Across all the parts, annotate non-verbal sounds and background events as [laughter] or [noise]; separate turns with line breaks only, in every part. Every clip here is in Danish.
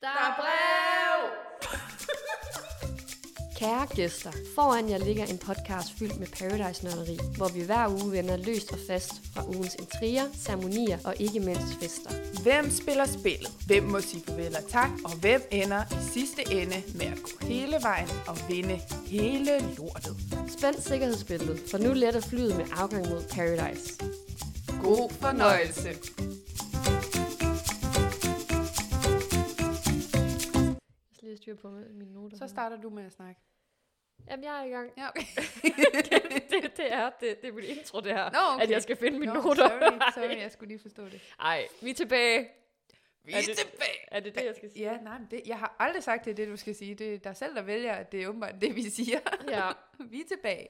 Der er brev!
[laughs] Kære gæster, foran jer ligger en podcast fyldt med paradise nørderi, hvor vi hver uge vender løst og fast fra ugens intriger, ceremonier og ikke mindst fester.
Hvem spiller spillet? Hvem må sige farvel og tak? Og hvem ender i sidste ende med at gå hele vejen og vinde hele lortet?
Spænd sikkerhedsbæltet, for nu letter flyet med afgang mod paradise.
God fornøjelse!
Jeg skal lige styre på mine noter.
Så starter du med at snakke.
Jamen, jeg er i gang.
Ja, okay.
[laughs] det, det, er, det, det er min intro, det her.
[laughs] Nå, okay.
At jeg skal finde mine
Nå,
noter.
Sorry, sorry,
[laughs]
jeg skulle lige forstå [laughs] det.
Ej, vi er tilbage.
Vi
Er det-
tilbage!
Er det det, jeg skal sige?
Ja, nej, men det, jeg har aldrig sagt, det er det, du skal sige. Det er dig selv, der vælger, at det er åbenbart det, vi siger. [laughs]
Ja.
vi er tilbage.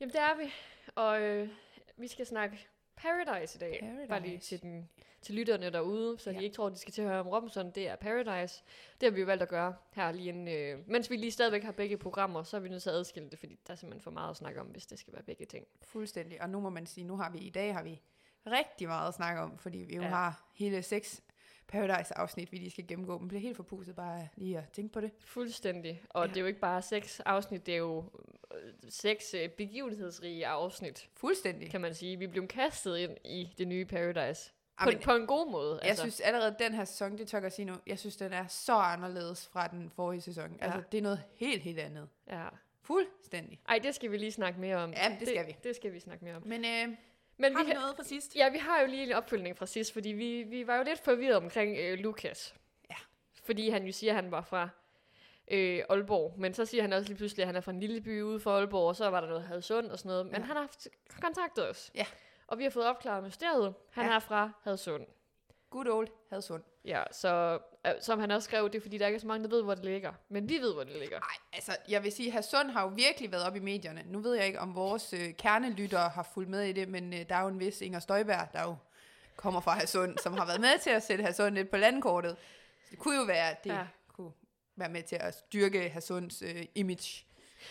Jamen, det er vi. Og øh, vi skal snakke Paradise i dag. Bare lige
Paradise.
til, den, til lytterne derude, så ja.
Ja.
de ikke tror, de skal til at høre om Robinson. Det er Paradise. Det har vi jo valgt at gøre her lige inden. Øh, mens vi lige stadigvæk har begge programmer, så er vi nødt til at adskille det, fordi der er simpelthen for meget at snakke om, hvis det skal være begge ting.
Fuldstændig. Og nu må man sige, nu har vi i dag har vi rigtig meget at snakke om, fordi vi jo
Ja.
ja. har hele seks Paradise-afsnit, vi lige skal gennemgå. Man bliver helt forpustet bare lige at tænke på det.
Fuldstændig. Og ja.
Ja.
det er jo ikke bare seks afsnit, det er jo øh, seks øh, begivenhedsrige afsnit,
Fuldstændig.
kan man sige. Vi blev kastet ind i det nye Paradise. På,
Jamen,
Amen, på en god måde. altså.
jeg synes allerede, den her sæson, det tør jeg godt sige nu, jeg synes, den er så anderledes fra den forrige sæson. Ja.
Ja.
Altså, det er noget helt, helt andet.
Ja.
Fuldstændig.
Ej, det skal vi lige snakke mere om.
Ja, det skal vi.
Det skal vi snakke mere om.
Men øh,
Men
har
vi,
vi
kan,
noget fra sidst?
ja, vi har jo lige en opfølgning fra sidst, fordi vi, vi var jo lidt forvirret omkring øh, Lukas.
Ja.
Fordi han jo siger, at han var fra øh, Aalborg, men så siger han også lige pludselig, at han er fra en lille by ude for Aalborg, og så var der noget Hadsund og sådan noget. Men ja.
Ja.
han har haft kontaktet os.
Ja.
Og vi har fået opklaret mysteriet. Han ja.
Ja.
er fra Hadsund.
Good old Hadsund.
Ja, så øh, som han også skrev, det er fordi, der ikke er så mange, der ved, hvor det ligger. Men vi ved, hvor det ligger.
Nej, altså, jeg vil sige, Hadsund har jo virkelig været op i medierne. Nu ved jeg ikke, om vores øh, kernelyttere har fulgt med i det, men øh, der er jo en vis Inger Støjberg, der jo kommer fra Hadsund, som har været med til at sætte Hadsund lidt på landkortet. Så det kunne jo være, at det
Ja.
ja. kunne være med til at styrke Hadsunds øh, image.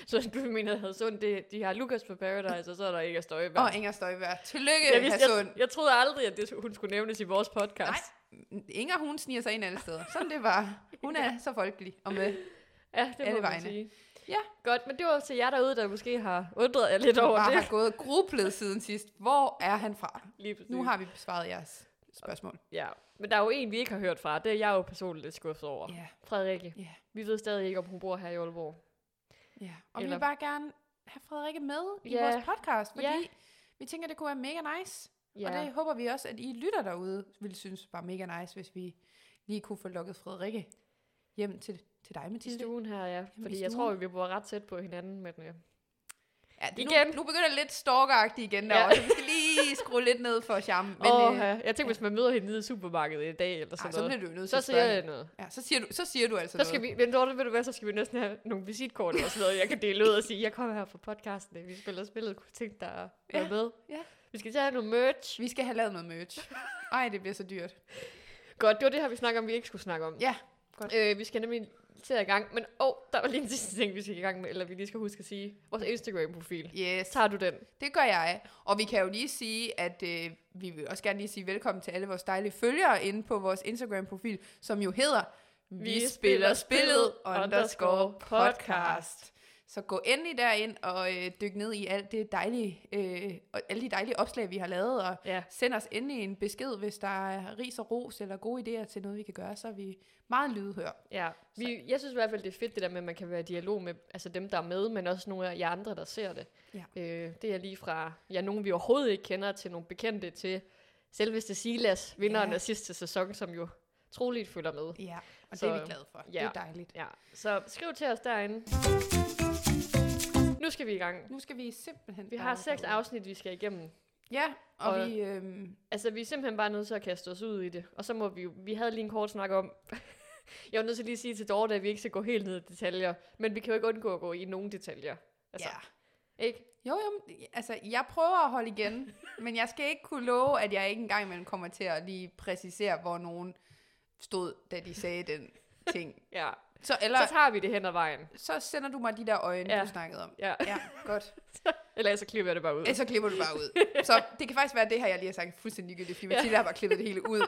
Så du mener, at Hadsund, det, de har Lukas på Paradise, og så er der ikke at støje
Og Inger Støjberg, tillykke
jeg,
jeg
vidste,
Hadsund.
jeg, jeg troede aldrig, at det, hun skulle nævnes i vores podcast.
Nej, Inger, hun sniger sig ind alle steder. Sådan det var. Hun er så folkelig og med.
[laughs] Ja, det må
Alle
man
vegne.
sige.
Ja.
Godt, men det var til jer derude, der måske har undret jer lidt
Hun
over
bare
det.
har gået grublet siden sidst. Hvor er han fra?
Lige præcis.
Nu har vi besvaret jeres spørgsmål.
Ja, men der er jo en, vi ikke har hørt fra. Det er jeg jo personligt lidt skuffet over.
Ja,
Frederikke.
ja,
Vi ved stadig ikke, om hun bor her i Aalborg.
ja. Og vi
Eller-
vil bare gerne have Frederikke med i
Ja.
vores podcast, fordi
Ja.
vi tænker, det kunne være mega nice.
Ja,
Og det håber vi også, at I lytter derude ville synes var mega nice, hvis vi lige kunne få lukket Frederikke hjem til, til dig,
i
Mathilde.
stuen her, ja.
i
Fordi jeg
stuen.
tror, vi bor ret tæt på hinanden. Men, øh,
Ja, det, nu,
Igen.
nu begynder det lidt stalkeragtigt igen
Ja.
derovre, ja. så vi skal
[laughs]
lige skrue lidt ned for charmen. Men,
åh,
øh,
ja. jeg tænker, hvis man møder hende nede i supermarkedet i dag, eller sådan
ej, så
noget,
bliver du jo nødt til
så
at
siger
spørge
jeg
hende.
noget.
Ja, så siger du, så siger du altså
Så skal
noget.
vi, men Dorte, ved du hvad, så skal vi næsten have nogle visitkort eller sådan noget, jeg kan dele ud og sige, jeg kommer her fra podcasten, vi spiller spillet, kunne tænke dig at være
Ja,
med.
ja.
Vi skal tage noget merch.
Vi skal have lavet noget
[laughs]
merch. Ej, det bliver så dyrt.
Godt, det var det her, vi snakker om, vi ikke skulle snakke om.
Ja, godt.
Øh, vi skal nemlig til at i gang, men åh, oh, der var lige en sidste ting, vi skal i gang med, eller vi lige skal huske at sige. Vores Instagram-profil.
Yes,
Tager du den?
det gør jeg. Og vi kan jo lige sige, at øh, vi vil også gerne lige sige velkommen til alle vores dejlige følgere inde på vores Instagram-profil, som jo hedder Så gå endelig derind og øh, dyk ned i alt det dejlige, øh, og alle de dejlige opslag, vi har lavet, og
Ja,
send os endelig en besked, hvis der er ris og ros eller gode idéer til noget, vi kan gøre, så er vi meget lydhør.
ja. Vi, jeg synes i hvert fald, det er fedt det der med, at man kan være i dialog med altså dem, der er med, men også nogle af jer andre, der ser det.
Ja.
Øh, det er lige fra ja, nogen, vi overhovedet ikke kender, til nogle bekendte, til selveste Silas, vinderen
Ja.
af sidste sæson, som jo troligt følger med.
Ja, og
Så,
så, det er vi glade for. Ja. Det
ja.
er dejligt.
Ja, så skriv til os derinde. Nu skal vi i gang.
Nu skal vi simpelthen...
Vi har
bare
seks
derude.
afsnit, vi skal igennem.
Ja, og,
og-
og vi... Øhm,
Altså, vi er simpelthen bare nødt til at kaste os ud i det. Og så må vi jo... Vi havde lige en kort snak om... [laughs] jeg var nødt til lige at sige til Dorte, at vi ikke skal gå helt ned i detaljer. Men vi kan jo ikke undgå at gå i nogen detaljer. Altså,
altså, ja.
ikke?
Jo, jo, men, altså, jeg prøver at holde
[laughs]
igen, men jeg skal ikke kunne love, at jeg ikke engang imellem kommer til at lige præcisere, hvor nogen stod, da de sagde den ting.
Ja.
Så, eller,
Så tager vi det hen ad vejen.
så sender du mig de der øjne,
Ja.
ja. du snakkede om.
Ja.
Ja,
[laughs]
godt.
Eller så klipper jeg det bare ud.
Ellers så
[laughs]
klipper du bare ud. Så det kan faktisk være, at det her, jeg lige har sagt, er fuldstændig ligegyldigt, fordi Mathilde har bare klippet det hele ud.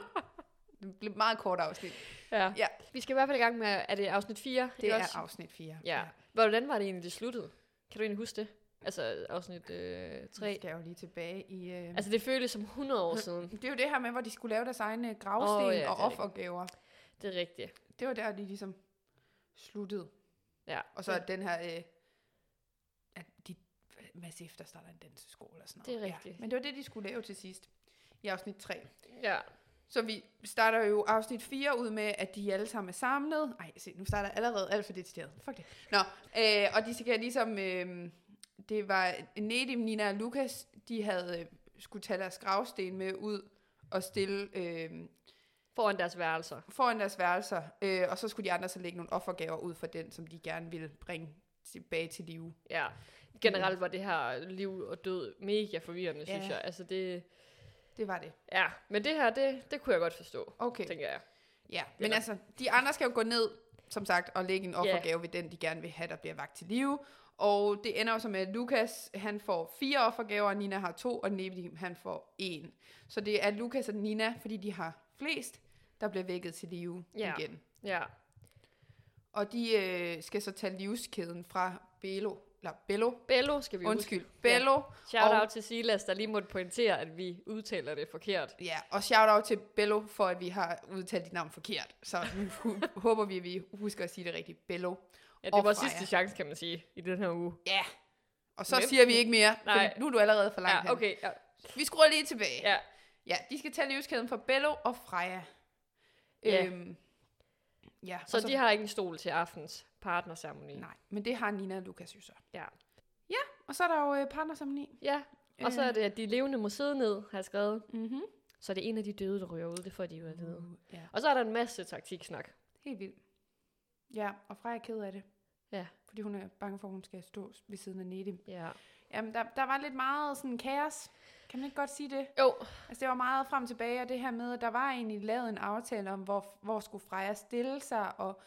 Det blev et meget kort afsnit.
Ja.
Ja.
Vi skal i hvert fald i gang med, er det afsnit 4?
Det er afsnit 4.
Ja. Hvordan var det egentlig, det sluttede? Kan du egentlig huske det? Altså afsnit øh, 3.
Nu skal jeg jo lige tilbage i... Øh... Altså,
Altså det føles som 100 [laughs] år siden.
det er jo det her med, hvor de skulle lave deres egne gravsten
Åh,
oh,
ja, det
ja, og
er rigtigt.
offergaver.
Det er rigtigt.
Det var der, de ligesom sluttede.
Ja.
Og så at den her... Øh... At de... Masse efter starter en danseskole og sådan
Det er
noget.
rigtigt.
Ja. Men det var det, de skulle lave til sidst i afsnit 3.
Ja.
Så vi starter jo afsnit 4 ud med, at de alle sammen er samlet. Ej, se, nu starter jeg allerede alt for decideret. Fuck det. Nå, øh, og de skal ligesom... Øh, det var Nedim, Nina og Lukas, de havde øh, skulle tage deres gravsten med ud og stille øh,
Foran deres værelser.
foran deres værelser. Øh, og så skulle de andre så lægge nogle offergaver ud for den, som de gerne ville bringe tilbage til live.
Ja. Generelt var det her liv og død mega forvirrende, ja.
Ja.
synes jeg. Altså det...
Det var det.
Ja, men det her, det, det kunne jeg godt forstå,
Okay.
tænker jeg.
Ja, men
nok-
altså, de andre skal jo gå ned, som sagt, og lægge en offergave ved den, de gerne vil have, der bliver vagt til live. Og det ender jo så med, at Lukas, han får fire offergaver, og Nina har to, og Nebedim, han får en. Så det er Lukas og Nina, fordi de har flest, der bliver vækket til live
Ja.
igen.
Ja.
Og de øh, skal så tage livskæden fra Bello, eller Bello,
Bello skal vi huske.
undskyld, Bello,
Shout
Og-
out til Silas, der lige måtte pointere, at vi udtaler det forkert.
Ja, og shout out til Bello for, at vi har udtalt dit navn forkert. Så nu hu- [laughs] håber vi, at vi husker at sige det rigtigt. Bello.
Ja, det
Og
var
Freja.
sidste chance, kan man sige, i den her uge.
Ja. Og så
Nemt.
siger vi ikke mere,
Nej.
for nu er du allerede for langt
Ja,
hen.
okay. Ja,
Vi skruer lige tilbage.
ja.
ja de skal tage livskæden fra Bello og Freja.
Ja.
Øhm, ja
Så,
og
de har ikke en stol til aftens partnerceremoni.
Nej, men det har Nina og Lukas jo så.
Ja.
Ja, og så er der jo øh, partnersamling.
Ja, og så er
Øh.
det, at de levende må sidde ned, har jeg skrevet.
Mm-hmm.
Så er det en af de døde, der ryger ud, det får de jo at vide.
Ja,
Og så er der en masse taktiksnak.
helt vildt. Ja, og Freja er ked af det.
Ja.
Fordi hun er bange for, at hun skal stå ved siden af Nedim.
Ja.
Jamen, der, der var lidt meget sådan kaos. Kan man ikke godt sige det?
Jo,
Altså, det var meget frem og tilbage, og det her med, at der var egentlig lavet en aftale om, hvor, hvor skulle Freja stille sig, og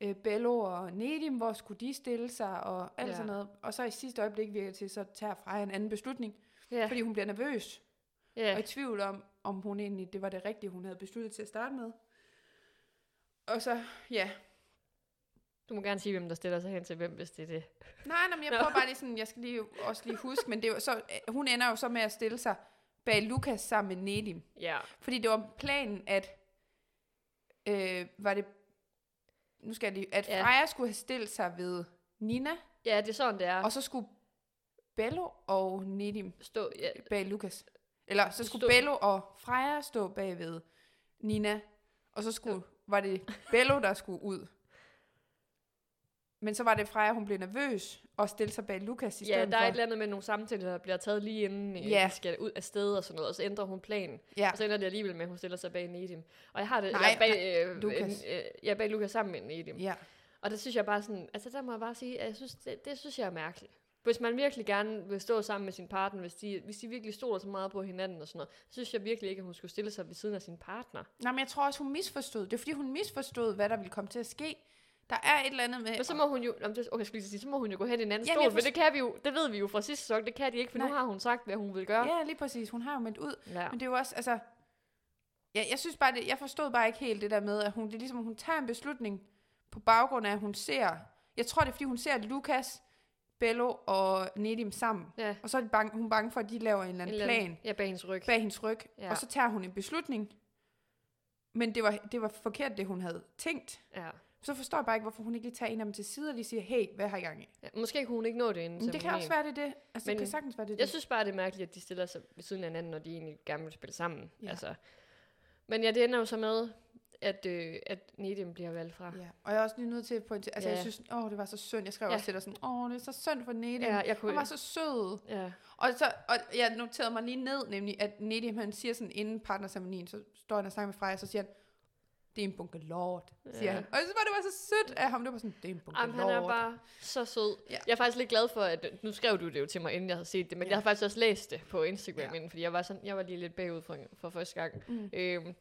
øh, Bello og Nedim, hvor skulle de stille sig, og alt
Ja.
ja. sådan noget. Og så i sidste øjeblik virker det til, så tager Freja en anden beslutning,
ja,
ja. fordi hun bliver nervøs, ja.
ja.
og i tvivl om, om hun egentlig, det var det rigtige, hun havde besluttet til at starte med. Og så, ja.
Du må gerne sige, hvem der stiller sig hen til hvem, hvis det er det.
Nej, nej, men jeg
Nå.
prøver bare lige sådan, jeg skal lige, også lige huske, men det var så, øh, hun ender jo så med at stille sig bag Lukas sammen med Nedim.
Ja,
Fordi det var planen, at øh, var det nu skal jeg lige, at
Ja.
Freja skulle have stillet sig ved Nina,
ja det er sådan, det er.
og så skulle Bello og Nedim
Stå, ja,
bag Lukas. Eller så skulle
Stå-
Bello og Freja stå bag ved Nina, og så skulle, var det Bello, der skulle ud. Men så var det Freja, hun blev nervøs og stillede sig bag Lukas i
ja
stedet
der er et
for.
eller andet med nogle samtaler, der bliver taget lige inden øh,
Ja.
de skal ud af sted og sådan noget, og så ændrer hun planen.
Ja,
Og så ender det alligevel med, at hun stiller sig bag Nedim. Og jeg har det,
Nej,
jeg er bag, øh,
Lukas.
Øh, jeg er bag Lukas sammen med Nedim.
ja.
Og der synes jeg bare sådan, altså der må jeg bare sige, at jeg synes, det, det synes jeg er mærkeligt. Hvis man virkelig gerne vil stå sammen med sin partner, hvis de, hvis de virkelig stoler så meget på hinanden og sådan noget, så synes jeg virkelig ikke, at hun skulle stille sig ved siden af sin partner.
Nej, men jeg tror også, hun misforstod. Det er fordi, hun misforstod, hvad der ville komme til at ske. Der er et eller andet med...
Men så må hun jo, nå, men det- okay, jeg skulle lige til at sige, så må hun jo gå hen i en anden
Jamen,
stol,
jeg
men
forst-
det kan vi jo, det ved vi jo fra sidste sæson, det kan de ikke, for nu
Nej.
har hun sagt, hvad hun vil gøre.
Ja, lige præcis. Hun har jo meldt ud.
Ja.
Men det er jo også, altså... Ja, jeg synes bare, det, jeg forstod bare ikke helt det der med, at hun, det er ligesom, hun tager en beslutning på baggrund af, at hun ser... Jeg tror, det er, fordi hun ser Lukas, Bello og Nedim sammen.
Ja.
Og så er de bange, hun er bange for, at de laver en eller anden
eller
plan
anden- Ja, bag hendes ryg.
bag hendes ryg.
Ja.
Ja. Og så tager hun en beslutning. Men det var, det var forkert, det hun havde tænkt.
Ja.
Så forstår jeg bare ikke, hvorfor hun ikke lige tager en af dem til side og lige siger, hey, hvad har I gang i?
ja. Måske kunne hun ikke nå det inden
Men det kan
ceremonien.
også være, det er det. Altså,
Men
det kan sagtens være, det er
Jeg
det.
synes bare, det er mærkeligt, at de stiller sig ved siden af hinanden, når de egentlig gerne vil spille sammen. Ja.
Ja.
Altså. Men ja, det ender jo så med, at, øh, at Nedim bliver valgt fra.
Ja, og jeg er også lige nødt til at pointere, altså
Ja.
ja. jeg synes, åh, det var så synd. Jeg skrev
Ja.
ja. også til dig sådan, åh, det er så synd for Nedim.
Ja,
Ja,
jeg kunne...
Han var så sød.
Ja,
Og, så, og jeg noterede mig lige ned, nemlig, at Nedim, han siger sådan, inden partnersammenligningen, så står han og snakker med Freja, så siger han, det er en bunke lort, siger
Ja.
ja. han. Og jeg synes bare, det var så sødt af ham. Det var sådan, det er en bunke
Jamen, han
lort.
er bare så sød. Ja.
Ja.
Jeg er faktisk lidt glad for, at nu skrev du det jo til mig, inden jeg havde set det, men ja.
Ja.
jeg har faktisk også læst det på Instagram ja.
Ja.
inden, fordi jeg var, sådan, jeg var lige lidt bagud for, for første gang.
Mm.
Øhm,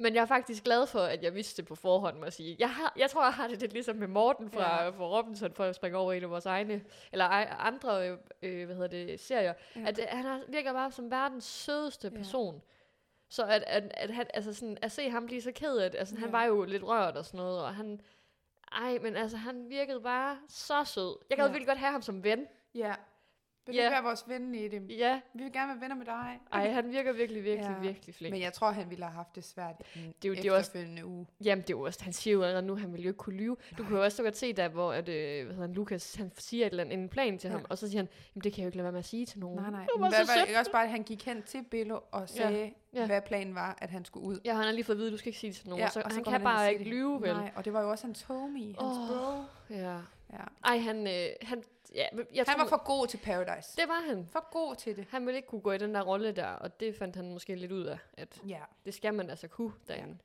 men jeg er faktisk glad for, at jeg vidste det på forhånd, må jeg sige. Jeg, har, jeg tror, jeg har det lidt ligesom med Morten fra, ja.
Ja.
fra Robinson, for at springe over en af vores egne, eller ej, andre, øh, øh, hvad hedder det, serier. Ja.
Ja.
At øh, han er, virker bare som verdens sødeste
Ja.
person. Så at, at, at, han, altså sådan, at se ham blive så ked af det, altså, han
Ja.
var jo lidt rørt og sådan noget, og han, ej, men altså, han virkede bare så sød. Jeg gad
Ja.
virkelig godt have ham som ven.
Ja. Vil
Ja.
du være vores ven i det?
Ja,
Vi vil gerne være venner med dig. [laughs]
ej, han virker virkelig, virkelig,
Ja.
ja. virkelig flink.
Men jeg tror, han ville have haft det svært i den
Det er jo- det er jo også-
efterfølgende uge.
Jamen, det er jo også, han siger jo allerede nu, at han vil jo ikke kunne lyve. Du kan jo også så godt se der, hvor at, øh, hvad hedder han, Lukas, han siger et eller andet, en plan til
Ja.
ham, og så siger han, jamen det kan jeg jo ikke lade være med at sige til nogen.
Nej, nej.
Det var
Men
så
Hvad, var
sødt.
det også bare, at han gik hen til Bello og sagde, ja.
Ja.
hvad planen var, at han skulle ud.
Ja, han har lige fået at vide, at du skal ikke sige det til nogen, ja, så, han
går
kan
hen og
bare
siger
ikke
det.
lyve, vel?
Nej, og det var jo også hans homie, hans
Åh.
bro.
Ja.
Ja.
Ej, han, øh, han, ja, men jeg
Han
tror,
var for god til Paradise.
det var han.
For god til det.
Han ville ikke kunne gå i den der rolle der, og det fandt han måske lidt ud af, at
Ja.
det skal man altså kunne derinde.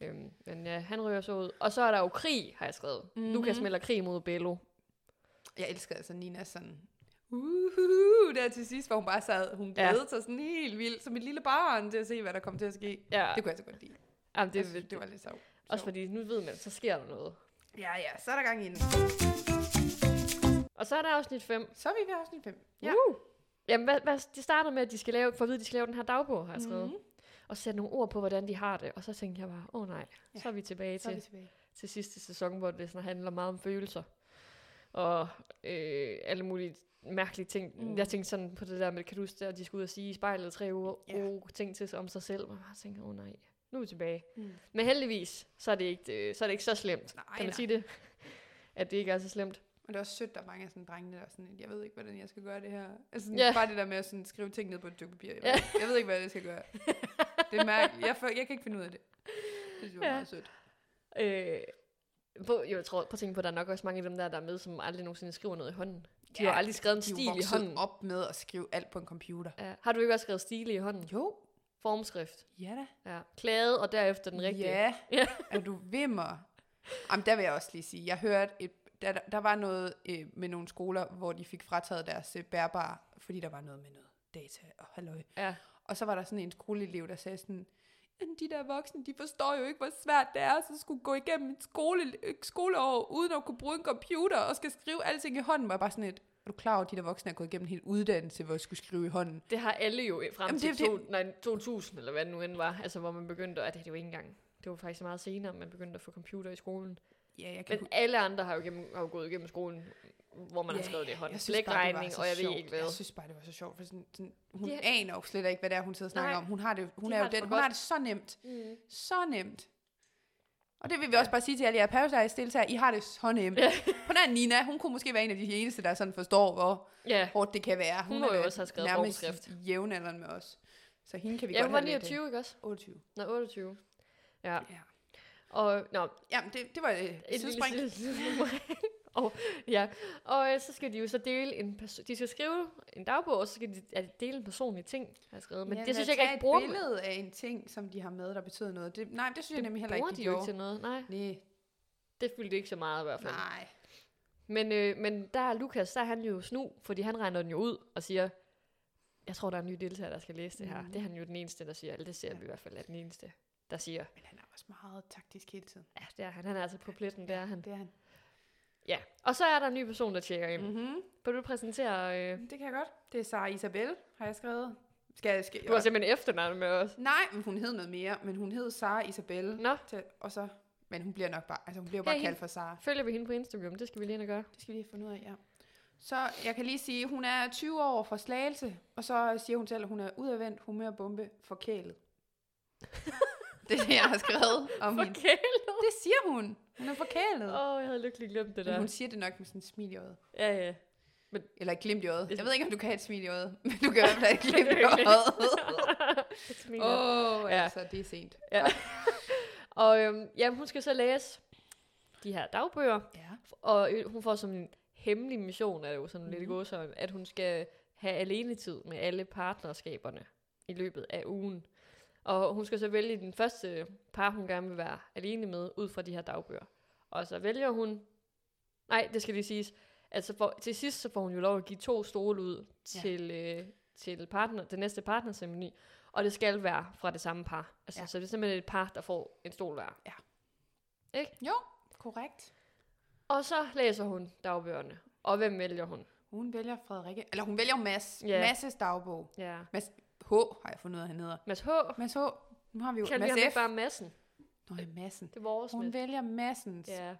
Øhm, men ja, han ryger så ud. Og så er der jo krig, har jeg skrevet.
Mhm.
Mm-hmm. Lukas melder krig mod Bello.
Jeg elskede altså Nina sådan... Uhuhu, der til sidst, hvor hun bare sad, hun
Ja.
glædede sig sådan helt vildt, som et lille barn, til at se, hvad der kom til at ske.
Ja,
Det kunne jeg så godt lide.
jamen,
Det,
det,
jeg synes, det var lidt sjovt.
Også fordi nu ved man, så sker der noget.
Ja, ja, så er der gang i den.
Og så er der afsnit 5.
Så er vi ved afsnit 5. Ja.
Uh. Jamen, hvad, hvad, de starter med, at de skal lave, for at vide, at de skal lave den her dagbog, har jeg skrevet.
Mhm.
Mm-hmm. Og sætte nogle ord på, hvordan de har det. Og så tænkte jeg bare, åh oh, nej,
Ja.
ja. så er vi tilbage
Så er vi
til,
tilbage.
til sidste sæson, hvor det sådan handler meget om følelser. Og øh, alle mulige mærkelige ting.
Mm.
Mm. Jeg tænkte sådan på det der med, kan du huske det, at de skulle ud og sige i spejlet tre uger
Ja.
yeah. ting til sig om sig selv. Og jeg bare tænkte, åh oh, nej, nu er vi tilbage.
Mm.
Men heldigvis, så er det ikke, øh, så, er det ikke så slemt.
Nej,
kan man
nej.
sige det? At det ikke er så slemt.
Og det er også sødt, der er mange af sådan drengene, der er sådan, lidt, jeg ved ikke, hvordan jeg skal gøre det her. Altså sådan,
Ja.
bare det der med at sådan, skrive ting ned på et stykke papir. Jeg,
Ja.
ved, jeg ved ikke, hvad jeg skal gøre. Det er mærkeligt. Jeg, for, jeg kan ikke finde ud af det. Det synes jeg var
Ja.
meget sødt.
Øh, på, jo, jeg tror, prøv at tænke på, at der er nok også mange af dem der, der er med, som aldrig nogensinde skriver noget i hånden. De har aldrig skrevet en
de er jo
stil i
vokset
hånden.
op med at skrive alt på en computer.
Ja. Har du ikke også skrevet stile i hånden?
Jo,
Formskrift.
ja da.
Ja. Klade, og derefter den rigtige.
Ja,
Ja.
er du vimmer? Jamen, der vil jeg også lige sige, jeg hørte et, der, der var noget øh, med nogle skoler, hvor de fik frataget deres øh, bærbare, fordi der var noget med noget data og halløj.
ja.
Og så var der sådan en skoleelev, der sagde sådan, "Jamen, de der voksne, de forstår jo ikke, hvor svært det er, at så skulle gå igennem et skole, et skoleår, uden at kunne bruge en computer, og skal skrive alting i hånden. Var bare sådan et, er du klar over, at de der voksne er gået igennem en hel uddannelse, hvor jeg skulle skrive i hånden?
Det har alle jo i- frem
Jamen,
til
det er jo
to, nej, 2000, eller hvad det nu end var. Altså, hvor man begyndte, at det er det jo ikke engang. Det var faktisk meget senere, man begyndte at få computer i skolen.
Ja, jeg kan
Men alle andre har jo, gennem, har jo gået igennem skolen, hvor man ja, har skrevet det i hånden.
var
Blækregning,
så
og jeg
sjovt.
ved ikke hvad.
Jeg synes bare, det var så sjovt, for sådan, sådan, hun
De-
aner jo slet ikke, hvad det er, hun sidder og snakker
Nej.
om. Hun har det, hun
De
er
har
jo
det
den,
for
hun
godt.
har det så nemt.
Mm.
Så nemt. Og det vil vi også bare sige til alle jer Paradise-deltagere, I har det
[laughs]
så nemt. Ja. På den Nina, hun kunne måske være en af de eneste, der sådan forstår, hvor
Ja.
hårdt det kan være.
Hun må
er
jo
da
også have skrevet
nærmest
formskrift.
jævnaldrende med os. Så hende kan vi
ja,
godt
hun var
have lidt,
29, ikke også?
øh, 28.
Nå, 28. Ja.
Ja.
Og, nå,
Jamen, det, det var øh, et
Et
sidespring.
lille sidespring. [laughs] og, ja. og øh, så skal de jo så dele en perso- De skal skrive en dagbog, og så skal de ja, dele en personlig ting, har jeg skrevet. Men ja, det synes jeg ikke, jeg bruger
et
dem.
billede af en ting, som de har med, der betyder noget. Det, nej, det synes jeg
Det
nemlig heller
bruger
ikke,
de jo ikke til noget. Nej,
Nej,
det fyldte ikke så meget i hvert fald.
nej.
Men, øh, men der er Lukas, der er han jo snu, fordi han regner den jo ud og siger, jeg tror, der er en ny deltager, der skal læse det her.
Mhm.
Det er han jo den eneste, der siger. Eller det ser
Ja.
vi i hvert fald, at den eneste, der siger.
Men han er også meget taktisk hele tiden.
Ja, det er han. Han er altså på pletten, det er han.
Det er han.
Ja, og så er der en ny person, der tjekker ind. Mm.
Mm-hmm.
Vil du præsentere... Øh,
Det kan jeg godt. Det er Sara Isabel, har jeg skrevet. Skal jeg... Skal
du har simpelthen efternavn med os.
Nej, men hun hed noget mere, men hun hed Sara Isabel.
Nå,
Til, og så... Men hun bliver nok bare... Altså, hun bliver jo bare
Ja,
kaldt for Sara.
Følger vi hende på Instagram? Det skal vi lige ind og gøre.
Det skal vi lige finde ud af, ja. Så jeg kan lige sige, hun er 20 år fra Slagelse, og så siger hun selv, at hun er udadvendt, humørbombe,
[laughs]
forkælet. det er det, jeg har skrevet om hende.
Forkælet.
Det siger hun. Hun er forkælet.
Åh, oh, jeg havde lykkelig glemt det
Men
der.
hun siger det nok med sådan et smil i øjet.
Ja, ja.
Eller et glimt i øjet.
Det-
Jeg ved ikke, om du kan have et smil i øjet, [laughs] men du kan
[laughs]
i hvert fald have et glimt i øjet.
Det smiler.
Åh, oh,
Ja.
altså, det er sent.
Og øhm, ja, hun skal så læse de her dagbøger,
Ja.
og øh, hun får som en hemmelig mission, er det jo sådan lidt i
Mhm.
gåsøjne, at hun skal have alenetid med alle partnerskaberne i løbet af ugen. Og hun skal så vælge den første par, hun gerne vil være alene med, ud fra de her dagbøger. Og så vælger hun... Nej, det skal lige siges. Altså for, til sidst så får hun jo lov at give to stole ud
Ja.
til, øh, til partner, den næste partnersemini. Og det skal være fra det samme par. Altså,
Ja.
ja. Så det er simpelthen et par, der får en stol hver.
Korrekt.
Og så læser hun dagbøgerne. Og hvem vælger hun?
Hun vælger Frederikke. Eller hun vælger Mads.
Ja.
Masses dagbog.
Ja.
Mads, H, har jeg fundet ud af, han hedder.
Mads H.
Mads H. Nu har vi jo
Kan vi
Mads
ham ikke
F.
bare Massen?
Nå, ja, Madsen.
Det var vores
Hun
Mads.
vælger Massens ja.
Ja,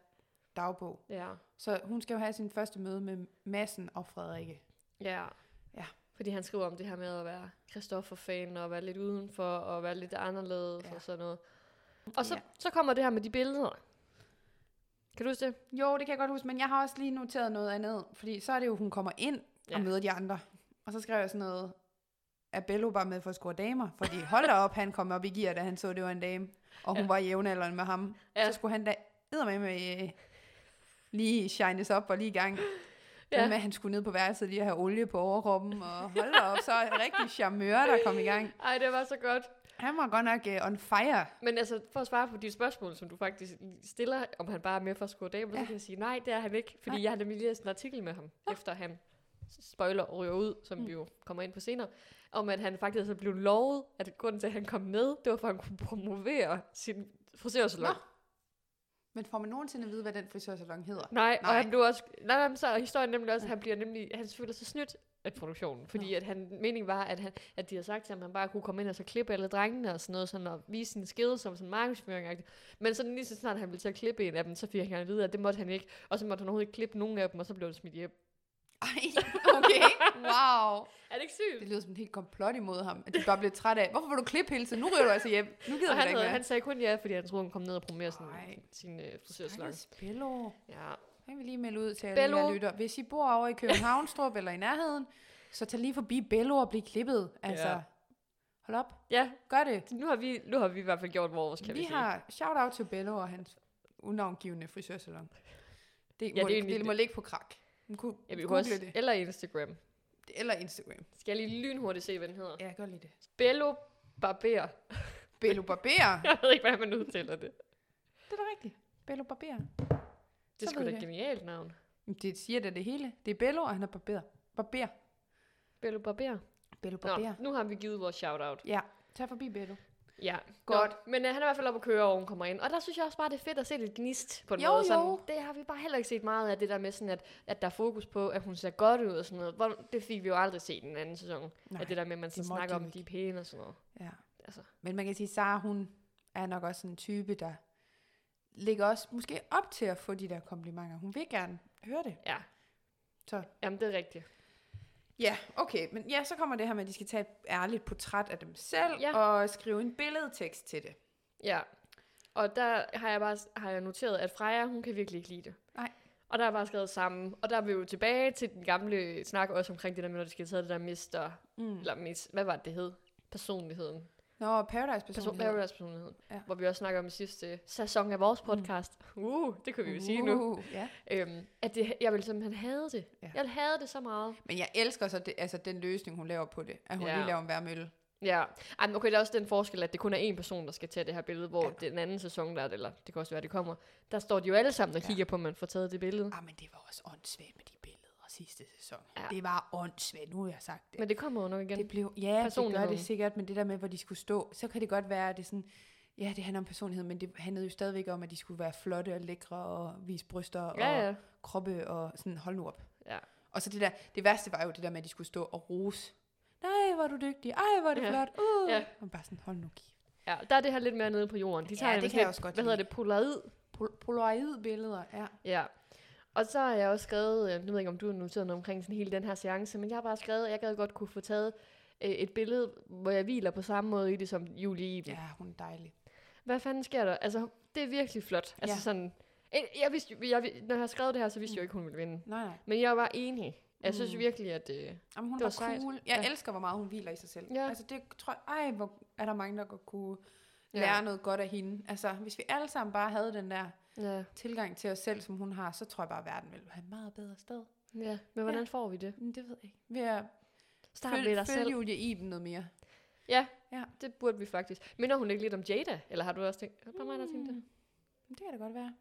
dagbog.
ja,
Så hun skal jo have sin første møde med Massen og Frederikke.
ja.
Ja.
Fordi han skriver om det her med at være Christoffer-fan, og være lidt udenfor, og være lidt anderledes,
Ja.
ja. og sådan noget. Og så,
Ja.
ja. så kommer det her med de billeder. Kan du huske det?
Jo, det kan jeg godt huske, men jeg har også lige noteret noget andet. Fordi så er det jo, hun kommer ind
Ja.
og møder de andre. Og så skrev jeg sådan noget, at Bello var med for at score damer. Fordi hold da op, han kom op i gear, da han så, det var en dame. Og hun ja.
Ja.
var jævnaldrende med ham. Ja.
Ja.
Så skulle han da eddermame med øh, lige shines op og lige i gang. Ja.
Ja.
med, at han skulle ned på værelset lige og have olie på overkroppen, og hold da op, så er en rigtig charmeur, der kom i gang.
Ej, det var så godt.
Han var godt nok uh, on fire.
Men altså, for at svare på de spørgsmål, som du faktisk stiller, om han bare er med for at score damer, ja.
Ja.
så kan jeg sige, nej, det er han ikke, fordi
Nej.
nej. jeg har nemlig læst en artikel med ham, ja. efter han spoiler ryger ud, som mm. vi jo kommer ind på senere, om at han faktisk er blevet lovet, at grunden til, at han kom med, det var for, at han kunne promovere sin frisørsalon.
Nå. Men får man nogensinde at vide, hvad den frisørsalon hedder?
Nej, nej,
Nej.
og han blev også... Nej, nej, men så er historien nemlig også, at han bliver nemlig... Han føler sig snydt af produktionen, fordi at han, meningen var, at, han, at de havde sagt til ham, at han bare kunne komme ind og så klippe alle drengene og sådan noget, sådan og vise sin skede som sådan markedsføring Men sådan lige så snart han ville til at klippe en af dem, så fik han at vide, at det måtte han ikke. Og så måtte han overhovedet ikke klippe nogen af dem, og så blev det smidt hjem.
Ej, okay, wow.
Er det ikke
Det
sygt?
lyder som et helt komplot imod ham, at de bare bliver træt af. Hvorfor vil du klippe hele tiden? Nu ryger du altså hjem. Nu gider
Og
du da
han,
ikke
havde,
mere.
han sagde kun ja, fordi han troede, hun kom ned og promoverede
Ej.
sin, sin øh, frisørsalon.
Stakkels Bello.
Ja.
Han vil lige melde ud til alle
Bello.
jer lytter. Hvis I bor over i Københavnstrup eller i nærheden, så tag lige forbi Bello og bliv klippet. Altså,
Ja.
hold op.
ja,
Gør det.
nu har, vi, nu har vi i hvert fald gjort vores, kan vi,
vi
sige.
har shout out til Bello og hans unavngivende frisørsalon. Det,
det
ja,
er
må, det,
egentlig
det, må ligge på krak. Man kunne
Ja, vi
google
kunne også,
det.
eller Instagram.
Eller Instagram.
Skal jeg lige lynhurtigt se, hvad den hedder?
Ja, gør lige det.
Bello Barber.
Bello Barber.
[laughs] Jeg ved ikke, hvordan man udtaler det.
det er da rigtigt. Bello Barber.
Det
Så
er sgu
ved
da
jeg.
et genialt navn.
Jamen, Det siger da det hele. Det er Bello, og han er barber. Barber.
Bello Barber.
Bello Barber.
Nå, nu har vi givet vores shout-out.
Ja, tag forbi Bello.
Ja,
Godt.
Nå, men øh, han er i hvert fald oppe at køre, og hun kommer ind. Og der synes jeg også bare, det er fedt at se lidt gnist på en
Jo,
måde.
jo.
Sådan, det har vi bare heller ikke set meget af, det der med sådan, at, at der er fokus på, at hun ser godt ud og sådan noget. Hvor, det fik vi jo aldrig set i den anden sæson.
Nej,
Nej, at det der med, at man så
måtte
snakker
de jo
om, de er pæne og sådan noget.
Ja.
Altså.
Men man kan sige, at Sara, hun er nok også sådan en type, der ligger også måske op til at få de der komplimenter. Hun vil gerne høre det.
Ja.
Så.
Jamen, det er rigtigt.
Ja, okay. Men ja, så kommer det her med, at de skal tage et ærligt portræt af dem selv ja.
Ja.
og skrive en billedtekst til det.
Ja. Og der har jeg bare har jeg noteret, at Freja, hun kan virkelig ikke lide det.
Nej.
Og der er bare skrevet sammen. Og der er vi jo tilbage til den gamle snak også omkring det der med, når de skal tage det der mister,
Mm.
eller mis, hvad var det, det hed? Personligheden.
Nå, Paradise
Person,
personlighed.
Paradise personligheden.
Ja.
Ja. Hvor vi også snakker om i sidste sæson af vores podcast. Mm. Uh, det kunne vi jo uh. sige nu.
Uh, ja.
Øhm, at det, jeg ville simpelthen have det.
Ja.
Ja. Jeg havde det så meget.
Men jeg elsker så det, altså den løsning, hun laver på det. At hun ja.
Ja.
lige laver en værmølle.
Ja, Ej, men okay, der er også den forskel, at det kun er én person, der skal tage det her billede, hvor
Ja.
ja. den anden sæson, der er det, eller det kan også være, det kommer, der står de jo alle sammen og
Ja.
kigger på, at man får taget det billede.
Ah, men det var også åndssvagt med de billeder sidste sæson. Ja.
Ja.
Det var åndssvagt, nu har jeg sagt det.
Men det kommer jo nok igen.
det blev, ja, det gør
Personligheden.
det sikkert, men det der med, hvor de skulle stå, så kan det godt være, at det er sådan, ja, det handler om personlighed, men det handlede jo stadigvæk om, at de skulle være flotte og lækre og vise bryster
ja,
og
ja.
kroppe og sådan, hold nu op.
Ja.
Og så det der, det værste var jo det der med, at de skulle stå og rose. Nej, hvor er du dygtig. Ej, hvor er det ja.
Ja.
flot. Uh. Ja.
Ja.
Og bare sådan, hold nu kæft.
ja, der er det her lidt mere nede på jorden. De
Ja,
tager
det
nemlig
kan jeg
lidt-
også godt
Hvad hedder
lide.
det? Polarid.
Pol- Polaroid-billeder, ja.
Ja. Og så har jeg også skrevet, øh, nu ved jeg ikke, om du har noteret noget omkring sådan hele den her seance, men jeg har bare skrevet, at jeg gad godt kunne få taget øh, et billede, hvor jeg hviler på samme måde i det som Julie Iben. Ja.
Ja, hun er dejlig.
Hvad fanden sker der? Altså, det er virkelig flot. Altså
Ja.
ja. sådan, jeg, jeg vidste, jo- jeg, vid- når jeg har skrevet det her, så vidste jeg jo ikke, hun ville vinde.
Nej, nej.
Men jeg var enig. Jeg synes
Mm.
virkelig, at... Øh,
Jamen, hun
Det
det var,
var sejt.
cool. Jeg ja.
Ja.
elsker, hvor meget hun hviler i sig selv. Ja.
Ja.
Altså, det tror jeg, ej, hvor er der mange, der godt kunne
Ja.
lære noget godt af hende. Altså, hvis vi alle sammen bare havde den der
ja.
tilgang til os selv, som hun har, så tror jeg bare, at verden ville have et meget bedre sted.
ja. Men hvordan får vi det?
Men det ved jeg ikke. Ved at
Start med
følge,
dig
følge
selv.
Julie Iben noget mere.
Ja,
Ja.
ja, det burde vi faktisk. Minder hun ikke lidt om Jada? Eller har du også tænkt, er det bare mig, der har tænkt det?
Mm, Men Det kan da godt være.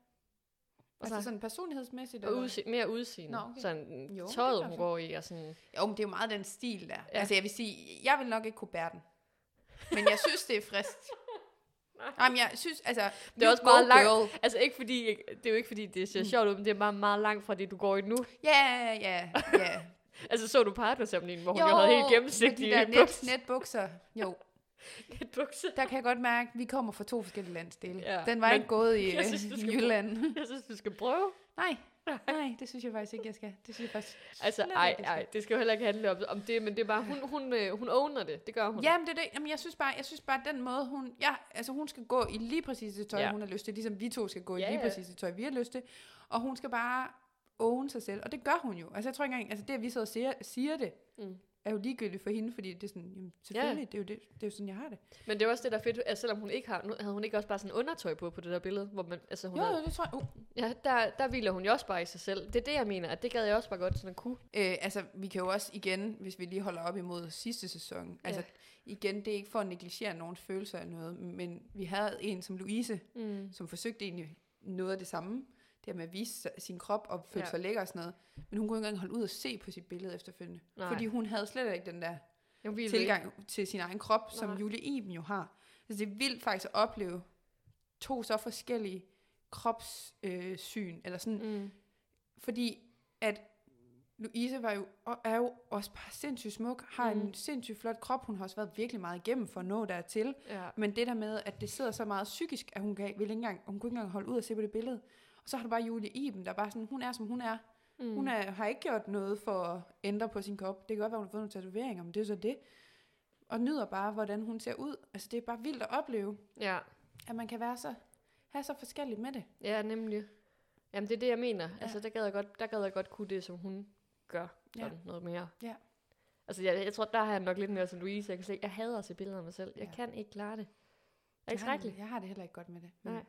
Og
altså
så-
sådan personlighedsmæssigt.
Og
eller-
udse- mere udseende.
Nå, okay.
Sådan
Jo,
jo,
det
tøjet,
kan
hun
jeg
går i, og sådan...
Jo, men det er jo meget den stil der. Ja.
Ja.
Altså, jeg vil sige, jeg vil nok ikke kunne bære den. Men jeg synes, det er
[laughs]
frist. Jamen, jeg synes, altså...
Det er
you
også
go,
meget langt.
girl.
Altså, ikke
Mm.
fordi, det er jo ikke fordi, det ser sjovt ud, men det er bare meget langt fra det, du går i nu.
Ja, ja, ja.
Altså så du partnersamlingen, hvor [laughs] hun jo,
Jo,
havde helt
med
gennemsigtige
de der net,
[laughs] bukser?
netbukser. Jo,
netbukser.
der kan jeg godt mærke, at vi kommer fra to forskellige landsdele.
Ja,
Ja, Den var
men
ikke gået i
[laughs] jeg synes, du
øh,
skal- [laughs]
Jylland.
Jeg synes, du skal prøve.
Nej, nej, det synes jeg faktisk ikke, jeg skal. Det synes jeg faktisk
Altså,
slet ikke,
ej,
jeg skal.
ej, det skal jo heller ikke handle om, om det, men det er bare, hun, hun, øh, hun owner det. Det gør hun.
Jamen, det er det. Jamen, jeg synes bare, jeg synes bare den måde, hun... Ja, altså, hun skal gå i lige præcis det tøj,
Ja.
ja. hun har lyst til. Ligesom vi to skal gå i
Ja,
lige
ja.
præcis det tøj, vi har lyst til. Og hun skal bare own sig selv. Og det gør hun jo. Altså, jeg tror ikke engang... Altså, det, at vi sidder og siger, siger det,
Mm.
mm. er jo ligegyldigt for hende, fordi det er sådan... Jamen, selvfølgelig, det, er jo det, det er jo sådan, jeg har det.
Men det er også det, der er fedt, at selvom hun ikke har, nu havde hun ikke også bare sådan undertøj på på det der billede, hvor man, altså hun
Jo,
havde,
jo, det tror jeg... Uh.
ja, der, der hviler hun jo også bare i sig selv. Det er det, jeg mener, at det gad jeg også bare godt sådan at kunne.
Øh, altså, vi kan jo også igen, hvis vi lige holder op imod sidste sæson, altså igen, det er ikke for at negligere nogens følelser eller noget, men vi havde en som Louise,
Mm.
som forsøgte egentlig noget af det samme, det her med at vise sig- sin krop og føle
Ja.
ja. sig lækker og sådan noget, men hun kunne ikke engang holde ud og se på sit billede efterfølgende,
Nej.
Nej. fordi hun havde slet ikke den der
Jeg hviler i-
tilgang til sin egen krop, som
Nej.
Julie Iben jo har. Altså, det er vildt faktisk at opleve to så forskellige kropssyn, øh, syn, eller sådan
Mm.
fordi at Louise var jo, og er jo også bare sindssygt smuk, har mm.
Mhm.
en sindssygt flot krop, hun har også været virkelig meget igennem for at nå dertil.
Ja.
Men det der med, at det sidder så meget psykisk, at hun, kan, vil ikke engang, hun kunne ikke engang holde ud og se på det billede. Og så har du bare Julie Iben, der bare sådan, hun er som hun er.
Mm.
Mm. Hun er, har ikke gjort noget for at ændre på sin krop. Det kan godt være, hun har fået nogle tatoveringer, men det er så det. Og nyder bare, hvordan hun ser ud. Altså det er bare vildt at opleve,
ja.
at man kan være så, have så forskelligt med det.
Ja, nemlig. Jamen, det er det, jeg mener. Ja.
Ja.
Altså, der gad, jeg godt, der gad jeg godt kunne det, som hun gør.
Ja.
Sådan noget mere.
Ja.
Altså, jeg, jeg tror, der har jeg nok lidt mere som Louise. Jeg kan se, jeg hader at se billeder af mig selv. Jeg
Ja.
kan ikke klare det. Det er
Jeg
ikke
har det-
skrækkeligt.
Jeg har det heller ikke godt med det.
Nej.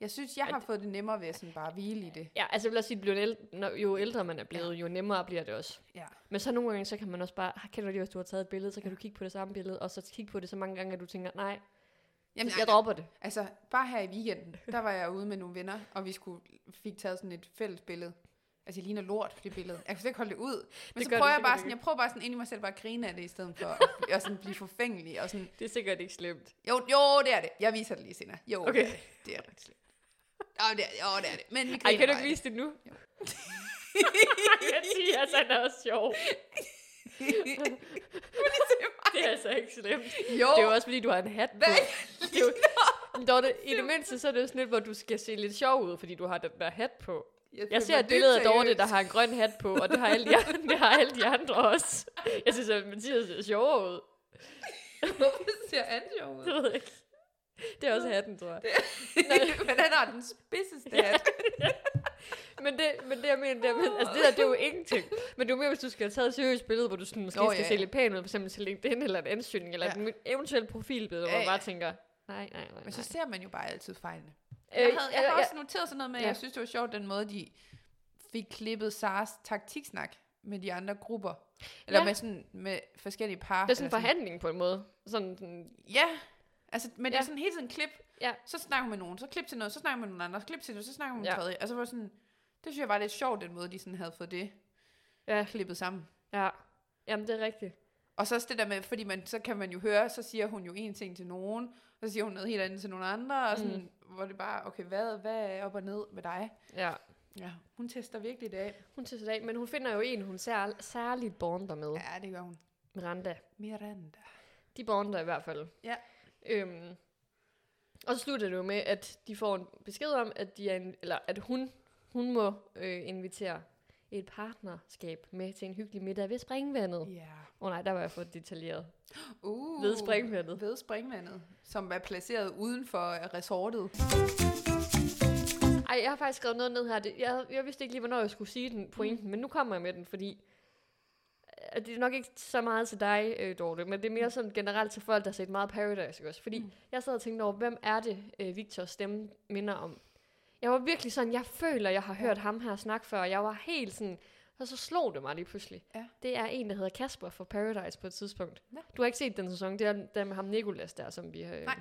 Jeg synes, jeg
Og
har fået det nemmere ved at sådan bare hvile i det.
Ja, altså jeg vil også sige, at bliver en æl- når, jo ældre man er blevet, jo nemmere bliver det også.
Ja.
Men så nogle gange, så kan man også bare, "Ah, kender du det, hvis du har taget et billede, så kan du kigge på det samme billede, og så kigge på det så mange gange, at du tænker, nej,
Jamen,
jeg
jeg
dropper det.
altså, bare her i weekenden, der var jeg ude med nogle venner, og vi skulle, fik taget sådan et fælles billede. Altså, jeg ligner lort på det billede. Jeg kan slet ikke holde det ud. Men
Det
det så
gør
prøver
du
jeg bare
sikkert
sådan,
ikke.
jeg prøver bare sådan ind i mig selv bare at grine af det, i stedet for at, at sådan blive forfængelig. Og sådan,
Det er sikkert ikke slemt.
jo, jo, det er det. Jeg viser det lige senere. Jo,
Okay.
okay. det er det. Det er rigtig slemt. Jo, det er, jo, det er det. Men vi griner
Ej, kan du
bare af [laughs]
ikke
det.
vise det nu? [laughs] jeg siger, altså, han er også sjov. Det er altså ikke slemt.
jo,
Det er jo også, fordi du har en hat på.
Hvad?
Det er jo, Men Dorte, i det mindste, så er det jo sådan lidt, hvor du skal se lidt sjov ud, fordi du har den der hat på. Jeg
føler
ser
mig
et billede af
dybt
Dorte, der
seriøs.
har en grøn hat på, og det har alle de andre, [laughs] det har alle de andre også. Jeg synes, at Mathias ser sjovere ud.
Hvorfor ser han
[laughs]
sjov ud? [laughs]
Det ved jeg ikke. Det er også hatten, tror jeg.
men han har den spidseste hat.
Men det, men det, jeg mener, det, jeg mener, altså det der, det er jo ingenting. Men det er jo mere, hvis du skal have taget et seriøst billede, hvor du sådan, måske
Nå,
skal
ja,
se
ja.
lidt pæn ud, for eksempel til LinkedIn eller en ansøgning, eller
Ja.
ja. et eventuelt profilbillede, hvor
Ja,
man bare
ja.
tænker, nej, nej, nej, nej.
Men så ser man jo bare altid fejlene.
Øh,
Jeg, havde, jeg
ja,
har
ja.
også noteret sådan noget med, at
Ja.
jeg synes, det var sjovt, den måde, de fik klippet Sars taktiksnak med de andre grupper. Eller
Ja.
med, sådan, med forskellige par.
Det er sådan en
eller
forhandling på en måde. Sådan, sådan
Ja, altså, men det
Ja.
er sådan hele tiden klip.
Ja.
Så snakker man med nogen, så klip til noget, så snakker man med nogen andre, så klip til noget, så snakker man med
Ja.
ja. tredje. Altså, det var sådan, det synes jeg var lidt sjovt, den måde, de sådan havde fået det
Ja.
klippet sammen.
Ja, jamen det er rigtigt.
Og så også det der med, fordi man, så kan man jo høre, så siger hun jo en ting til nogen, og så siger hun noget helt andet til nogle andre, og sådan, mm. hvor det bare, okay, hvad, hvad er op og ned med dig?
Ja.
Ja, hun tester virkelig det af.
Hun til dag, men hun finder jo en, hun sær- særligt bonder med. Ja.
Ja, det gør hun.
Miranda.
Miranda.
De bonder i hvert fald.
Ja.
Øhm, og så slutter det jo med, at de får en besked om, at, de er en, eller at hun, hun må øh, invitere et partnerskab med til en hyggelig middag ved springvandet. Åh ja.
Ja.
oh, nej, der var jeg for detaljeret.
Uh,
Ved springvandet.
Ved springvandet, som er placeret uden for øh, resortet.
Ej, jeg har faktisk skrevet noget ned her. Det, jeg, jeg vidste ikke lige, hvornår jeg skulle sige den pointen, mm. men nu kommer jeg med den, fordi øh, det er nok ikke så meget til dig, øh, Dorte, men det er mere sådan generelt til folk, der har set meget Paradise ikke også. Fordi mm.
Mm.
jeg sad og tænkte over, hvem er det, øh, Victors stemme minder om? Jeg var virkelig sådan, jeg føler, jeg har hørt ham her snakke før, og jeg var helt sådan, og så slog det mig lige pludselig.
Ja.
Det er en, der hedder Kasper fra Paradise på et tidspunkt.
Nå.
Du har ikke set den sæson, det er den med ham Nikolas der, som vi har... Øh...
Nej.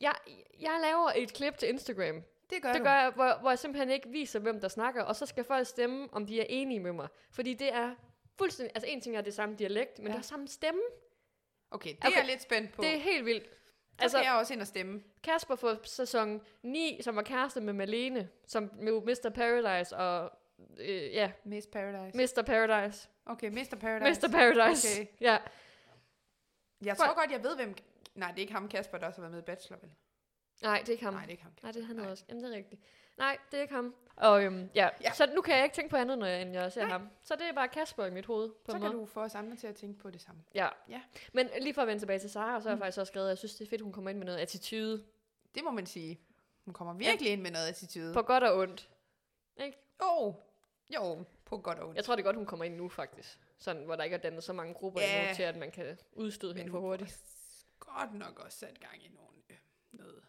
Jeg, jeg laver et klip til Instagram,
Det gør
det
du.
gør jeg, hvor, hvor jeg simpelthen ikke viser, hvem der snakker, og så skal folk stemme, om de er enige med mig. Fordi det er fuldstændig... Altså, en ting er det samme dialekt, men ja.
Ja.
det er samme stemme.
Okay, det
Okay.
okay. er jeg lidt spændt på.
Det er
Det,
helt vildt.
altså,
Altså,
skal jeg også ind og stemme.
Kasper fra sæson 9, som var kæreste med Malene, som jo Mr. Paradise og øh, ja,
Miss Paradise.
Mr. Paradise.
Okay, Mr. Paradise.
Mr. Paradise.
Okay.
[laughs] Ja.
Jeg
Fuck.
tror godt, jeg ved, hvem... Nej, det er ikke ham, Kasper, der også har været med i Bachelor, vel?
Nej, det er ikke ham.
Nej, det er ikke ham.
Nej, det er han
Nej.
også. Jamen, det er rigtigt. Nej, det er ikke ham. Og øhm, ja.
Ja.
ja, så nu kan jeg ikke tænke på andet, når jeg, end jeg ser
Nej.
Nej. ham. Så det er bare Kasper i mit hoved. På
Så
en
kan
måde.
du få os andre til at tænke på det samme.
Ja.
Ja.
Men lige for at vende tilbage til Sara, så har jeg
Mm.
faktisk også skrevet, at jeg synes, det er fedt, hun kommer ind med noget attitude.
Det må man sige. Hun kommer virkelig ind med noget attitude.
På godt og ondt.
Jo, jo, på godt og ondt.
Jeg tror det er godt, hun kommer ind nu, faktisk. Sådan, hvor der ikke er dannet så mange grupper
Ja.
yeah. endnu til, at man kan udstøde hende for
hun
hurtigt.
får s- godt nok også sat gang i nogle, øh, noget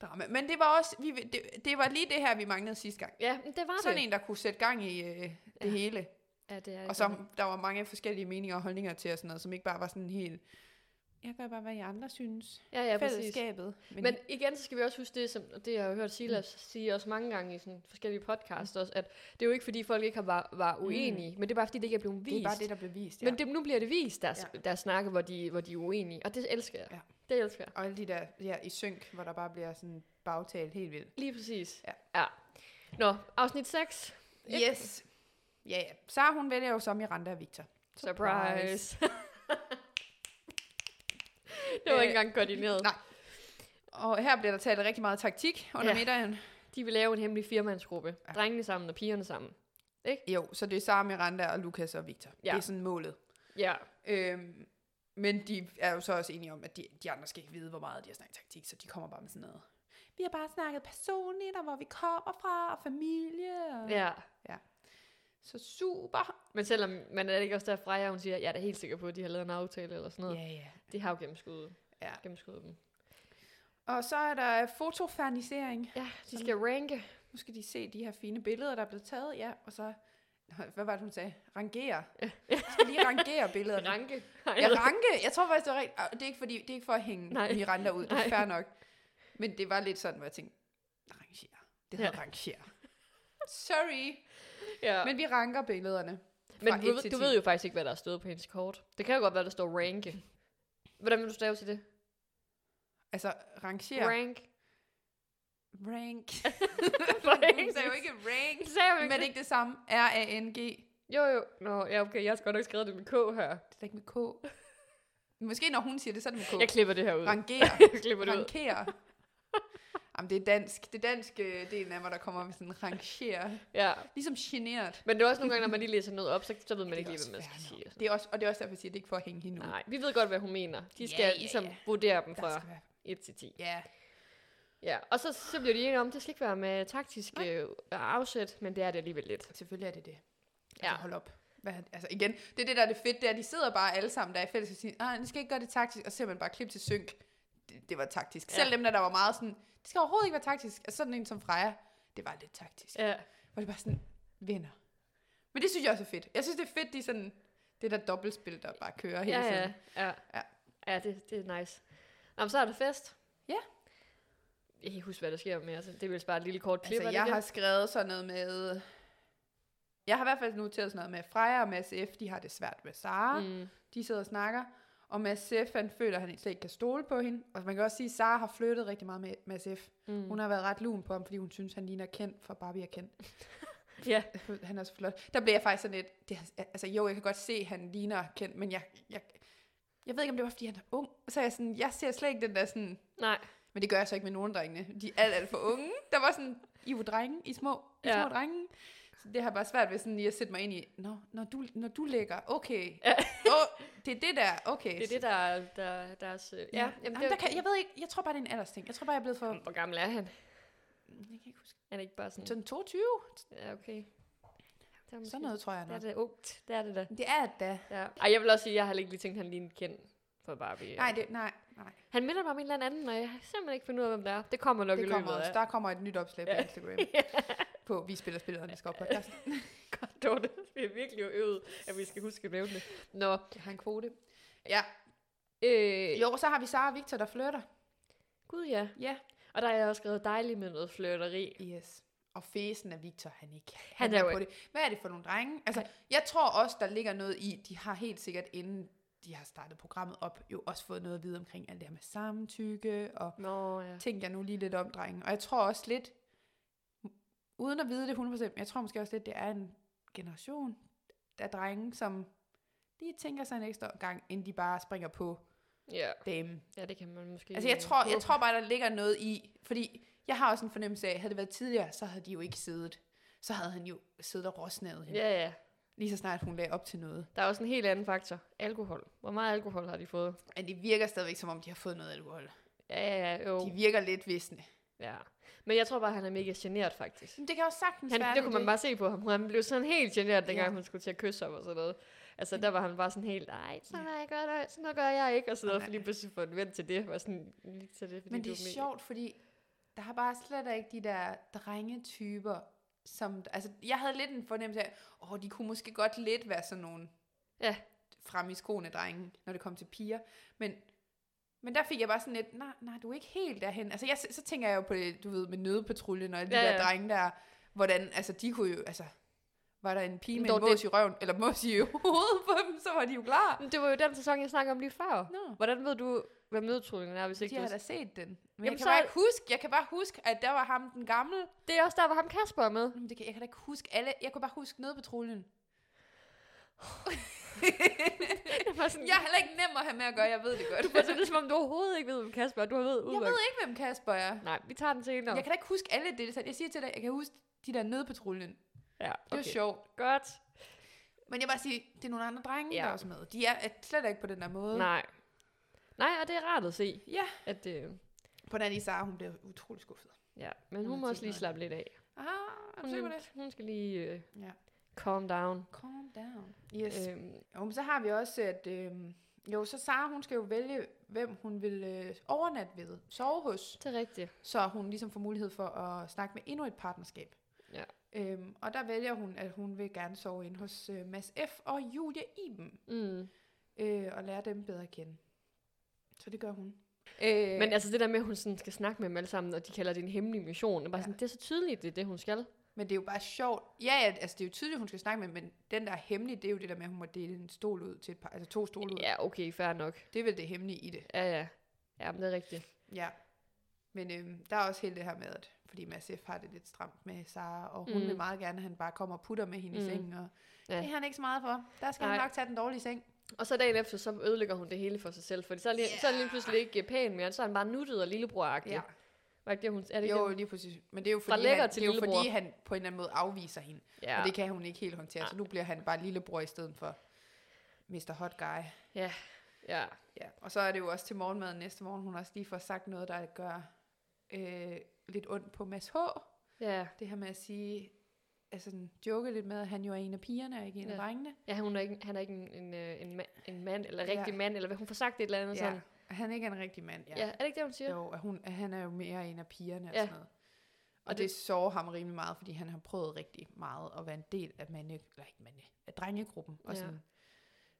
drama. Men det var også, vi, det, det var lige det her, vi manglede sidste gang.
Ja, men det var
Sådan
det.
en, der kunne sætte gang i øh, det
Ja.
hele.
Ja, det er
Og
det.
som der var mange forskellige meninger og holdninger til og sådan noget, som ikke bare var sådan helt... Jeg gør bare, hvad I andre synes.
ja, ja, præcis.
Fællesskabet. Men,
Men igen, så skal vi også huske det, som og det jeg har jo hørt Silas mm. sige også mange gange i sådan forskellige podcasts
Mm.
også, at det er jo ikke fordi folk ikke har var, var uenige, mm. men det er bare fordi det ikke er blevet vist.
det er bare det, der blev vist. Ja.
Men det, nu bliver det vist, deres,
Ja.
ja. deres snakke, hvor de, hvor de er uenige, og det elsker jeg.
Ja.
Ja. Det elsker jeg.
Og alle de der ja, i synk, hvor der bare bliver sådan bagtalt helt vildt.
Lige præcis.
Ja.
ja. Nå, afsnit 6. Ikke?
Yes. Ja, ja. Sara, hun vælger jo så Miranda og Victor. [laughs] Surprise.
Surprise. det var
Øh,
ikke engang koordineret.
nej. Og her bliver der talt rigtig meget taktik under ja.
Ja.
middagen.
De vil lave en hemmelig firmandsgruppe.
Ja.
Ja. Drengene sammen og pigerne sammen.
Jo, så det er Sara, Miranda og Lukas og Victor. Ja.
Ja.
Det er sådan målet.
Ja,
Øhm, men de er jo så også enige om, at de, de andre skal ikke vide, hvor meget de har snakket taktik, så de kommer bare med sådan noget. Vi har bare snakket personligt, og hvor vi kommer fra, og familie. Og...
ja.
Så super.
Men selvom man er det ikke også der Freja, hun siger, jeg er da helt sikker på, at de har lavet en aftale eller sådan noget.
Ja, ja.
De har jo gennemskuddet,
Ja.
gennemskuddet dem.
Og så er der fotofernisering.
Ja, de skal ranke.
Nu skal de se de her fine billeder, der er blevet taget, ja, og så, [laughs] Nå, hvad var det, hun sagde? Rangere. [laughs] Jeg skal lige rangere billederne.
Ranke.
Ja, ranke. Jeg tror faktisk, det var rigtigt. Og Det er ikke, fordi, det er ikke for at hænge Nej.
Nej.
Miranda ud, det er
Nej.
fair nok. Men det var lidt sådan, hvor jeg tænkte, rangere. Det hedder ja.
Ja.
rangere. Sorry.
ja.
Men vi ranker billederne.
Men
fra
du,
et
ved-
til
du
ti.
ved jo faktisk ikke, hvad der er stået på hendes kort. Det kan jo godt være, der står ranke. Hvordan vil du stave til det?
Altså, rangere.
Yeah.
[laughs]
Rank.
rank.
[laughs] rank.
Hun sagde jo ikke rank,
Sagde jeg jo ikke
men
det?
ikke det samme. R-A-N-G. Det
Jo, jo. Nå, ja, okay. Jeg har sgu godt nok skrevet det med K her.
er da ikke med K. Måske når hun siger det, så er det med K.
Jeg klipper det her ud.
Rangere.
[laughs] Jeg klipper det ud.
Rankere. Jamen, det er dansk. Det er dansk øh, delen af, hvor der kommer med sådan rangere.
Ja.
Ligesom generet.
Men det er også nogle gange, når man lige læser noget op, så, så ved man
Det er
ikke lige,
også
hvad man skal
fair
sige. og sådan
Det er også, og det er også derfor, jeg siger, at det er ikke for at hænge hende ud.
noget. Nej, vi ved godt, hvad hun mener.
Ja,
De skal
ja,
ligesom
ja.
vurdere dem
Der
fra
skal være,
1 til 10.
ja,
Ja, og så, så bliver de enige om, at det skal ikke være med taktisk øh, afsæt, men det er det alligevel lidt.
selvfølgelig er det det. Altså, ja.
Ja.
hold op. Hvad, altså igen, det er det, der er det fedt, det er, at de sidder bare alle sammen, der er i fælles og siger, ah, nu skal ikke gøre det taktisk, og så ser man bare klip til synk. Det, det var taktisk. Ja.
Ja.
Selv dem, der, der var meget sådan, det skal overhovedet ikke være taktisk, og sådan en som Freja, det var lidt taktisk.
Ja,
Hvor det bare sådan, venner. Men det synes jeg også er fedt. Jeg synes, det er fedt, de sådan, det der dobbeltspil, der bare kører hele
ja,
tiden.
ja. Ja,
Ja.
ja. ja det, det er nice. Nå, men så er der fest.
Ja.
Jeg kan ikke huske, hvad der sker med altså, Det er vel bare et lille kort klip,
Altså,
er det
jeg
ikke
har skrevet sådan noget med... Jeg har i hvert fald noteret sådan noget med, at Freja og Mads F, de har det svært med Sara.
det?
Mm.
Mm,
De sidder og snakker. Og Mads F, han føler, at han slet ikke kan stole på hende. Og man kan også sige, at Sara har flyttet rigtig meget med Mads F.
mm.
Mm. Hun har været ret lun på ham, fordi hun synes, han ligner Kent fra Barbie og Kent.
Ja,
[laughs] Han er så flot. Der blev jeg faktisk sådan lidt... Det, er- altså jo, jeg kan godt se, at han ligner Kent, men jeg, jeg, jeg ved ikke, om det var, fordi han er ung. Så er jeg sådan, jeg ser slet ikke den der sådan...
nej.
Men det gør jeg så ikke med nogen af drengene. De er alt, alt for unge. Der var sådan, I var drenge, I er små, I ja.
Ja.
små drenge. Så det har jeg bare svært ved sådan lige at sætte mig ind i, Nå, når du, når du ligger, okay.
Ja.
Åh, det er det der, okay.
Det er det, der er der, deres... øh, Ja,
Ja, jamen,
det,
der kan, jeg ved ikke, jeg tror bare, det er en alders ting. Jeg tror bare, jeg er blevet for,
Hvor gammel er han?
jeg kan ikke huske,
Han er ikke bare sådan...
sådan 22,
Ja, okay. Det er måske-
sådan noget, tror jeg
Det er
nok.
det ungt. Det er det da.
Mm. Det er det da.
Ja. Ej, jeg vil også sige, jeg har ikke lige tænkt, at han lignede kendt for Barbie.
Nej, det, nej, nej.
Han minder mig om en eller anden, og jeg har simpelthen ikke fundet ud af, hvem det er. Det kommer nok i
Det
løbet
kommer
af. [laughs]
også. Der kommer et nyt opslag på
Ja.
[laughs] Instagram. På Vi Spiller Spilleren, der skal [laughs] op podcast.
Godt, Dorte. Vi har virkelig øvet, at vi skal huske at nævne det. Nå.
Jeg har en kvote. Ja,
Øh,
jo, så har vi Sara og Victor, der flytter.
Gud ja.
Ja.
Og der har jeg også skrevet dejligt med noget flirteri.
Yes. Og fesen af Victor, han ikke
Han er jo
på det. Hvad er det for nogle drenge? Altså, jeg tror også, der ligger noget i, de har helt sikkert, inden de har startet programmet op, jo også fået noget at vide omkring alt det her med samtykke, og
Nå, ja.
tænker jeg nu lige lidt om, drenge. Og jeg tror også lidt, uden at vide det 100%, men jeg tror måske også lidt, det er en generation af drenge, som lige tænker sig en ekstra gang, inden de bare springer på
Ja.
damen.
ja, det kan man måske...
Altså jeg tror, jeg tror bare, der ligger noget i, fordi jeg har også en fornemmelse af, havde det været tidligere, så havde de jo ikke siddet. Så havde han jo siddet og råsnavet hende,
Ja, ja.
lige så snart hun lagde op til noget.
Der er også en helt anden faktor. Alkohol. Hvor meget alkohol har de fået?
Men det virker stadigvæk, som om de har fået noget alkohol.
Ja, ja, ja, jo.
De virker lidt visne.
Ja. Men jeg tror bare, han er mega generet, faktisk.
Men det kan også sagtens være.
Han, det
er
kunne man bare se på ham. Han blev sådan helt generet, dengang
Ja.
hun skulle til at kysse ham og sådan noget. Altså, der var han bare sådan helt, nej, sådan har jeg gør det, sådan noget gør jeg ikke, og sådan noget,
Nej.
fordi pludselig får en ven til det, var sådan, "Vi tager det, fordi
Men
du
det er
mega-"
sjovt, fordi der har bare slet ikke de der drengetyper, som... Altså, jeg havde lidt en fornemmelse af, åh, de kunne måske godt lidt være sådan nogle
Ja.
frem i skoene drenge, når det kom til piger. Men, men der fik jeg bare sådan lidt, nej, nej, du er ikke helt derhen. Altså, jeg, så tænker jeg jo på det, du ved, med nødepatruljen og alle de
Ja,
ja, der
ja.
drenge der, hvordan, altså, de kunne jo, altså, var der en pige
Men
med en
dog det-
mås i røven, eller mås i [laughs] hovedet på dem, så var de jo klar.
Men det var jo den sæson, jeg snakkede om lige før.
Nå.
Hvordan ved du, hvad nødtrullingen er, hvis ikke
De har
du...
da set den. Men
Jamen,
jeg kan,
så-
bare ikke huske, jeg kan bare huske, at der var ham, den gamle.
Det er også der, hvor ham Kasper er
[laughs]
med.
Jamen, det kan, jeg kan da ikke huske alle. Jeg kunne bare huske nødpatruljen.
Det var sådan,
Jeg er heller ikke nem at have med at gøre, jeg ved det godt.
Du
[laughs]
var sådan, det er, som om du overhovedet ikke ved, hvem Kasper er. Du har ved
Jeg
udmærket.
ved ikke, hvem Kasper er.
Nej, vi tager den senere.
Jeg kan da ikke huske alle deltagere. Jeg siger til dig, jeg kan huske de der nødpatruljen. Det
Ja,
var
okay.
sjovt.
Godt.
Men jeg vil bare sige, det er nogle andre drenge,
Ja.
der er også med. De er øh, slet ikke på den der måde.
Nej. Nej, og det er rart at se,
Ja.
at det...
På den anden Sara, hun bliver utrolig skuffet.
Ja, men hun
er
må også
tit
lige
noget.
slappe lidt af.
Aha, er du
Hun,
sikker på det?
hun skal lige øh,
Ja.
calm down.
Mm. Calm down. Yes. Øh.
Øhm,
Jo, men så har vi også, at... Øh, jo, så Sara, hun skal jo vælge, hvem hun vil øh, overnatte ved. Sove hos.
det er rigtigt.
så hun ligesom får mulighed for at snakke med endnu et partnerskab.
Ja.
Øhm, og der vælger hun, at hun vil gerne sove ind hos øh, Mads F. og Julie Iben,
Mm.
øh, og lære dem bedre at kende. Så det gør hun. Øh,
Men altså det der med, at hun sådan skal snakke med dem alle sammen, og de kalder det en hemmelig mission, det er bare
Ja.
sådan, det er så tydeligt, det er det, hun skal.
men det er jo bare sjovt. Ja, ja, altså det er jo tydeligt, hun skal snakke med, men den der hemmelige, det er jo det der med, at hun må dele en stol ud til et par, altså to stole ud. Ja.
Ja, okay, fair nok.
Det er vel det hemmelige i det.
Ja, ja. Ja, men det er rigtigt.
Ja. Men øhm, der er også hele det her med, at fordi Mads F. har det lidt stramt med Sara, og hun
Mm.
mm. vil meget gerne, at han bare kommer og putter med hende mm.
Mm.
i sengen, og
Ja.
ja. det er han ikke så meget for. Der skal Ej.
Nej.
han nok tage den dårlige seng.
Og så dagen efter, så ødelægger hun det hele for sig selv, fordi så er, lige, yeah. så er han lige pludselig ikke pæn mere, så er han bare nuttet og lillebror-agtig.
Ja.
Var ikke det, hun, er det ikke
Jo,
det?
lige præcis. Men det er jo
Fra
fordi,
lækker
han,
til
det er jo
lillebror.
fordi han på en eller anden måde afviser hende. Ja.
Ja.
Og det kan hun ikke helt håndtere, så nu bliver han bare lillebror i stedet for Mr. Hot Guy.
ja.
Ja. Og så er det jo også til morgenmaden næste morgen, hun også lige får sagt noget, der gør øh, lidt ondt på Mads H.
Ja.
Det her med at sige, altså sådan, joke lidt med, at han jo er en af pigerne og ikke en ja. af
Ja.
drengene.
ja, hun er ikke, han er ikke en, en, øh, en, ma- en mand, eller rigtig
Ja.
mand, eller hvad hun får sagt et eller andet sådan.
Ja. Og han ikke er en rigtig mand, ja.
Ja. er det ikke det, hun siger?
Jo, at hun, at han er jo mere en af pigerne og
Ja.
ja. sådan noget. Og,
Og
og det, det sårer ham rimelig meget, fordi han har prøvet rigtig meget at være en del af mande, eller ikke mande, af drengegruppen. Og
Ja.
sådan.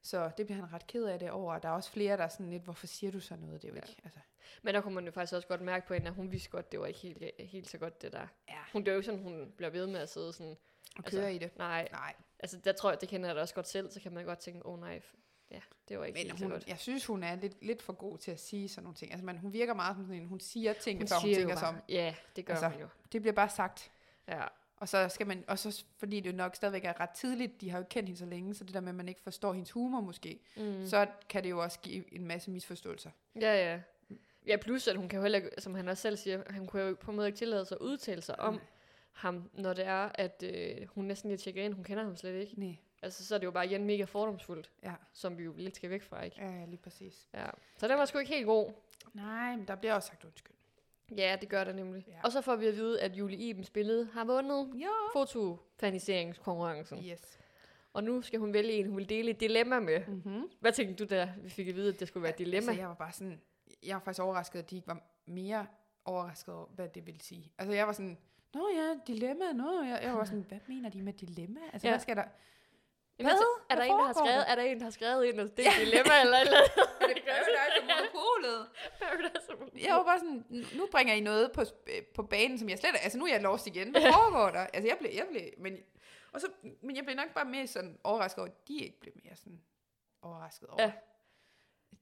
Så det bliver han ret ked af det over, og der er også flere, der er sådan lidt, hvorfor siger du så noget, det er jo
Ja.
ja. ikke. Altså,
Men der kunne man jo faktisk også godt mærke på hende, at hun vidste godt, det var ikke helt, helt så godt, det der.
Ja.
Hun, det er jo ikke sådan, hun bliver ved med at sidde sådan,
at
Altså,
køre altså, i det.
nej,
Nej,
altså der tror jeg, det kender jeg da også godt selv, så kan man godt tænke, åh oh, nej, f- ja, det var ikke
men
helt så
hun,
godt.
jeg synes, hun er lidt, lidt for god til at sige sådan nogle ting. Altså, man, hun virker meget som sådan en, hun siger ting,
Hun
før hun
siger jo
tænker sig
bare-
om.
Ja, det gør
Altså.
altså. hun jo.
Det bliver bare sagt.
Ja,
Og så skal man, og så, fordi det jo nok stadigvæk er ret tidligt, de har jo ikke kendt hende så længe, så det der med, at man ikke forstår hendes humor måske,
mm.
mm. så kan det jo også give en masse misforståelser.
ja, ja. Ja, plus at hun kan jo heller ikke, som han også selv siger, han kunne jo på en måde ikke tillade sig at udtale sig om
Nej.
ham, når det er, at øh, hun næsten lige tjekker ind, hun kender ham slet ikke.
Nej,
Altså, så er det jo bare igen mega fordomsfuldt,
ja,
som vi jo lidt skal væk fra, ikke?
ja, ja, lige præcis.
Ja. Så den var sgu ikke helt god.
Nej, men der bliver også sagt undskyld.
Ja, det gør der nemlig. Ja.
Ja.
Og så får vi at vide, at Julie Iben spillet har vundet
Ja.
fotofaniseringskonkurrencen. Ja.
Yes.
Og nu skal hun vælge en, hun vil dele et dilemma med.
Mm-hmm.
Hvad tænkte du, da vi fik at vide, at det skulle være et dilemma?
Altså, jeg var bare sådan, jeg var faktisk overrasket, at de ikke var mere overrasket over, hvad det ville sige. Altså, jeg var sådan, nå ja, dilemma, nå ja. Jeg [laughs] var sådan, hvad mener de med dilemma? Altså,
Ja.
ja. hvad [laughs] skal der?
Jamen,
Hvad?
altså, er, der
Hvad
en, der har
foregår
skrevet,
der?
er der en, der har skrevet ind, at det er et dilemma eller et eller
[laughs]
andet?
monopolet.
Paradise er monopolet.
Jeg var bare sådan, nu bringer I noget på, øh, på banen, som jeg slet Altså, nu er jeg lost igen. Hvad foregår der? Altså, jeg blev, jeg blev, men, og så, men jeg blev nok bare mere sådan overrasket over, at de ikke blev mere sådan overrasket over.
Ja.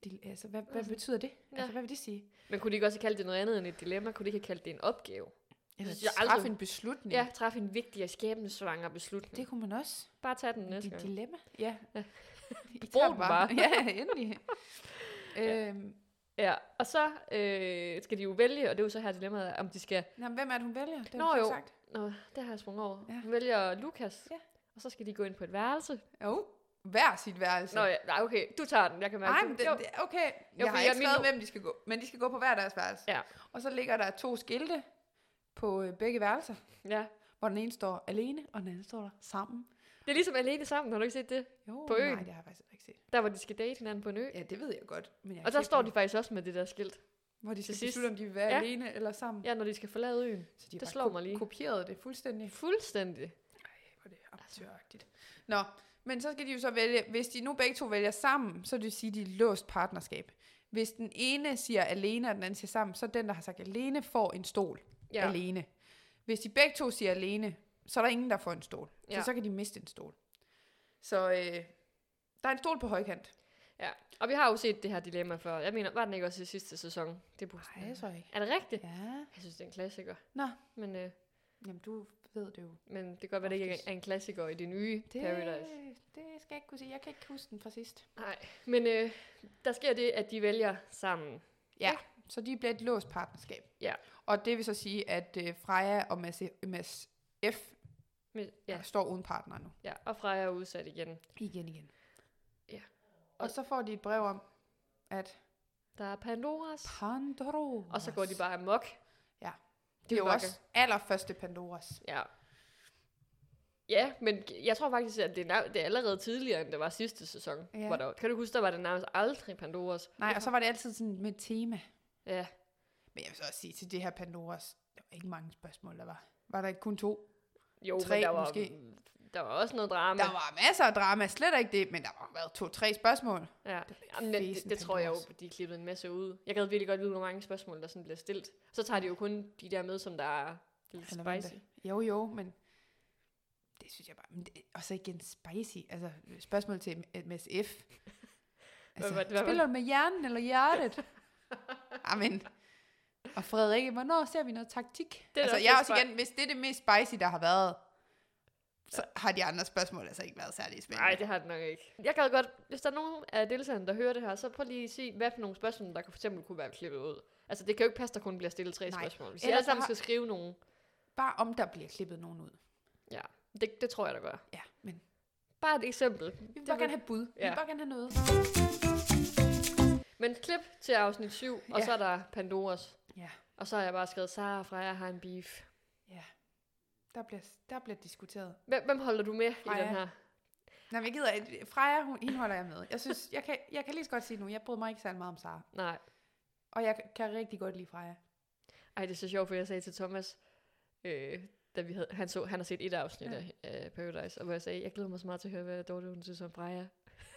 Ja. De, altså, hvad, hvad betyder det?
Ja.
Altså, hvad vil det sige?
Men kunne de ikke også have kaldt det noget andet end et dilemma? Kunne de ikke have kaldt det en opgave?
Eller
synes jeg
træffe
aldrig-
en beslutning.
Ja, træffe en vigtig og skæbnesvanger beslutning.
Det kunne man også.
Bare tag den næste
Det er et
gang.
dilemma. Ja. [laughs] I
Brug
tager
den bare.
[laughs] ja, endelig. øhm,
Ja, og så øh, skal de jo vælge, og det er jo så her dilemmaet, er, om de skal...
nå, men hvem er det, hun vælger? Det har
Nå,
hun ikke
jo.
sagt.
Nå, det har jeg sprunget over.
Ja.
Ja. Vælger Lukas,
Ja.
ja. og så skal de gå ind på et værelse.
Jo, hver sit værelse.
Nå ja, nej, okay, du tager den, jeg kan mærke
Nej,
det.
men det,
Jo.
det, okay.
Jo,
Jeg
for
har
jeg
ikke
mener
skrevet,
nu-
hvem de skal gå. Men de skal gå på hver deres værelse.
Ja.
Og så ligger der to skilte på øh, begge værelser,
Ja.
hvor den ene står alene, og den anden står der sammen.
Det er ligesom alene sammen, har du ikke set det?
Jo,
På øen.
Nej, det har jeg faktisk ikke set.
Der, hvor de skal date hinanden på en ø.
Ja, det ved jeg godt. Men jeg har
og der
ikke set
står
den,
de faktisk også med det der skilt.
hvor de
til
skal
sidst.
beslutte, om de vil være ja.
Ja.
alene eller sammen.
Ja, når de skal forlade øen.
Så de
det
har bare
slår mig lige.
kopieret det fuldstændig.
Fuldstændig.
Hvor det er amatøragtigt. Nå, men så skal de jo så vælge, hvis de nu begge to vælger sammen, så vil det sige, at de er låst partnerskab. Hvis den ene siger alene, og den anden siger sammen, så den, der har sagt alene, får en stol. ja.
Ja.
alene. Hvis de begge to siger alene, så er der ingen, der får en stol. Ja.
Ja.
For så kan de miste en stol. Så øh, der er en stol på højkant.
ja. Og vi har jo set det her dilemma før. Jeg mener, var den ikke også i sidste sæson? Det burde den være.
tror jeg ikke.
Er det rigtigt?
Ja.
Jeg synes, det er en klassiker.
Nå.
Men, øh,
Jamen, du ved det jo.
men det kan godt være, det ikke
Oftest.
er en klassiker i det nye det...
Det,
Paradise.
det skal jeg ikke kunne sige. Jeg kan ikke huske den fra sidst.
Nej, men øh, der sker det, at de vælger sammen.
Ja, så de bliver et låst partnerskab.
Ja.
Og det vil så sige, at øh, Freja og Mads, E- Mads F.
Men,
Ja.
ja,
står uden partner nu.
ja, og Freja er udsat igen.
Igen, igen.
Ja.
Og så får de et brev om, at
Der er Pandoras,
Pandoro.
og så går de bare amok.
Ja. Det
De
er jo
makker.
også allerførste Pandoras.
Ja. Ja, men jeg tror faktisk, at det er, nav- det er allerede tidligere, end det var sidste sæson.
Ja.
Ja. Hvor der, kan du huske, der var det nærmest aldrig Pandoras?
Nej, og så var det altid sådan med et tema.
Ja,
Men jeg vil så også sige til det her Pandoras, der var ikke mange spørgsmål, der var. Var der ikke kun to?
jo,
Tre
men der var,
måske.
der var også noget drama.
Der var masser af drama, slet ikke det, men der var været to-tre spørgsmål.
Ja.
Det er
Jamen, det,
fesen
det, det tror jeg jo,
Pandoras.
de har klippet en masse ud. Jeg gad virkelig godt vide, hvor mange spørgsmål, der sådan bliver stillet. Så tager de jo kun de der med, som der er lidt
Relevante.
spicy.
Jo, jo, men det synes jeg bare. Men det, og så igen spicy. Altså, spørgsmål til
[laughs]
MSF. Altså,
Hvad- hvad- hvad-
spiller du med hjernen eller
[laughs]
hjertet? Amen. Og Frederik, hvornår ser vi noget taktik?
da
Det altså,
også
jeg er
lidt
også
spej-
igen, hvis det er det mest spicy, der har været, så har de andre spørgsmål altså ikke været særlig spændende.
Nej, det har det nok ikke. Jeg gad godt, hvis der er nogen af deltagerne, der hører det her, så prøv lige at se, hvad for nogle spørgsmål, der for eksempel kunne være klippet ud. Altså, det kan jo ikke passe, der kun bliver stillet tre
Nej.
Nej. spørgsmål. Hvis
Ellers
Ellers alle sammen
så har-
skal skrive nogen.
Bare om der bliver klippet nogen ud.
Ja, det, det tror jeg, der gør.
Ja, men
Bare et eksempel.
vi vil
Det
bare
vil-
gerne have bud. Vi
Ja.
vil bare gerne have noget.
Men klip til afsnit 7, og
Ja.
så er der Pandoras.
Ja.
Og så har jeg bare skrevet, Sara og Freja har en beef.
Ja, der bliver, der bliver diskuteret.
Hvem, hvem holder du med Freja.
Freja.
i den her?
Nej, men jeg gider ikke. Freja, hun, hende holder jeg med. Jeg, synes, jeg, kan, jeg kan lige så godt sige det nu, jeg bryder mig ikke særlig meget om Sara.
Nej.
Og jeg kan rigtig godt lide Freja. [laughs]
Ej, det er så sjovt, for jeg sagde til Thomas, øh, da vi havde, han, så, han har set et afsnit
Ja.
ja. af, af Paradise, og hvor jeg sagde, jeg glæder mig så meget til at høre, hvad Dorte hun synes om Freja.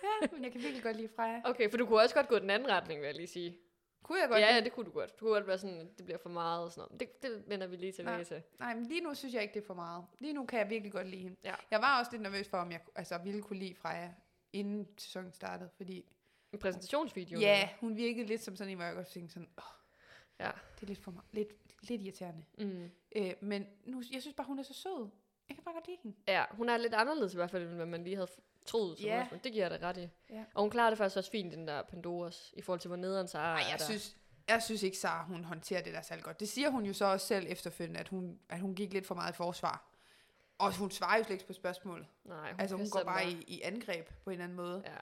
Ja, men jeg kan virkelig godt lide Freja.
Okay, for du kunne også godt gå den anden retning, vil jeg lige sige.
Kunne jeg godt
Ja,
lide?
ja, det kunne du godt. Du kunne godt være sådan, det bliver for meget og sådan noget. Det, det vender vi lige tilbage
Ja.
til.
Nej, men lige nu synes jeg ikke, det er for meget. Lige nu kan jeg virkelig godt lide hende.
Ja.
Jeg var også lidt nervøs for, om jeg altså, ville kunne lide Freja, inden sæsonen startede, fordi
En præsentationsvideo.
ja, hun virkede lidt som sådan en, hvor jeg godt tænkte sådan, åh,
Ja.
det er lidt for meget, lidt, lidt irriterende.
Mm.
Øh, men nu, jeg synes bare, hun er så sød. Jeg kan bare godt lide hende.
ja, hun er lidt anderledes i hvert fald, end hvad man lige havde f- troet. Som
Ja.
yeah. Det giver jeg da ret i.
Ja.
Og hun klarer det faktisk også fint, den der Pandoras, i forhold til, hvor nederen så er.
Nej, jeg synes, jeg synes ikke, Sara hun håndterer det der særlig godt. Det siger hun jo så også selv efterfølgende, at hun, at hun gik lidt for meget i forsvar. Og hun svarer jo slet ikke på spørgsmålet.
Nej, hun
Altså hun
kaster
går
den
bare
der.
i, i angreb på en anden måde.
Ja.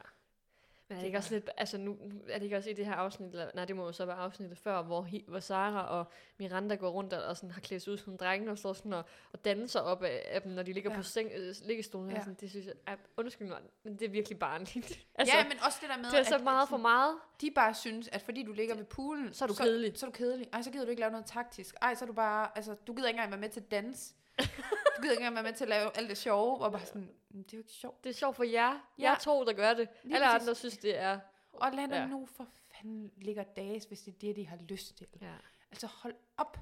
Men er
Det
det ikke
var-
også lidt, altså nu, nu er det ikke også i det her afsnit, eller, nej, det må jo så være afsnittet før, hvor, he, hvor Sara og Miranda går rundt og, og sådan har klædt sig ud som drenge, og står sådan og, og danser op af, af dem, når de ligger
Ja.
ja. på seng, øh, liggestolen.
Ja.
Ja. Sådan, det synes jeg, er, undskyld mig, men det er virkelig barnligt. [laughs]
Altså,
altså,
ja, men også det der med,
det er så
at,
meget
at
for meget.
de bare synes, at fordi du ligger ved poolen,
så er du kedelig.
Så er du kedelig. Ej, så gider du ikke lave noget taktisk. Ej, så er du bare, altså, du gider ikke engang være med til dans. du gider ikke engang være med til at lave alt det sjove, og bare sådan, "Men det er jo ikke sjovt.
Det er sjovt for jer.
Ja.
Jer to, der gør det.
Lige
Alle
præcis.
andre synes, det er...
Og lad ja.
Ja.
nu for fanden ligger dages, hvis det er det, de har lyst til.
Ja.
Altså, hold op.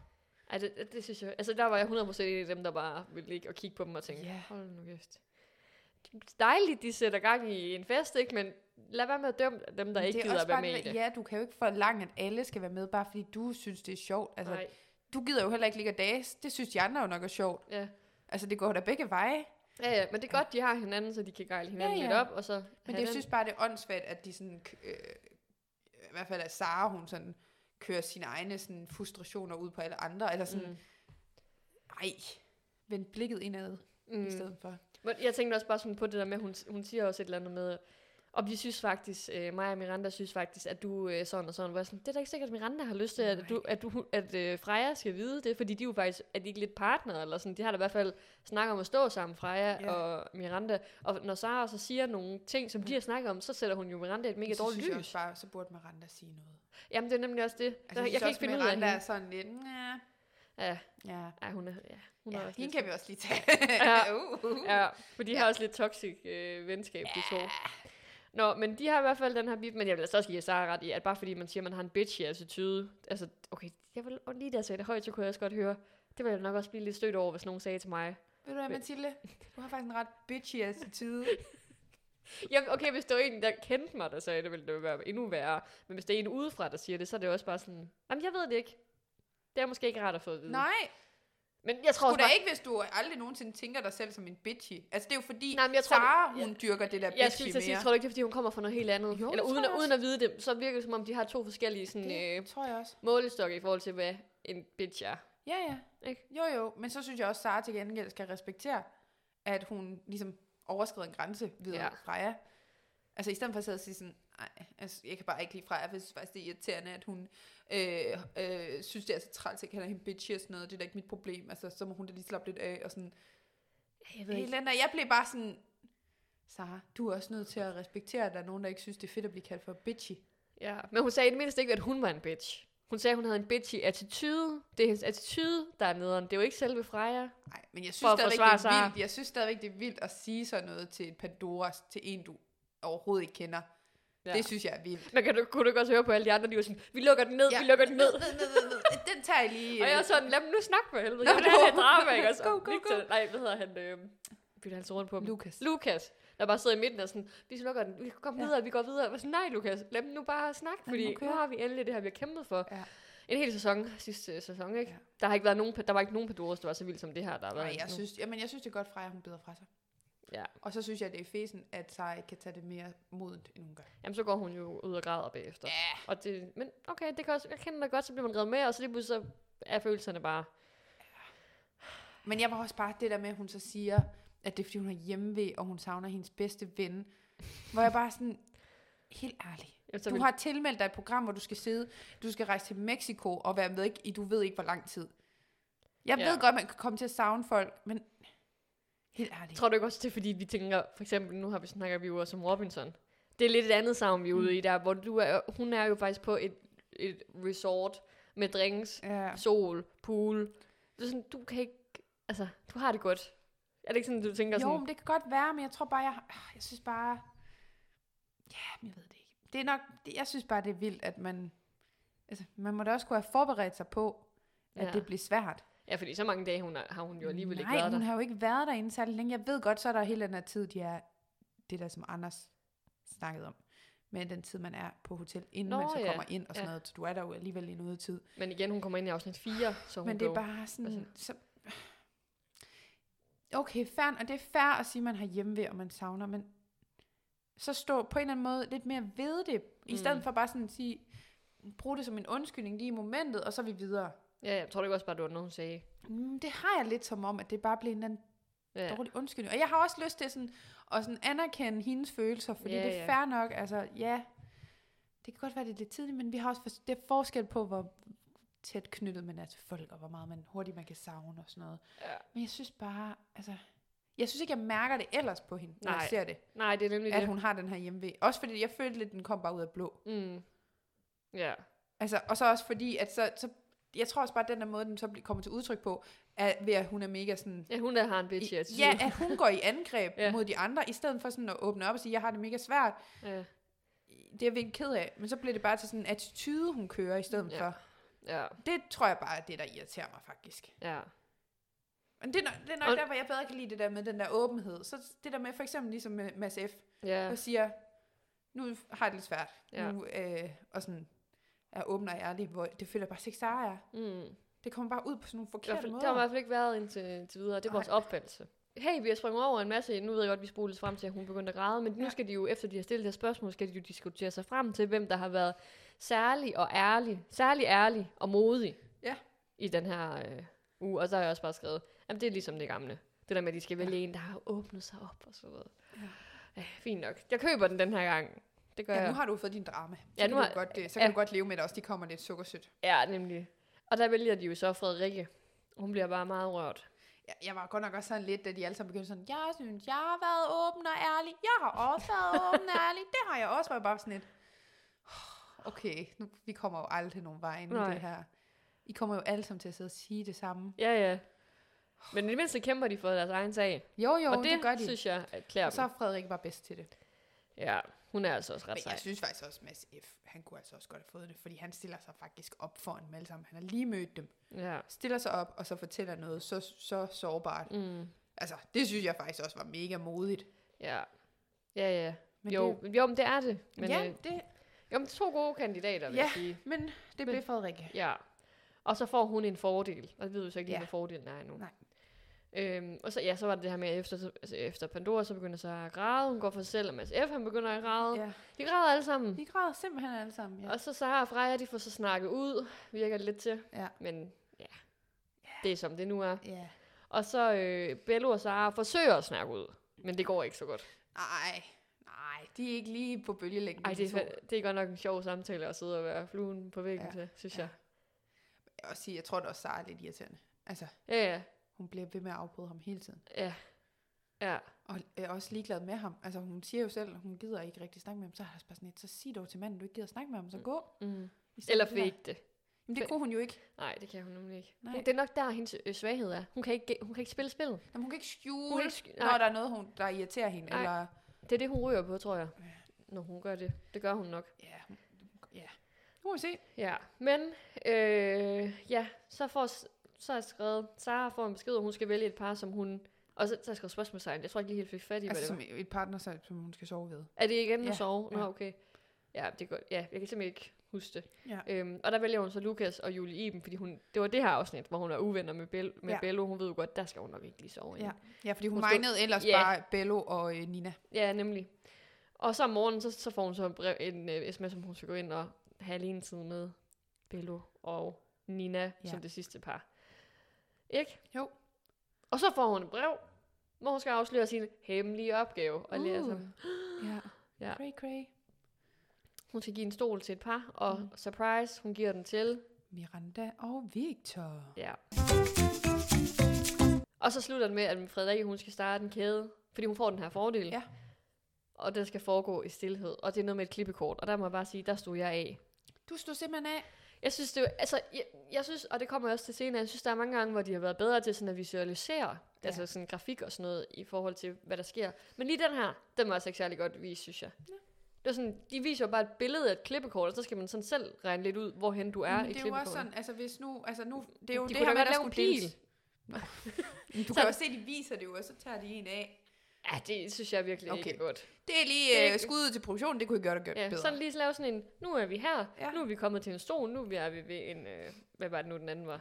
Ej, det, det, det synes jeg... Altså, der var jeg 100% en af dem, der bare ville ligge og kigge på dem og tænke,
Ja.
yeah. hold nu kæft. Dejligt, de sætter gang i en fest, ikke? Men lad være med at dømme dem, der
Men
ikke
det er
gider
også
at være
bare
med i
det.
det.
der- Ja, du kan jo ikke forlange, at alle skal være med, bare fordi du synes, det er sjovt. Altså,
Nej,
du gider jo heller ikke ligge og dages. Det synes de andre jo nok er sjovt.
Ja.
Altså, det går da begge veje.
Ja, ja, men det er godt, de har hinanden, så de kan gejle hinanden
Ja,
ja,
ja.
ja. lidt op, og så
Men
have
det, jeg
den.
synes bare, det er åndssvagt, at de sådan, k- øh, i hvert fald at Sara, hun sådan, kører sine egne sådan, frustrationer ud på alle andre, eller sådan, mm.
Mm.
ej, vend blikket indad mm. i
Mm.
stedet for.
Men jeg tænkte også bare sådan på det der med, hun, hun siger også et eller andet med, og vi synes faktisk, øh, mig og Miranda synes faktisk, at du øh, sådan og sådan. Hvor jeg sådan, det er da ikke sikkert, at Miranda har lyst til, at,
Nej.
du, at, du, at øh, Freja skal vide det, fordi de er jo faktisk, at de ikke lidt partner eller sådan. De har da i hvert fald snakket om at stå sammen, Freja
Ja.
ja. og Miranda. Og når Sara så siger nogle ting, som de har snakket om, så sætter hun jo Miranda i et mega
Men så
dårligt
synes jeg
lys.
også bare, så burde Miranda sige noget.
Jamen det er nemlig også det.
Altså,
Altså, jeg, jeg
synes
kan
også,
ikke finde ud af
Miranda
hende.
er sådan lidt, ja.
Ja.
Ja,
Ej, hun er, ja, hun er
ja
også
hende
lidt
kan vi også lige tage.
Ja.
uh, [laughs] uh.
Ja, for de
Ja.
har også lidt toxic øh, venskab, de to. Nå, men de har i hvert fald den her bip, men jeg vil altså også give Sara ret i, at bare fordi man siger, at man har en bitchy attitude, altså, okay, jeg vil og lige da jeg sagde det højt, så kunne jeg også godt høre, det ville jeg nok også blive lidt stødt over, hvis nogen sagde til mig.
Ved du hvad, Mathilde? Du har faktisk en ret bitchy
[laughs]
attitude.
Ja, okay, hvis det var en, der kendte mig, der sagde det, ville det jo være endnu værre. Men hvis det er en udefra, der siger det, så er det jo også bare sådan, jamen jeg ved det ikke. Det er måske ikke rart at få at vide.
Nej,
Men jeg Mm. tror
Skulle
også
da
bare,
ikke, hvis du aldrig nogensinde tænker dig selv som en bitchy. Altså, det er jo fordi,
Nej, men jeg tror,
Sara,
det-
hun dyrker det der
jeg
bitchy
skulle
mere.
til at sige, tror du ikke, det er, fordi hun kommer fra noget helt andet?
Jo,
Eller
det
uden,
tror jeg
uden at vide det, så virker det som om, de har to forskellige sådan, øh,
det tror jeg også.
målestok i forhold til, hvad en bitch er.
Ja, ja.
Ikke?
Jo, jo. Men så synes jeg også, at Sara til gengæld skal respektere, at hun ligesom overskrider en grænse ved ja.
Ja.
Freja. Altså i stedet for at sidde og sige sådan, nej, altså, jeg kan bare ikke lide Freja, for jeg synes faktisk, det er irriterende, at hun øh, øh, synes, det er så træls, jeg kalder hende bitchy og sådan noget, det er da ikke mit problem, altså så må hun da lige slappe lidt af, og sådan,
Jeg
Helena, jeg blev bare sådan, Sara, du er også nødt til at respektere, at der er nogen, der ikke synes, det er fedt at blive kaldt for bitchy.
Ja. Men hun sagde i det mindste ikke, at hun var en bitch. Hun sagde, at hun havde en bitchy attitude. Det er hendes attitude, der er nederen. Det er jo ikke selve Freja.
Nej, men jeg
For
synes,
at
stadigvæk, det
forsvare
er
Sara.
vildt. jeg synes stadigvæk, det er vildt at sige sådan noget til et Pandoras, til en, du overhovedet ikke kender. Ja.
Ja.
Det synes jeg er vildt.
Man kan, du- kunne du ikke også høre på alle de andre, de var sådan, vi lukker den ned,
Ja.
ja. vi lukker den
[laughs]
ned.
Ved, ved, ved, ved. Den tager jeg lige.
Og jeg
øh,
er sådan, lad dem nu snakke for helvede.
Nå,
Jeg vil have
nå.
det drama, ikke? Og så
Go, go,
Victor, nej, hvad hedder han? Øh, bytter han så rundt på dem.
Lukas.
Lukas, der bare sidder i midten og sådan, vi lukker den, vi kommer
Ja.
ja. videre, vi går videre. Jeg var sådan, nej Lukas, lad dem nu bare snakke,
Lad dem nu
fordi
køre.
nu har vi endelig det her, vi har kæmpet for.
Ja.
En hel sæson, sidste øh, sæson, ikke?
Ja.
Ja. Der, har ikke været nogen, der var ikke nogen Pandoras, der var så vild som det her, der har været.
Nej, jeg
nu.
synes, jamen, jeg synes, det er godt, Freja, hun bider fra sig.
Ja.
Og så synes jeg, det er fesen, at Sara ikke kan tage det mere modent, end hun gør.
Jamen, så går hun jo ud og græder bagefter.
Ja.
Og det, men okay, det kan også, jeg kender dig godt, så bliver man revet med, og så lige pludselig så er følelserne bare...
Men jeg var også bare det der med, at hun så siger, at det er, fordi hun er hjemme ved, og hun savner hendes bedste ven. Hvor jeg bare sådan, helt ærlig.
Jamen, så
Du
vil-
har tilmeldt dig et program, hvor du skal sidde, du skal rejse til Mexico og være med ikke, i du ved ikke hvor lang tid. Jeg ja.
Ja.
ved godt, man kan komme til at savne folk, men helt ærligt.
Tror du ikke også, det er fordi, vi tænker, for eksempel, nu har vi snakker vi jo også om Robinson. Det er lidt et andet savn, vi er
Mm.
ude i der, hvor du er, hun er jo faktisk på et, et resort med drinks,
ja.
ja. sol, pool. Det er sådan, du kan ikke... Altså, du har det godt. Er det ikke sådan, du tænker
Jo,
sådan...
men det kan godt være, men jeg tror bare, jeg, ah, jeg synes bare, ja, men jeg ved det ikke. Det er nok, det, jeg synes bare, det er vildt, at man, altså, man må da også kunne have forberedt sig på, at ja.
Ja.
det bliver svært.
Ja, fordi så mange dage hun har, har hun jo alligevel
Nej,
ikke været
hun
der.
har jo ikke været derinde særlig længe. Jeg ved godt, så er der hele den her tid, de er, det der som Anders snakkede om, med den tid, man er på hotel, inden Nå,
Nå,
man så
ja.
kommer ind og sådan ja.
Ja.
noget. Så du er der jo alligevel i noget tid.
Men igen, hun kommer ind i afsnit 4, så hun altså.
Men det er
blev-
bare sådan... Så okay, fair, og det er fair at sige, at man har hjemmeved, og man savner, men så stå på en eller anden måde lidt mere ved det, i stedet
Mm.
for bare sådan at sige, brug det som en undskyldning lige i momentet, og så er vi videre.
Ja, jeg tror det ikke også bare, det var noget, hun sagde.
Mm, det har jeg lidt som om, at det bare blev en eller anden
Ja.
ja. dårlig undskyldning. Og jeg har også lyst til sådan, at sådan anerkende hendes følelser, fordi ja,
Ja,
det er
ja.
fair nok. Altså, ja, det kan godt være, det er lidt tidligt, men vi har også for, det er forskel på, hvor tæt knyttet man er til folk, og hvor meget man hurtigt man kan savne og sådan noget.
Ja.
Men jeg synes bare, altså, jeg synes ikke, jeg mærker det ellers på hende, når Nej.
Nej.
jeg ser det,
Nej, det er nemlig
at
det.
hun har den her hjemmeved. Også fordi jeg følte lidt, den kom bare ud af blå.
Mm. Ja.
Altså, og så også fordi, at så, så jeg tror også bare, at den der måde, den så bl- kommer til udtryk på, er, ved at hun er mega sådan
ja, hun der har en bitch
i-
attitude.
Ja, at hun går i angreb ja.
Ja.
mod de andre, i stedet for sådan at åbne op og sige, jeg har det mega svært.
ja.
Det er jeg virkelig ked af. Men så bliver det bare til sådan en attitude, hun kører i stedet ja.
Ja.
for.
ja.
Det tror jeg bare er det, der irriterer mig faktisk.
ja.
Men det er nok, det er nok
Og-
der, hvor jeg bedre kan lide det der med den der åbenhed. Så det der med for eksempel ligesom med Mads F.,
Ja.
og siger, nu har jeg det lidt svært.
Ja.
Nu, øh, og sådan er åben og ærlig, hvor det føler jeg bare, at Sara er.
Mm.
Det kommer bare ud på sådan nogle
I hvert
forkerte
fald,
måder.
det har i hvert fald ikke været indtil, indtil videre. Det er vores opfattelse. Hey, vi har sprunget over en masse. Nu ved jeg godt, at vi spolede frem til, at hun begyndte at græde, men nu
Ja.
skal de jo, efter de har stillet det her spørgsmål, skal de jo diskutere sig frem til, hvem der har været særlig og ærlig, særlig ærlig og modig
Ja.
i den her øh, uge. Og så har jeg også bare skrevet, at det er ligesom det gamle. Det der med, at de skal vælge en, der har åbnet sig op og sådan noget. Ja. fint nok. Jeg køber den den her gang. Det gør
Ja,
jeg.
nu har du fået din drama. Så,
Ja,
ja,
nu
nu kan,
har-
du godt, øh, så kan
ja.
du godt leve med det også. De kommer lidt sukkersødt.
Ja, nemlig. Og der vælger de jo så Frederikke. Hun bliver bare meget rørt.
Ja, jeg var godt nok også sådan lidt, da de alle sammen begyndte sådan, jeg synes, jeg har været åben og ærlig. Jeg har også været åben og ærlig. Det har jeg også. Var jeg bare sådan lidt, "Åh, okay, nu, vi kommer jo aldrig nogen vej med
Nej.
det her. I kommer jo alle sammen til at sidde og sige det samme.
Ja, ja. Men i det mindste kæmper de for deres egen sag.
Jo, jo,
og det,
det gør de.
synes jeg at klæder
Og så
så...
er Frederik bare bedst til det.
Ja, hun er altså også ret
Men
sej.
jeg synes faktisk også, Mads F., han kunne altså også godt have fået det, fordi han stiller sig faktisk op foran dem alle sammen. Han har lige mødt dem.
Ja.
Stiller sig op, og så fortæller noget så, så sårbart.
Mm,
Altså, det synes jeg faktisk også var mega modigt.
ja. Ja, ja.
Men
jo,
det,
det... jo, men det er det. Men,
men ja,
øh,
det,
jo, men to gode kandidater, vil
Ja.
jeg sige.
men det men, blev Frederikke.
Ja. Og så får hun en fordel. Og det ved vi så ikke lige,
Ja.
hvad fordelen er endnu.
Nej.
Øhm, og så, ja, så var det det her med, at efter, altså, efter Pandora, så begynder så at græde. Hun går for sig selv, og Mads F. han begynder at græde. Ja.
Ja.
De græder alle sammen.
De græder simpelthen alle sammen, ja.
Og så Sara og Freja, de får så snakket ud, virker det lidt til.
Ja.
Men ja, det er som det nu er.
ja.
Og så øh, Bello og Sara forsøger at snakke ud, men det går ikke så godt.
Nej, nej, de er ikke lige på bølgelængden.
Ej,
de
det er,
to.
fa- det er godt nok en sjov samtale at sidde og være fluen på væggen ja.
Ja,
til, synes
ja.
jeg.
Jeg vil også sige, jeg tror da også, Sara er lidt irriterende. Altså,
Ja, ja,
hun bliver ved med at afbryde ham hele tiden.
ja. Ja,
Og er også ligeglad med ham. Altså, hun siger jo selv, hun gider ikke rigtig snakke med ham. Så har jeg også bare sådan lidt, så sig dog til manden, du ikke gider snakke med ham, så gå.
mm.
I stedet
Eller
for det der.
fik det.
Jamen, det kunne hun jo ikke.
Nej, det kan hun nemlig ikke.
Nej.
Hun, det er nok der, hendes øh, svaghed er. Hun kan ikke, ge- hun kan ikke spille spillet.
Jamen, hun kan ikke
Hun
skjule,
kan
ikke
ikke sk-
når
nej,
der er noget, hun, der irriterer hende.
Nej.
Eller,
det er det, hun ryger på, tror jeg. Når hun gør det. Det gør hun nok.
ja, hun- ja. Nu må vi se.
Ja, men øh, ja, så, får, s- så har jeg skrevet, Sara får en besked, og hun skal vælge et par, som hun... Og så, så har jeg skrevet spørgsmålstegn. Jeg tror ikke lige helt fik fat i, hvad
Altså,
det var.
som et partner, som hun skal sove ved.
Er det igen
Ja,
at sove? Nå,
ja.
okay. Ja, det er godt. Ja, jeg kan simpelthen ikke huske det.
Ja.
Øhm, og der vælger hun så Lukas og Julie Iben, fordi hun, det var det her afsnit, hvor hun var uvenner med, Bell, med
Ja.
Bello. Hun ved jo godt, der skal hun nok ikke lige sove
Ja,
inden.
ja fordi hun,
Hun
hun
stod-
regnede ellers
Ja.
bare Bello og øh, Nina.
ja, nemlig. Og så om morgenen, så, så får hun så en, brev, en uh, sms, om hun skal gå ind og have alene tid med Bello og Nina ja.
Ja.
som det sidste par. Ikke?
Jo.
Og så får hun et brev, hvor hun skal afsløre sin hemmelige opgave. Og uh. lære sig.
Ja.
Ja.
Cray, cray.
Hun skal give en stol til et par, og mm. surprise, hun giver den til
Miranda og Victor.
Ja. Og så slutter den med, at Frederikke, hun skal starte en kæde, fordi hun får den her fordel.
Ja.
Og den skal foregå i stillhed, og det er noget med et klippekort, og der må jeg bare sige, der stod jeg af.
Du stod simpelthen af.
Jeg synes, det er, jo- altså, jeg, jeg synes, og det kommer jeg også til senere, jeg synes, der er mange gange, hvor de har været bedre til sådan at visualisere, ja.
Ja.
altså sådan grafik og sådan noget, i forhold til, hvad der sker. Men lige den her, den var altså ikke særlig godt vist, synes jeg. Ja. Det var sådan, de viser jo bare et billede af et klippekort, og så skal man sådan selv regne lidt ud, hvorhen du er
Men
i
det er jo
klippekortet.
også sådan, altså hvis nu, altså nu, det er jo
De
det
kunne da
her med,
godt
der
lave en
skulle
pil.
deles. Du
Så-
kan også se, de viser det jo, og så tager de en af.
Ja, det synes jeg virkelig okay.
Okay.
ikke er godt.
Det er lige
Det er
øh,
ikke-
skuddet til produktionen, det kunne I gøre det gøre
Ja,
bedre.
sådan lige lave sådan en, nu er vi her, ja.
Ja.
nu er vi kommet til en stol, nu er vi ved en, øh, hvad var det nu, den anden var?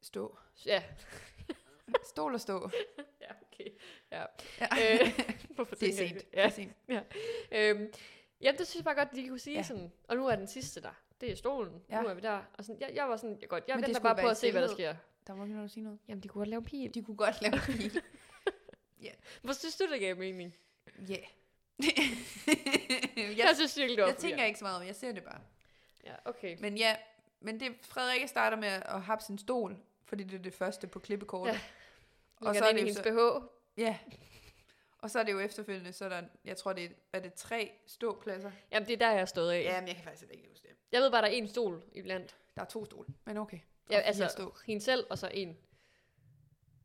Stå.
Ja, [laughs]
Stol og stå.
ja okay. Ja.
Ja. [laughs]
Øh, [laughs] hvorfor
det er
tænker jeg
sent.
det?
Det er sent.
Ja. Øhm, ja, det synes jeg bare godt, de kunne sige ja.
Ja.
sådan, og nu er den sidste der, det er stolen, ja.
Ja.
nu er vi der. Og sådan, jeg, jeg var sådan, jeg, godt, jeg
Men det
venter
skulle
bare på
være
at
i
se, hvad der sker.
Der var ikke noget at sige noget.
Jamen, de kunne godt lave en pil.
De kunne godt lave en
[laughs]
pil.
Hvor synes du, det gav mening?
Ja.
[laughs] Jeg,
Øhm, jeg,
jeg synes virkelig, det var
jeg tænker
forvirrende.
ikke så meget om, jeg ser det bare.
Ja, okay.
Men ja, men det Frederikke starter med at have sin stol, fordi det er det første på klippekortet.
Ja.
Ja.
Og så er det hendes BH.
ja. Og så er det jo efterfølgende, så er der, jeg tror det er, er det tre ståpladser.
Jamen, det er der, jeg er stået af.
Ja, men jeg kan faktisk ikke huske det.
Jeg ved bare, der er en stol iblandt.
Der er to stole, men okay. Og
Ja,
fire
altså,
stå.
hende selv, og så en.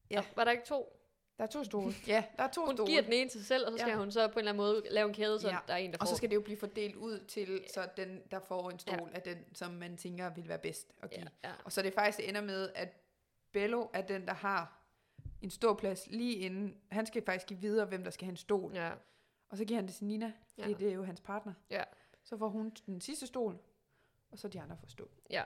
Ja.
Nå, Var der ikke to?
Der er to stole. [laughs] ja, der er to
Hun
stole.
giver den ene til sig selv, og så skal ja.
Ja.
hun så på en eller anden måde lave en kæde, så ja.
Ja.
der er en, der får
og så
den.
skal det jo blive fordelt ud til, så den, der får en stol, er den, som man tænker vil være bedst at give.
ja,
Ja.
ja.
Og så er det faktisk det ender med, at Bello er den, der har en ståplads lige inden. Han skal faktisk give videre, hvem der skal have en stol.
Ja.
Og så giver han det til Nina,
Ja.
ja. fordi det er jo hans partner.
Ja.
Så får hun den sidste stol, og så de andre får stå.
ja.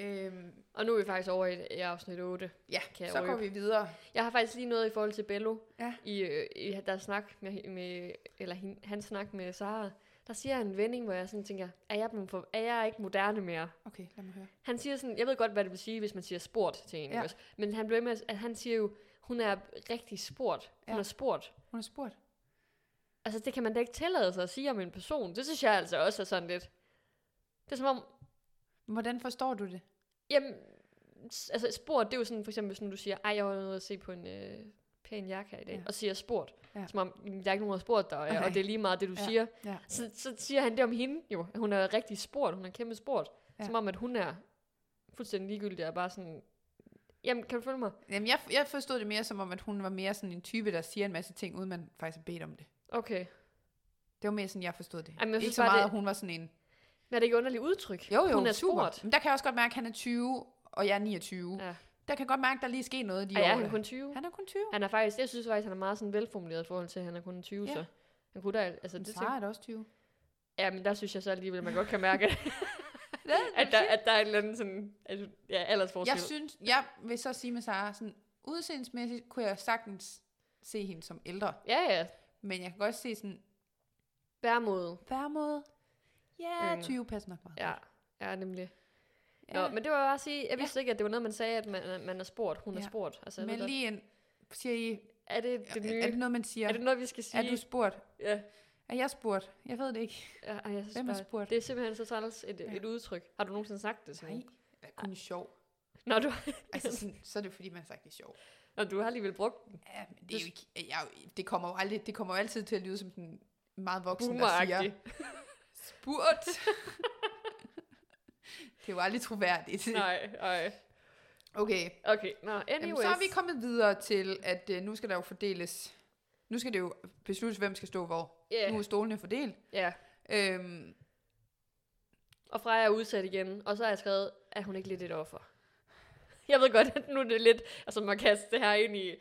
Øhm,
Og nu er vi faktisk over i, i afsnit 8.
ja,
Kan jeg
så går
røbe?
vi videre.
Jeg har faktisk lige noget i forhold til Bello.
Ja.
I, øh, i deres snak med, med eller hin, hans snak med Sara. Der siger han en vending, hvor jeg sådan tænker, er jeg, blevet for, er jeg ikke moderne mere?
Okay, lad mig høre.
Han siger sådan, jeg ved godt, hvad det vil sige, hvis man siger sport til en,
Ja.
ja. men han, blev med, at- at han siger jo, hun er rigtig sport. Hun
Ja.
ja. er sport.
Hun har spurgt.
Altså, det kan man da ikke tillade sig at sige om en person. Det synes jeg altså også er sådan lidt. Det er som om,
Hvordan forstår du det?
jamen, s- altså sport, det er jo sådan, for eksempel, hvis nu du siger, ej, jeg var nede at se på en øh, pæn jakke her i dag,
Ja.
ja. og siger sport.
Ja.
Ja. Som om, "Mm, der er ikke nogen, der har spurgt dig, og,
Nej.
og det er lige meget det, du
Ja.
ja. siger.
Ja.
Så, så siger han det om hende jo, at hun er rigtig sport, hun er kæmpe sport.
Ja.
Ja. Som om, at hun er fuldstændig ligegyldig og bare sådan, jamen, kan du følge mig?
Jamen, jeg, jeg forstod det mere som om, at hun var mere sådan en type, der siger en masse ting, uden man faktisk har bedt om det.
Okay.
Det var mere sådan, jeg forstod det.
Jamen, jeg
ikke
synes
så
bare,
meget,
det-
at hun var sådan en...
Men er det ikke et underligt udtryk?
Jo, jo,
hun er
super.
sport.
Men der kan jeg også godt mærke, at han er 20, og jeg er 29. Ja.
Ja.
Der kan jeg godt mærke, at der lige er sket noget i de
Ej,
år.
er han
der.
kun 20?
han er kun 20.
Han er faktisk, jeg synes faktisk, han er meget sådan velformuleret i forhold til, at han er kun 20,
Ja.
ja. så han kunne da, altså
Men
det
Sara
tænker,
er da også 20.
ja, men der synes jeg så alligevel, at man godt kan [laughs] mærke,
Ja,
at der, at der er en eller anden sådan, at, ja, aldersforskel.
jeg synes, jeg vil så sige med Sara, sådan, udseendsmæssigt kunne jeg sagtens se hende som ældre.
Ja, ja,
Men jeg kan godt se sådan,
værmod,
hver måde, ja,
Yngre.
20 passer nok meget.
ja, ja, nemlig.
Ja.
Ja. Nå, men det var bare at sige, jeg vidste ja. ikke, at det var noget, man sagde, at man, man er sport, hun ja.
Ja.
er sport. Altså, jeg
men
ved godt,
lige en, siger I,
er det det nye?
er det noget, man siger?
er det noget, vi skal sige?
er du spurgt?
ja.
Er jeg spurgt? Jeg ved det ikke.
ja ej, jeg synes
Hvem er
bare,
spurgt?
Det er simpelthen så træls et,
Ja.
ja. et udtryk. Har du nogensinde sagt det til
Nej,
nogen?
det er kun sjov.
Nå, du,
Altså, sådan, så er det fordi, man har sagt, det er sjov.
nå, du har alligevel brugt den.
Ja, men det, er jo ikke, jeg, er jo- det, kommer jo aldrig, det kommer jo altid til at lyde som den meget voksen, der siger,
[laughs] Boomeragtig.
spurt. [laughs] det er jo aldrig troværdigt.
Nej, nej.
Okay,
Okay, nå, anyways.
Jamen, så er vi kommet videre til, at øh, nu skal der jo fordeles, nu skal det jo besluttes, hvem skal stå hvor.
Ja,
Nu er stolene fordelt.
ja.
Øhm,
Og Freja er udsat igen, og så har jeg skrevet, at hun ikke lidt et offer. [laughs] Jeg ved godt, at nu er det lidt, altså man kaster det her ind i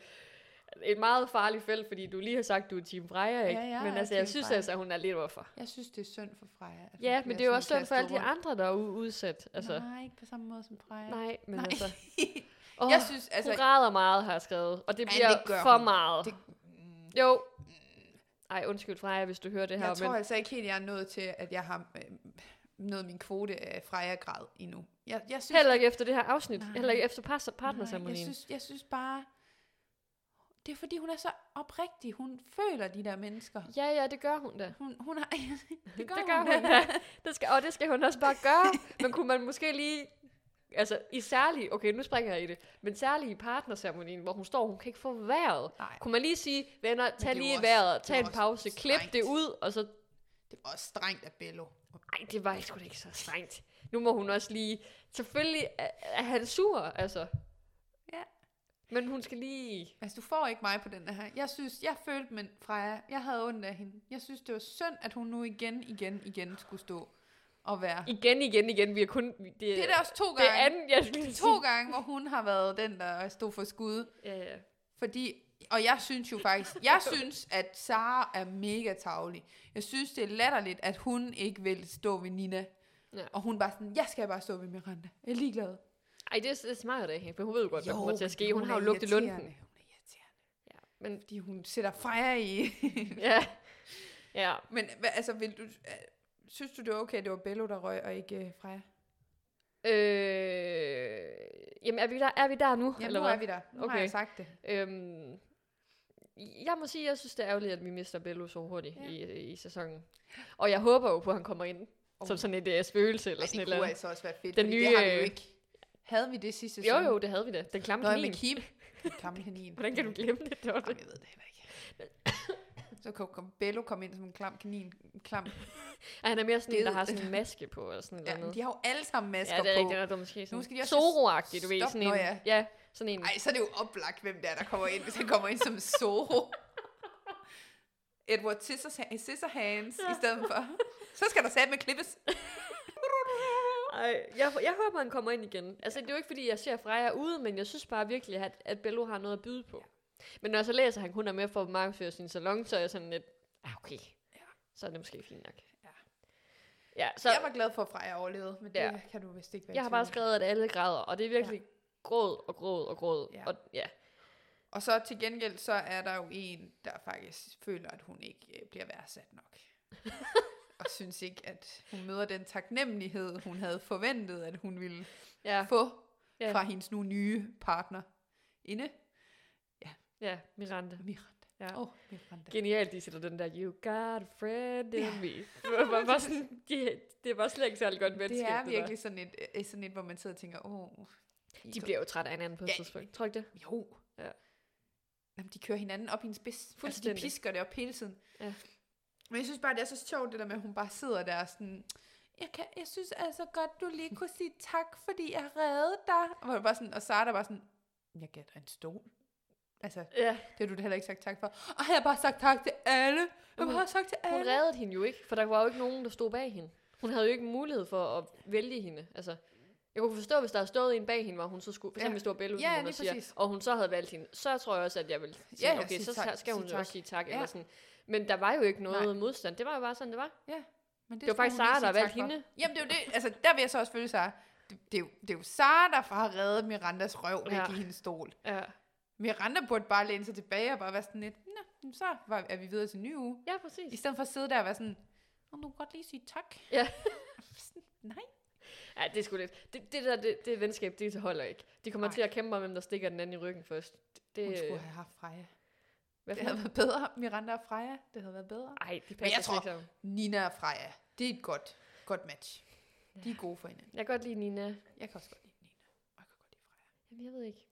et meget farligt felt, fordi du lige har sagt, du er Team Freja, ikke?
Ja, jeg
men
er
altså, jeg
Team
synes
Freja.
altså, at hun er lidt offer.
jeg synes, det er synd for Freja. at
Ja,
hun
men
bliver
det er jo
sådan
også synd for
kastet
alle de
rundt.
andre, der er u- udsat. Altså, nej,
Nej, ikke på samme måde som Freja.
nej men
Nej.
nej.
[laughs]
altså...
Oh,
Åh,
jeg synes,
altså,
altså...
hun græder meget, har jeg skrevet, og det
Ja,
bliver
det gør
for
hun.
meget.
Det,
Det...
mm,
Jo. Ej, undskyld Freja, hvis du hører det her,
jeg tror
men...
altså ikke helt, jeg er nået til, at jeg har øh, nået min kvote af Freja-grad endnu. Jeg, jeg synes,
Heller ikke efter det her afsnit.
Nej.
Heller ikke efter pas-
Nej, jeg
partnersammenligningen.
synes, jeg synes bare, det er fordi, hun er så oprigtig. Hun føler de der mennesker.
Ja, ja, det gør hun da.
Hun, hun har... [laughs] det gør,
det gør hun da. [laughs] Det skal, og det skal hun også bare gøre. Men kunne man måske lige... Altså, i særlig... Okay, nu springer jeg i det. Men særlig i partnerceremonien, hvor hun står, hun kan ikke få vejret.
[laughs] Nej,
Kunne man lige sige, venner,
det er
tag lige
jo også-
vejret,
det
tag
er
en
også
pause, klip
strengt.
det ud, og så...
det var også strengt af Bello.
Nej, det var sgu da ikke så strengt. Nu må hun også lige... Selvfølgelig er, er han sur, altså.
Ja.
Men hun skal lige...
Altså, du får ikke mig på den her. Jeg synes, jeg følte med Freja. Jeg havde ondt af hende. Jeg synes, det var synd, at hun nu igen, igen, igen skulle stå og være...
Igen, igen, igen. Vi har kun... Det,
Det er da også to gange.
det er anden, jeg skal lige
To gange, hvor hun har været den, der stod for skud.
Ja, ja.
Fordi, og jeg synes jo faktisk, [laughs] jeg synes, at Sara er mega tavlig. Jeg synes, det er latterligt, at hun ikke vil stå ved Nina.
Ja.
Og hun bare sådan, jeg skal bare stå ved Miranda. Jeg er ligeglad.
Ej, det er, det er smart af hende, for hun ved jo godt, hvad kommer til
men
at ske. Hun, har jo
er
lugtet lunden.
irriterende. Hun er irriterende.
Ja, men
Fordi hun sætter Freja i.
Ja. Ja.
Men hvad, altså, vil du, øh, synes du, det var okay, at det var Bello, der røg, og ikke øh, Freja?
Øh, jamen, er vi der, er vi der nu?
Jamen,
eller
nu
hvad?
er vi der. Nu okay. har
Okay.
jeg sagt det.
Øhm, jeg må sige, jeg synes, det er ærgerligt, at vi mister Bello så hurtigt
Ja.
ja. i, i sæsonen. Og jeg håber jo på, at han kommer ind
Oh.
oh. som sådan et uh, spøgelse
Ej,
eller sådan et
det
eller
kunne
andet.
altså også være fedt,
Den
den nye,
nye,
det har vi jo
øh,
ikke. Havde vi det sidste
Jo,
sæson?
jo, det havde vi da. Den klamme
Nå, med
kanin.
Kim. [laughs] Klamme kanin.
Hvordan kan du glemme det? Det var det.
Jamen, jeg ved det heller ikke. Så kan kom Bello komme ind som en klam kanin. En klam.
Ej, han er mere sådan en, der
Ged.
har sådan en maske på eller sådan et
Ja,
eller
men
andet.
de har jo alle sammen masker
Ja, det er
på.
rigtigt. Han er måske sådan
skal de også
Zorro-agtig, du ved.
stoppe-
Sådan en,
Nå, ja.
ja, sådan en.
Ej, så er det jo oplagt, hvem der er, der kommer ind, hvis han kommer ind som Zorro. Edward Scissorha- Scissorhands ja. i stedet for. Så skal der sat med klippes.
Ej, jeg, jeg håber, han kommer ind igen. Altså, det er jo ikke, fordi jeg ser Freja ude, men jeg synes bare virkelig, at, at Bello har noget at byde på. Men når jeg så læser, at han kun er med for at markedsføre sin salon, så er jeg sådan lidt, ah, okay.
Ja.
Så er det måske fint nok. Ja, så
Så... Jeg var glad for, at Freja overlevede, men det
Ja.
ja. kan du vist ikke være i
jeg har bare
tvivl om.
skrevet, at alle græder, og det er virkelig ja. gråd og gråd og gråd.
Ja.
Og, ja.
Og så til gengæld, så er der jo en, der faktisk føler, at hun ikke øh, bliver
[laughs]
værdsat nok. og synes ikke, at hun møder den taknemmelighed, hun havde forventet, at hun ville ja.
Ja,
få
Ja.
ja. fra hendes nu nye partner. Inde?
ja, Miranda.
Miranda.
Ja.
Åh, oh, Miranda.
Genialt, de sætter den der, you got a friend in me. Det var bare sådan, de, det var slet ikke særlig godt
Det
venskab.
er
der.
virkelig sådan et, øh, sådan et, hvor man sidder og tænker, åh... Oh,
De bliver jo trætte af hinanden på et
Ja.
tidspunkt. Tror du ikke det?
Jo.
Ja.
Jamen, de kører hinanden op i en spids. Altså, de
Fuldstændig.
pisker det op hele tiden.
Ja.
Men jeg synes bare, det er så sjovt, det der med, at hun bare sidder der og sådan... Jeg, kan, jeg synes altså godt, du lige kunne sige tak, fordi jeg reddede dig. Og, hvor det bare sådan, og Sara bare sådan, jeg gav dig en stol. Altså,
Ja,
det har du da heller ikke sagt tak for. Og jeg har bare sagt tak til alle. Jeg har
Hun-
bare sagt til
hun
alle.
reddede hende jo ikke, for der var jo ikke nogen, der stod bag hende. Hun havde jo ikke mulighed for at vælge hende. Altså, jeg kunne forstå, hvis der havde stået en bag hende, hvor hun så skulle, for
Ja.
eksempel stod Belle
Ja,
ja,
lige
siger,
præcis.
og hun så havde valgt hende, så tror jeg også, at jeg ville sige,
Ja, ja,
okay,
sig
så
tak,
skal hun
sig
jo
tak.
også sige tak,
Ja.
eller sådan. Men der var jo ikke noget
Nej.
modstand, det var jo bare sådan, det var. Det,
Men
det var faktisk Sara, der valgte
valgte
hende.
Jamen, det er jo det. Altså, der vil jeg så også følge Sara. Det, det, er jo, det er jo Sara, der har reddet Mirandas røv væk
Ja.
i hendes stol.
Ja.
Miranda burde bare læne sig tilbage og bare være sådan lidt, nå, men så var, er vi videre til en ny uge.
ja,
I
præcis.
stedet for at sidde der og være sådan, om du kan godt lige sige tak.
Ja.
Sådan, Nej.
Ja, det er sgu lidt. Det, det der det, det venskab, det holder ikke. De kommer
Nej.
til at kæmpe om, hvem der stikker den anden i ryggen først. Det,
[laughs] Hun
det,
skulle have haft Freja.
hvad
Det
for
havde
noget?
været bedre, Miranda og Freja. Det havde været bedre.
Ej, de passer
jeg
slet ikke
tror-
sammen.
Nina og Freja, det er et godt, godt match. De er gode for hinanden.
Jeg kan godt lide Nina.
Jeg kan også godt lide Nina. Og jeg kan godt lide Freja.
Jamen, jeg ved ikke.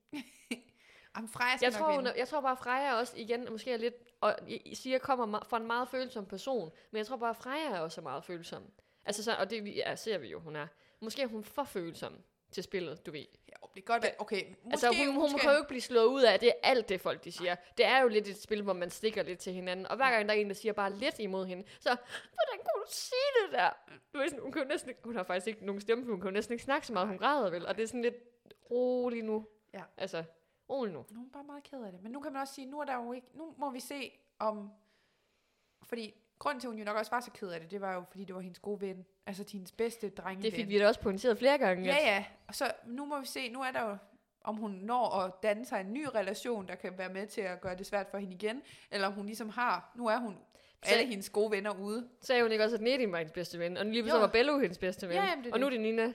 Jamen, Freja skal
Jeg
nok
tror, hun
vinde.
er, jeg tror bare, Freja også igen måske er lidt... Og I- I siger, kommer me- fra en meget følsom person. Men jeg tror bare, Freja er også er meget følsom. Altså, så, og det vi- ja, ser vi jo, hun er. Måske er hun for følsom til spillet, du ved.
Ja, det kan godt være. Okay, måske,
Måske, altså, hun, hun
måske.
kan jo ikke blive slået ud af, at det er alt det, folk de siger. Det er jo lidt et spil, hvor man stikker lidt til hinanden. Og hver gang der er en, der siger bare lidt imod hende, så, hvordan kunne du sige det der? Du ved, sådan, hun, kan jo næsten, ikke- hun har faktisk ikke nogen stemme, for hun kan jo næsten ikke snakke så meget, hun græder vel. Og det er sådan lidt rolig nu.
Ja.
Altså, rolig nu.
Nu er hun bare meget ked af det. Men nu kan man også sige, nu er der jo ikke... Nu må vi se om... Fordi grunden til, at hun jo nok også var så ked af det, det var jo, fordi det var hendes gode ven. Altså hendes bedste drenge.
Det fik vi da også pointeret flere gange.
Ja,
at-
ja. Og så nu må vi se, nu er der jo om hun når at danne sig en ny relation, der kan være med til at gøre det svært for hende igen, eller om hun ligesom har, nu er hun
Så-
alle hendes gode venner ude.
Sagde hun ikke også, at Nedim var hendes bedste ven, og lige så
Jo.
var Bello hendes bedste ven.
Ja, jamen, det er
og nu er
det.
det Nina.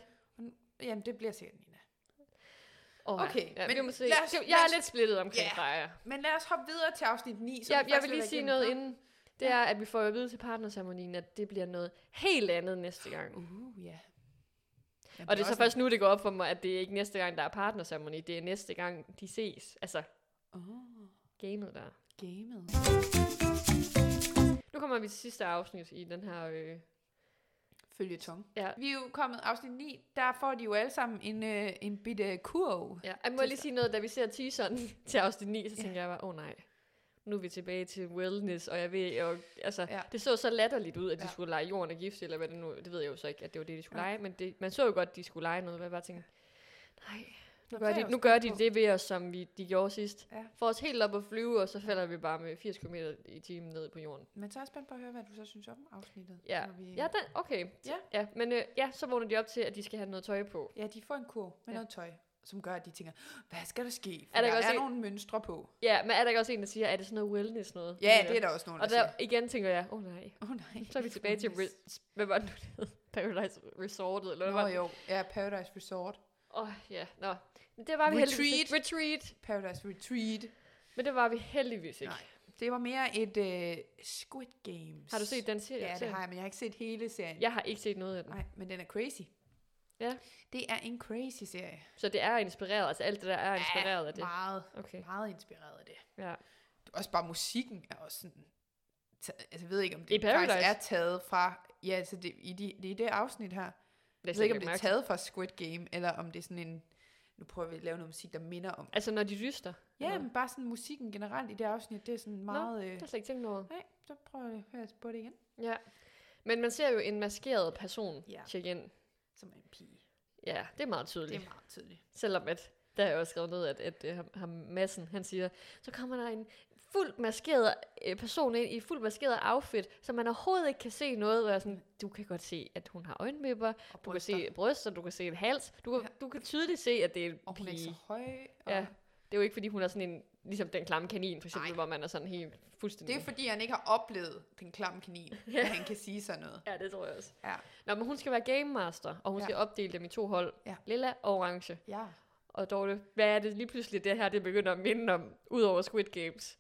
Jamen, det bliver sikkert Nina.
Oh,
Okay,
ja, men
men
vi må se.
lad os-
Det-
lad
jeg er
os-
lidt splittet omkring
Ja.
Freja.
Men lad os hoppe videre til afsnit 9.
Jeg,
vi
jeg
faktisk
vil
har
lige
været
sige
igennem.
noget
Nå.
inden. Det er, at vi får at vide til partnerceremonien, at det bliver noget helt andet næste gang.
Uh, ja. Jamen,
og det er så
også
først nu, det går op for mig, at det er ikke næste gang, der er partnerceremoni. Det er næste gang, de ses. Altså,
en- Åh,
gamet der.
gamet.
Nu kommer vi til sidste afsnit i den her... Øh,
følgetong.
Ja.
Vi er jo kommet afsnit 9, der får de jo alle sammen en, øh, en bitte kurv.
ja. Jeg må lige sige noget, da vi ser teaseren [laughs] til afsnit 9, så tænker jeg bare, åh oh, nej. Nu er vi tilbage til wellness, og jeg ved, og, altså, ja.
Ja.
det så så latterligt ud, at de ja.
Ja.
skulle lege jorden og gift, eller hvad det nu, det ved jeg jo så ikke, at det var det, de skulle
Nej.
lege, men det, man så jo godt, at de skulle lege noget, hvor jeg bare tænkte, nej, Nu
Nå,
gør,
det er
de,
jeg
nu
jo
gør de
spændt på.
det ved os, som vi, de gjorde sidst.
Ja.
Får os helt op at flyve, og så falder vi bare med 80 km i timen ned på jorden.
Men så er jeg spændt på at høre, hvad du så synes om afsnittet.
Ja.
når Vi...
Ja, den, okay.
Ja.
ja men øh, ja, så vågner de op til, at de skal have noget tøj på.
ja, de får en kurv med
Ja.
ja. noget tøj, som gør, at de tænker, hvad skal der ske? For
Er
er
der
der,
ikke
der
også
er
en-
nogle mønstre på.
Ja, men er der ikke også en, der siger, er det sådan noget wellness noget?
Ja, det er der også nogen,
Og
der,
der igen tænker jeg, åh oh, nej.
siger. Åh oh, nej.
Så er vi tilbage til,
Wellness.
re- hvad var det nu, det hed? [laughs] Paradise Resortet, eller hvad
Nå
var det?
jo, ja, Paradise Resort.
Åh, oh, ja, nå. Men det var vi heldigvis ikke. Retreat.
Paradise Retreat.
Men det var vi heldigvis ikke.
Nej. Det var mere et øh, Squid Games.
Har du set den serie?
Ja, det har jeg, men jeg har ikke set hele serien.
Jeg har ikke set noget af den.
Nej, men den er crazy.
Ja.
Det er en crazy serie.
Så det er inspireret, altså alt det der er
Ja,
inspireret af det.
Meget,
Okay,
meget inspireret af det.
ja.
Også bare musikken er også sådan... ta- Altså, jeg ved ikke, om
I
det faktisk
Paradise?
er taget fra... Ja, altså, det, i, de, det, i det afsnit her. Jeg ved ikke, om det er taget fra Squid Game, eller om det er sådan en... Nu prøver vi at lave noget musik, der minder om...
Altså, når de dyster?
Ja,
Eller-
men bare sådan musikken generelt i det afsnit, det er sådan meget...
Det
Øh,
har jeg slet ikke tænkt over.
nej, så prøver jeg at høre på det igen.
Ja. Men man ser jo en maskeret person
Ja.
tjekke ind.
Som er en pige.
Ja, det er meget
Det
tydeligt.
er meget tydeligt.
øh, Selvom at, der er jo også skrevet ned, at, at, at ham, massen, han siger, så kommer der en fuldt maskeret øh, person ind i fuldt maskeret outfit, så man overhovedet ikke kan se noget, hvor jeg er sådan, du kan godt se, at hun har øjenvipper,
Og
du kan se bryster, du kan se en hals, du kan, du kan tydeligt se, at det er en
Og hun er ikke
pige.
så høj. Og
Ja. Det er jo ikke, fordi hun er sådan en, ligesom den klamme kanin, for eksempel,
Nej.
hvor man er sådan helt
Det
fuldstændig...
er fordi, han ikke har oplevet den
[laughs]
klamme kanin,
Ja.
at han kan sige sådan noget.
Ja, det tror jeg også.
Ja.
Nå, men hun skal være game master, og hun
Ja.
ja. skal opdele dem i to hold.
Ja.
Lilla og orange.
ja.
Og Dorte, hvad er det lige pludselig, det her det begynder at minde om, udover Squid Games?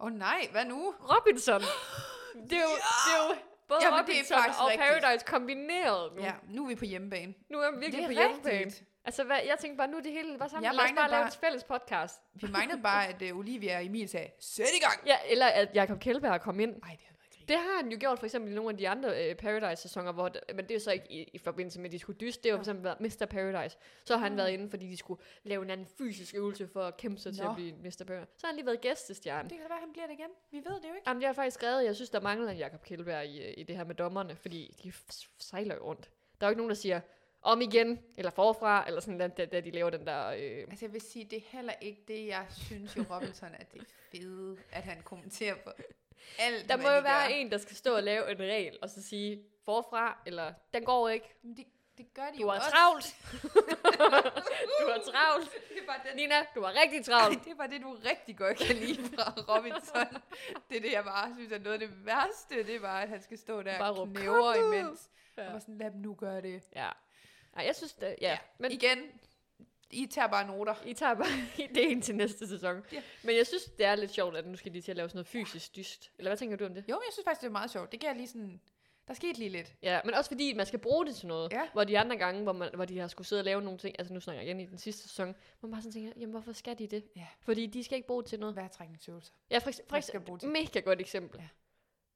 Åh oh, nej, hvad nu?
Robinson! det, er jo, det er jo både
Jamen, det er
Robinson
faktisk
og
rigtigt.
Paradise kombineret nu.
Ja, nu er vi på hjemmebane.
Nu er vi virkelig
Det er
på hjemmebane.
rigtigt.
Altså, hvad, jeg tænkte bare, nu er det hele bare sammen.
Jeg
Jeg Lad os
mangler
bare lave
bare-
et fælles podcast.
Vi manglede bare, at uh, Olivia og Emil sagde, sæt i gang!
[laughs] Ja, eller at Jakob Kjeldberg kom ind.
Ej, det har været grin.
Det har han jo gjort for eksempel i nogle af de andre øh, Paradise-sæsoner, hvor det, men det er jo så ikke i, i forbindelse med, at de skulle dyste. Det har jo for eksempel været Mr. Paradise. Så har han
Mm.
været inde, fordi de skulle lave en eller anden fysisk øvelse for at kæmpe sig til
Nå.
at blive Mr. Paradise. Så har han lige været gæstestjerne.
Det kan da være, han bliver det igen. Vi ved det jo ikke.
Jamen, jeg har faktisk skrevet, at jeg synes, der mangler en Jakob Kjeldberg i, øh, i det her med dommerne, fordi de f- f- sejler jo rundt. Der er jo ikke nogen, der siger, om igen, eller forfra, eller sådan noget, da, da de laver den der... Øh,
Altså, jeg vil sige, det er heller ikke det, jeg synes jo, Robinson er det fede, at han kommenterer på alt,
der
hvad
må jo
de
være
gør.
en, der skal stå og lave en regel, og så sige, forfra, eller den går ikke,
Men det, det gør de
du
jo
har
også. [laughs]
travlt. du har travlt.
Det var den
Nina, du var rigtig travlt.
Ej, det var det, du rigtig godt kan lide fra Robinson. det er det, jeg bare synes er noget af det værste. Det var, at han skal stå der
Bare
og
råbe,
knæver
"Kom nu!"
imens. Ja. Og
[laughs] Ja.
var sådan, lad dem nu gøre det.
Ja. Ej, jeg synes det, ja. Men I,
igen, I tager bare noter.
I tager bare [laughs] ideen til næste sæson.
Ja.
Ja. Men jeg synes, det er lidt sjovt, at nu skal de til at lave sådan noget fysisk dyst. Eller hvad tænker du om det?
Jo, men jeg synes faktisk, det er meget sjovt. Det kan jeg lige sådan... Der skete lige lidt.
Ja, men også fordi man skal bruge det til noget.
Ja.
Hvor de andre gange, hvor, man, hvor de har skulle sidde og lave nogle ting, altså nu snakker jeg igen i den sidste sæson, hvor man bare sådan tænker, jamen hvorfor skal de det?
Ja.
Fordi de skal ikke bruge det til noget.
Vejrtrækningsøvelser.
Ja, for, ekse- for
Hvad skal du bruge
eksempel,
til?
mega godt eksempel.
Ja.
Ja.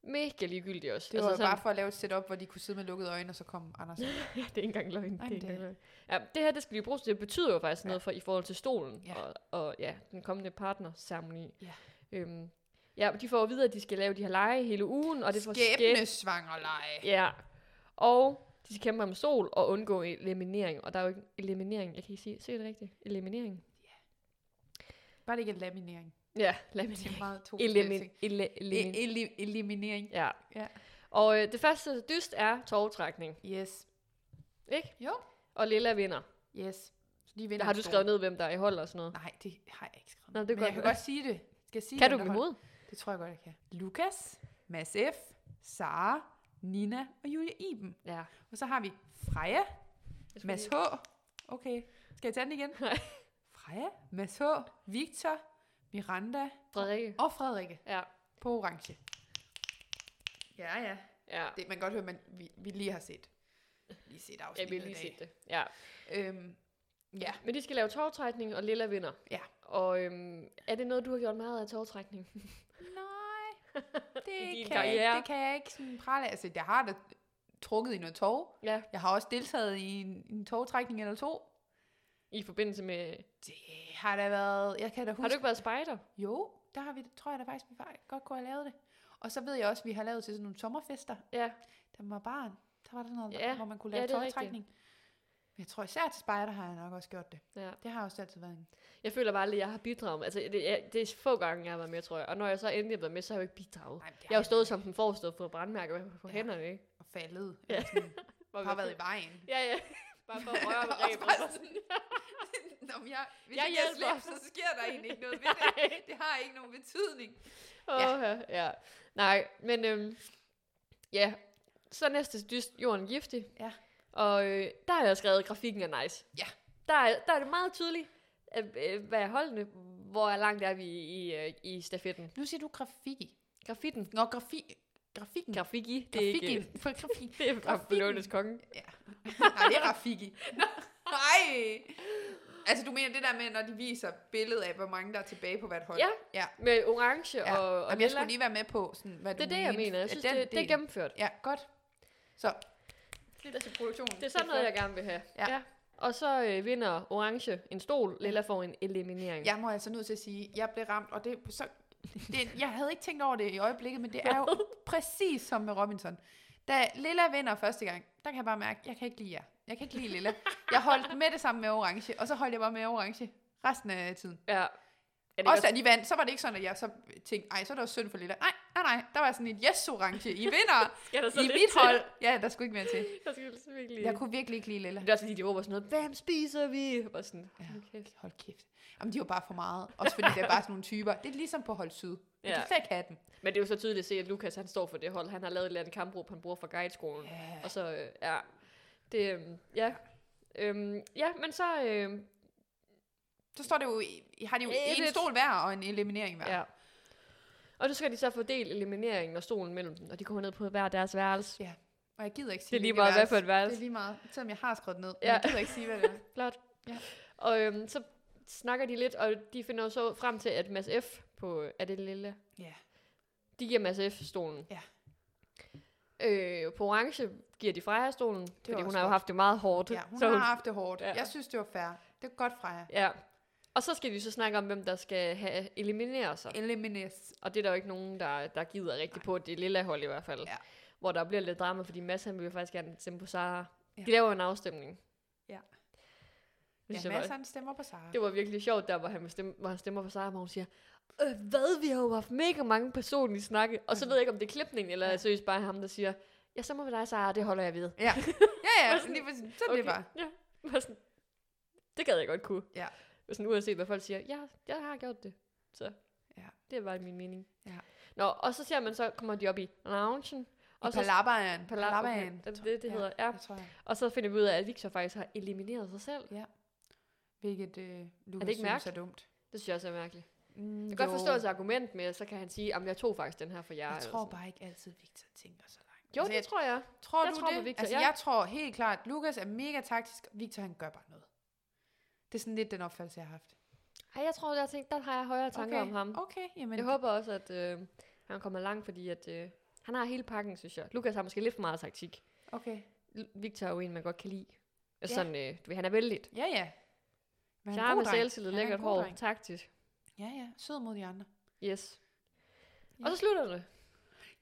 Mega ligegyldigt også.
Det altså, var jo
sådan-
bare for at lave et setup, hvor de kunne sidde med lukkede øjne, og så kom Anders.
Ja, [laughs] det er ikke engang løgn.
Ej,
det er
men
ikke
det-
engang løgn. Ja, det her, det skal de jo bruges til. Det betyder jo faktisk
Ja.
noget for, i forhold til stolen
Ja.
ja. Og, og ja, den kommende partnerceremoni.
Ja.
Øhm, ja, de får jo videre, at de skal lave de her lege hele ugen, og det får skæbne.
Skæbnesvangerleje.
Ja. Og de skal kæmpe om sol og undgå eliminering. Og der er jo ikke eliminering. Jeg kan ikke sige, sige det rigtigt. Eliminering.
Var det ikke en laminering?
Ja,
Det er
laminering.
meget to forskellige
Elimin,
ting.
ele, elimin.
E- eli- eliminering.
ja.
Ja.
Og øh, det første dyst er tårtrækning,
Yes.
ikke?
Jo.
Og Lilla vinder.
Yes. Så de
Der
vinder
har
en
du
stor-
skrevet ned, hvem der er i hold og sådan noget.
Nej, det har jeg ikke skrevet.
Nå,
Nå,
det
det
er
Men
godt.
jeg kan godt sige det. Skal jeg sige,
Kan
hvem
du
der
dem
holdt?
imod?
Det tror jeg godt, jeg kan. Lukas, Mads F., Sara, Nina og Julie Iben.
Ja.
Og så har vi Freja,
Jeg skulle
Mads
lige-
H. Okay, skal jeg tage den igen?
Nej.
Freja, Mads H., Victor, Miranda
Frederikke.
og Frederikke
Ja.
på orange. Ja, ja.
Ja,
Det, man kan godt høre, man, vi, vi lige har set. Lige set
jeg
afsnittet
vil lige se det. Ja.
det. Øhm, ja.
Men de skal lave tårtrækning, og Lilla vinder.
Ja.
Og øhm, er det noget, du har gjort meget af tårtrækning?
Nej,
[laughs]
det
I din
kan, jeg ikke,
karriere.
det kan jeg ikke sådan prale. af. Altså, jeg har da trukket i noget tog.
ja.
Jeg har også deltaget i en, en togtrækning eller to.
I forbindelse med...
Det har da været... Jeg kan da huske...
Har du ikke været spejder?
Jo, der har vi, tror jeg da faktisk, vi far- godt kunne have lavet det. Og så ved jeg også, at vi har lavet til sådan nogle sommerfester.
Ja.
Da man var barn, der var der sådan noget, ja.
Ja,
hvor man kunne
ja,
lave
det er
ja,
rigtigt.
tøjtrækning. Men jeg tror især til spejder har jeg nok også gjort det.
ja.
Det har også altid været en...
Jeg føler bare aldrig, at jeg har bidraget. Altså, det, jeg, det er få gange, jeg har været med, tror jeg. Og når jeg så endelig er blevet med, så har jeg jo ikke bidraget.
Nej, men det
Jeg har jo stået som den forreste på brandmærker på
Ja.
hænderne, ikke?
Og faldet.
Ja.
Ja. Sådan,
Hvor
har
vi-
været i vejen.
Ja,
[laughs]
ja. Bare for at røre ved
Og bare
rebet.
sådan- [laughs] Nå, men jeg, hvis
Jeg
jeg, jeg
hjælper.
slipper, så sker der egentlig ikke
[laughs]
noget ved det. Det har ikke nogen betydning.
Åh, ja. ja. Nej, men øhm, ja. Så næste dyst, jorden giftig.
Ja.
Og øh, der har jeg skrevet, at grafikken er nice.
Ja.
Der er, der er det meget tydeligt, at, øh, hvad er holdene, hvor langt er vi i, i, øh, i stafetten.
Nu siger du grafik.
Grafitten.
Nå, grafi, grafikken.
Grafiki, det er
Grafikken.
ikke...
For grafik.
Det er fra
Grafikken.
Blånes konge.
Nej, det er
[laughs]
Rafiki. Nej. Altså, du mener det der med, når de viser billedet af, hvor mange der er tilbage på hvert hold?
Ja,
ja.
Med orange
ja.
og, og
Jamen, jeg
lilla.
skulle lige være med på, sådan, hvad
Det er
du
det, jeg
mente.
mener. Jeg
Ja,
synes,
den
det, det er
del.
gennemført.
Ja, godt. Så. Det er til produktionen.
Det er sådan noget, jeg gerne vil have.
Ja.
Og så øh, vinder orange en stol, lilla får en eliminering.
Jeg må altså nødt til at sige, jeg blev ramt, og det, så, det, jeg havde ikke tænkt over det i øjeblikket, men det er jo præcis som med Robinson. Da Lilla vinder første gang, der kan jeg bare mærke, jeg kan ikke lide jer. Jeg kan ikke lide Lilla. Jeg holdt med det samme med orange, og så holdt jeg bare med orange resten af tiden.
ja. Er det
Også
også
da de vandt, så var det ikke sådan, at jeg så tænkte, ej, så er det også synd for Lilla. Nej, nej, nej, der var sådan et yes-orange. I vinder
skal der [laughs] så
i
lidt
mit
til?
hold. Ja, der skulle ikke mere til.
[laughs] Der skal så virkelig...
Jeg kunne virkelig ikke lide Lilla.
Det er også fordi, de råber sådan noget, hvem spiser vi? Og sådan,
Ja.
okay.
Hold kæft. Jamen, de var bare for meget. Også fordi det er bare sådan nogle typer. Det er ligesom på hold syd. Jeg
Ja.
kan slet ikke have dem.
Men det er jo så tydeligt at se, at Lukas han står for det hold. Han har lavet et eller andet kampråb, han bruger fra guideskolen.
Ja.
Og så, øh, ja. Det, øhm, ja. Øhm, ja, men så, øh,
Så står det jo, i- har de jo
Et-
en
et-
stol hver og en eliminering hver.
ja. Og nu skal de så fordele elimineringen og stolen mellem dem, og de kommer ned på hver deres værelse.
Og jeg gider ikke sige,
Det er lige
hvilket
meget, hvad for et
værelse. Det er
værelse.
lige meget, selvom jeg har skrevet det ned. Ja.
Ja.
Jeg gider ikke sige, hvad det
[laughs]
er.
Flot.
Ja.
Og øhm, så snakker de lidt, og de finder jo så frem til, at Mads F. på, øh, er det Lille?
Ja.
De giver Mads F. stolen.
Ja.
Øh, på orange giver de Freja stolen, fordi
også
hun har jo
godt.
haft det meget hårdt.
Ja, hun har haft det hårdt.
Ja.
Jeg synes, det var fair. Det er godt fra jer.
Ja. Og så skal de så snakke om, hvem der skal have eliminere sig.
Elimines.
Og det er der jo ikke nogen, der, der gider rigtig på. Det er lilla hold i hvert fald.
Ja.
Hvor der bliver lidt drama, fordi Mads han vil jo faktisk gerne stemme på Sara.
Ja.
Ja. De laver en afstemning.
Ja.
Det,
Ja,
synes jeg
Mads,
var,
han stemmer på Sara.
det var virkelig sjovt, der hvor han, vil stemme, hvor han stemmer på Sara, hvor hun siger, øh, hvad, vi har jo haft mega mange personlige snakke. Og så ved jeg ikke, om det er klipning, eller
Ja.
ja. seriøst bare ham, der siger, jeg stemmer på dig, Sara, det holder jeg ved. [laughs]
Ja, ja,
Var
ja
sådan,
lige præcis. Sådan okay. det var.
Ja. [laughs] Var sådan, det gad jeg godt kunne.
Ja.
Sådan, uanset hvad folk siger, ja, jeg har gjort det. Så
Ja.
det var min mening.
Ja.
Nå, og så ser man, så kommer de op i loungen.
Og
Og
I
så,
Palabaen.
Palab-
Palabaen.
okay, det, det, det
Ja.
hedder, ja.
Det tror jeg.
Og så finder vi ud af, at Victor faktisk har elimineret sig selv.
Hvilket øh, Lukas
ikke
synes er
mærkeligt?
dumt.
Det synes jeg også er mærkeligt.
Mm,
Jeg kan godt forstå hans argument med, at så kan han sige, at jeg tog faktisk den her for jer.
Jeg
eller
tror
sådan.
bare ikke altid, Victor tænker så langt.
Jo,
Altså,
det
jeg,
tror jeg.
tror
jeg
du
tror på
det?
Victor,
altså,
ja.
jeg tror helt klart, Lukas er mega taktisk, og Victor han gør bare noget. Det er sådan lidt den opfattelse, jeg har haft.
Ej, jeg tror, jeg har tænkt, der har jeg højere tanker
okay.
om ham.
Okay, jamen.
Jeg håber også, at øh, han kommer langt, fordi at, øh, han har hele pakken, synes jeg. Lukas har måske lidt for meget taktik.
Okay.
L- Victor er jo en, man godt kan lide. Ja.
Ja.
Sådan, øh, du ved, han er vældig.
Ja, ja. Men han er en
Charme,
god dreng.
selvtillid,
Han er en
lækkert
god
hår,
dreng.
taktisk.
Ja, ja. Sød mod de andre.
Yes.
Ja.
Og så slutter det.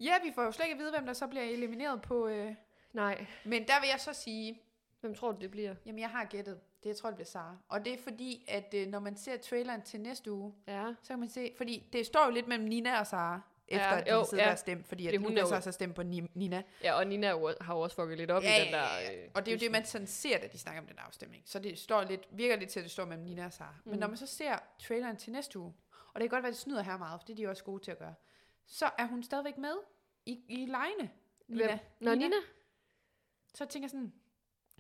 Ja, vi får jo slet ikke at vide, hvem der så bliver elimineret på... Øh...
Nej,
Men der vil jeg så sige,
hvem tror du, det bliver?
jamen jeg har gættet. Det jeg tror det bliver Sara. Og det er fordi, at øh, når man ser traileren til næste uge,
Ja.
så kan man se... Fordi det står jo lidt mellem Nina og Sara, efter
Ja,
at de
jo,
jo, sidder
ja.
ja. der og stemt, fordi
Fordi
at
hun
Lukas
er jo-
også har stemt på Ni- Nina.
Ja, og Nina er jo- har jo også fucket lidt op i den der... øh,
og det er jo det,
liste.
man sådan ser, da de snakker om den afstemning. Så det står lidt, virker lidt til, at det står mellem Nina og Sara. Men
Mm.
når man så ser traileren til næste uge, og det kan godt være, at det snyder her meget, for det er de også gode til at gøre, så er hun stadigvæk med i, i lejene, Nina.
Hvem? Nå, Nina?
Så tænker jeg sådan,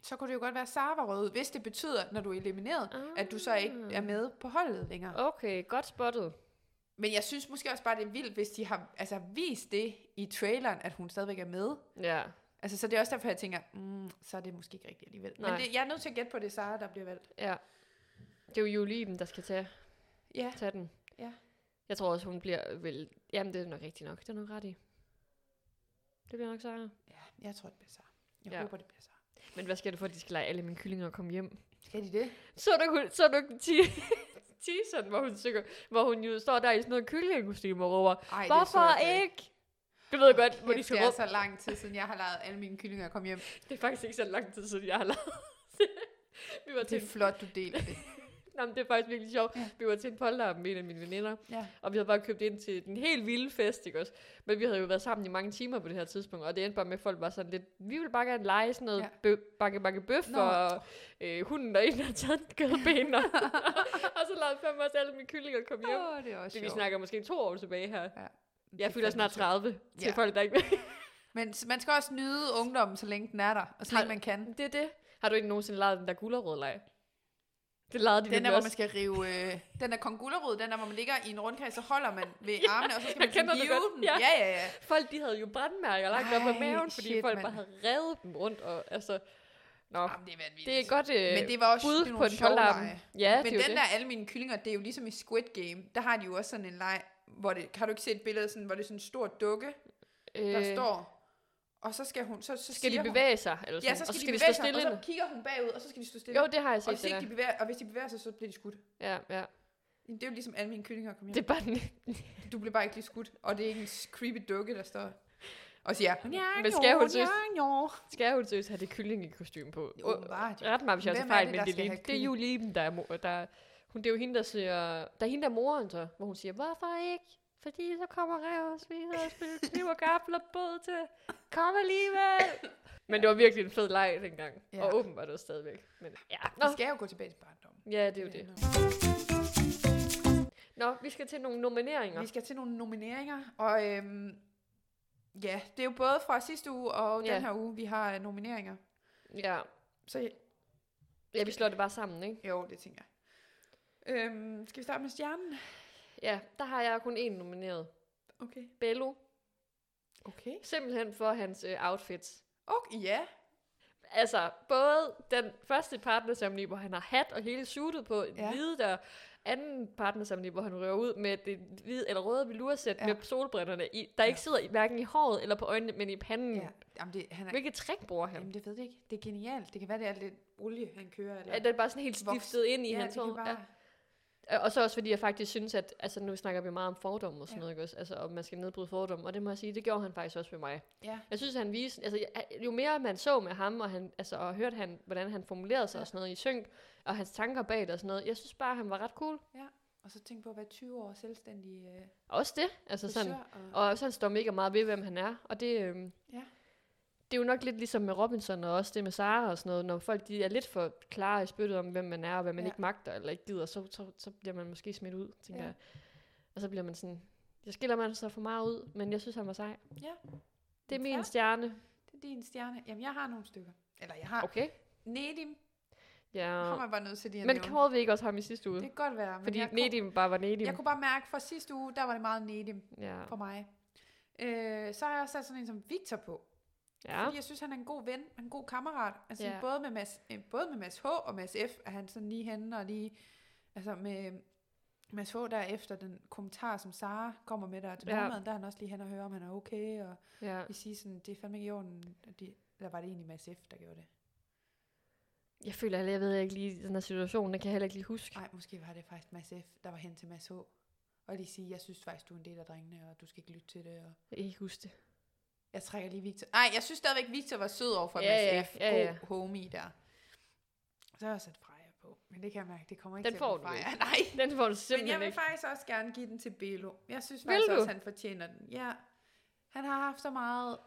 så kunne det jo godt være, at Sara var rød, hvis det betyder, når du er elimineret,
Ah.
at du så ikke er med på holdet længere.
Okay, godt spottet.
Men jeg synes måske også bare, det er vildt, hvis de har altså, vist det i traileren, at hun stadigvæk er med.
Ja.
Altså, så det er også derfor, jeg tænker, mm, så er det måske ikke rigtigt alligevel.
Nej.
Men det, jeg er nødt til at gætte på, at det er Sara, der bliver valgt.
Ja. Det er jo Julie, der skal tage,
Ja,
tage den.
Ja.
Jeg tror også, hun bliver vel... Jamen, det er nok rigtigt nok. Det er nok ret i. Det bliver nok Sara.
ja jeg tror, det bliver Sara. Jeg
Ja.
håber, det bliver Sara.
Men hvad skal du for, at de skal lege alle mine kyllinger og komme hjem?
Skal de det?
Så du, ikke- så du ikke te- [laughs] teaseren, hvor hun, synger, hvor hun jo står der i sådan noget kyllingekostyme og råber,
Ej, det
Hvorfor
så jeg
ikke? Du ved godt, hvor
Kæft,
de skal
det er
råbe.
så lang tid siden, jeg har lejet alle mine kyllinger at komme hjem.
Det er faktisk ikke så lang tid siden, jeg har lavet det. [laughs] Vi var
Det
til,
er flot, du
[laughs]
deler det.
Nå, men det er faktisk virkelig sjovt.
Ja.
Vi var til en polterappen med en af mine veninder,
Ja.
og vi havde bare købt ind til den helt vilde fest, ikke også? Men vi havde jo været sammen i mange timer på det her tidspunkt, og det endte bare med, at folk var sådan lidt, vi vil bare gerne lege sådan noget
Ja.
ja. bø- bakke bakke bøf,
Nå.
og øh, hunden der en har taget en kødben, og, [laughs] og så lavede fem af os alle mine kyllinger komme hjem.
Åh, det er også
Det, vi
sjovt.
snakker måske to år tilbage her.
Det er
Jeg fylder
fandme
snart
sjovt.
30 til
Ja.
folk, der ikke
Men s- man skal også nyde ungdommen, så længe den er der, og så
Har-
længe man kan.
[laughs] Det er det. Har du ikke nogensinde lejet den der gulerødleg? Det lejede de
Den
nemlig
der, hvor
også.
man skal rive... Øh, den der kong Gullerod, den der, hvor man ligger i en rundkreds, så holder man ved armene, og så skal
jeg
man sådan
kender det
hive
godt.
den.
Ja.
Ja, ja, ja.
Folk, de havde jo brandmærker langt op ad
Ej,
maven, fordi
shit,
folk
mand.
bare havde revet dem rundt. Og, altså, nå,
Jamen, det er vanvittigt.
det er et godt øh,
Men det var også det er
bud på
nogle
en
sjove
polterappen.
lege.
Ja,
Men
det er
den
jo
der alle mine kyllinger, det er jo ligesom i Squid Game. Der har de jo også sådan en leg, hvor det, har du ikke set et billede, sådan, hvor det er sådan en stor dukke,
det.
der
Øh,
står, og så skal hun, så, så
skal de
siger
bevæge sig? Eller
hun,
sådan?
ja, så skal,
og så
de
skal de,
bevæge
stå
sig, og
stille.
så kigger hun bagud, og så skal de stå
ind?
stille.
Jo, det har jeg
og, hvis
set, det
ikke
der.
de bevæger, og hvis de bevæger sig, så bliver de skudt.
Ja, ja.
Det er jo ligesom alle mine kyllinger kom
Det
hjem.
er bare [laughs] den.
Du bliver bare ikke lige skudt, og det er ikke en creepy dukke, der står og siger,
Men skal hun
ja,
synes-
jo.
Skal hun seriøst have det kyllingekostyme på?
Åbenbart, jo.
Ret mig, hvis jeg
Hvem
tager
er
fejl,
det,
men
der
det er
skal
lige.
have
Det er Julie Iben, der er, mo- der Hun, det er jo hende, der siger... Der er hende, der er moren, så, hvor hun siger, hvorfor ikke? Fordi så kommer rev og spiser og spiller kniv og gaffel og båd til. Kom alligevel! Men det var virkelig en fed leg dengang.
Ja.
Ja. Og åben var det jo stadigvæk. Men ja,
Vi
nå.
skal jo gå tilbage til barndommen.
Ja, det er jo det. Nå, vi skal til nogle nomineringer.
Vi skal til nogle nomineringer, og øhm, ja, det er jo både fra sidste uge og ja.
Ja.
den her uge, vi har øh, nomineringer.
Ja.
Så
ja, vi slår det bare sammen, ikke?
jo, det tænker jeg. Øhm, skal vi starte med stjernen?
Ja, der har jeg kun én nomineret.
Okay.
Bello.
Okay.
Simpelthen for hans øh, outfits.
Okay, ja.
Altså, både den første partnersamling, hvor han har hat og hele suitet på,
Ja.
ja. hvide der, anden partnersamling, hvor han rører ud med det hvide eller røde velursæt
Ja.
ja. med solbrillerne, i, der
Ja.
ja. ikke sidder i, hverken i håret eller på øjnene, men i panden.
ja.
Ja.
Jamen, det, han er,
Hvilket trick bruger han?
jamen, det ved jeg ikke. Det er genialt. Det kan være, det er alt det olie, han kører. Eller...
Er den bare sådan helt
Voks.
stiftet ind i
ja,
hans
det
hår?
kan
Ja.
bare...
Øh, Og så også fordi jeg faktisk synes, at altså, nu snakker vi meget om fordomme og sådan
Ja.
ja. noget, ikke også? Altså om man skal nedbryde fordomme, og det må jeg sige, det gjorde han faktisk også med mig.
Ja.
Jeg synes, han viste, altså jeg- jo mere man så med ham, og, han, altså, og hørte han, hvordan han formulerede sig
Ja.
ja. og sådan noget i synk, og hans tanker bag det og sådan noget, jeg synes bare, han var ret cool.
Og så tænk på at være 20 år selvstændig øh,
Også det, altså sådan.
frisør. Og...
Og sådan står mega meget ved, hvem han er, og det... Øhm,
Ja.
Det er jo nok lidt ligesom med Robinson og også det med Sara og sådan noget. Når folk de er lidt for klare i spyttet om, hvem man er og hvad man
Ja.
ja. ikke magter eller ikke gider, så, så, så bliver man måske smidt ud, tænker
Ja.
ja. jeg. Og så bliver man sådan, jeg skiller man sig for meget ud, men jeg synes, han var sej.
Ja.
Det er
Fair.
min stjerne.
Det er din stjerne. Jamen, jeg har nogle stykker. Eller jeg har... Okay.
Okay.
Nedim. Ja.
Ja.
Kommer jeg bare nødt til lige at
Men
nævne.
kårede vi ikke også ham i sidste uge?
Det kan godt være. Men
Fordi
jeg
Nedim bare var Nedim.
Kunne, jeg kunne bare mærke, fra sidste uge, der var det meget Nedim
Ja.
for mig. Øh, så har jeg også sat sådan en som Victor på. Ja.
ja.
Fordi jeg synes, han er en god ven, og en god kammerat. Altså, ja.
Ja.
både, med Mads, øh, både med Mads H. og Mads F. er han sådan lige henne og lige... Altså med Mads H. der er efter den kommentar, som Sara kommer med der til
Ja.
morgenmaden, der er han også lige hen og høre, om han er okay. Og
ja.
vi siger sådan, det er fandme ikke i orden. at De, eller var det egentlig Mads F., der gjorde det?
Jeg føler, at jeg ved ikke lige den her situation, den kan jeg heller ikke lige huske.
Nej, måske var det faktisk Mads F., der var hen til Mads H. Og lige sige, jeg synes faktisk, du er en del af drengene, og du skal ikke lytte til det. Og
Jeg kan ikke huske det.
jeg trækker lige Victor. Nej, jeg synes stadigvæk, Victor var sød over for
Ja,
ja,
ja,
Mads F.
ja, ja.
God homie der. Så har jeg sat Freja på. Men det kan jeg mærke, det kommer ikke
Den
til
får
at blive
du
Freja. [laughs] Nej.
Den får du
Men jeg
simpelthen
vil
ikke.
faktisk også gerne give den til Belo. Jeg synes
Vil
faktisk
du?
også, han fortjener den. Ja. Han har haft så meget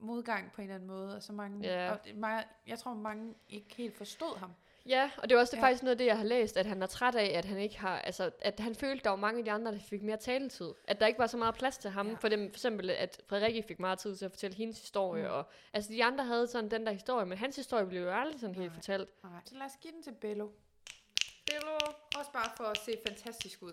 modgang på en eller anden måde, og så mange,
Ja.
og det, meget, jeg tror mange ikke helt forstod ham.
Ja, og det var også det
Ja.
ja. faktisk noget af det, jeg har læst, at han er træt af, at han ikke har, altså, at han følte, der var mange af de andre, der fik mere taletid. At der ikke var så meget plads til ham.
Ja.
Ja. For, dem, for eksempel, at Frederikke fik meget tid til at fortælle hendes historie.
Mm.
Mm. Og, altså, de andre havde sådan den der historie, men hans historie blev jo aldrig sådan helt
Nej.
fortalt.
Nej, så lad os give den til Bello.
Bello.
Også bare for at se fantastisk ud.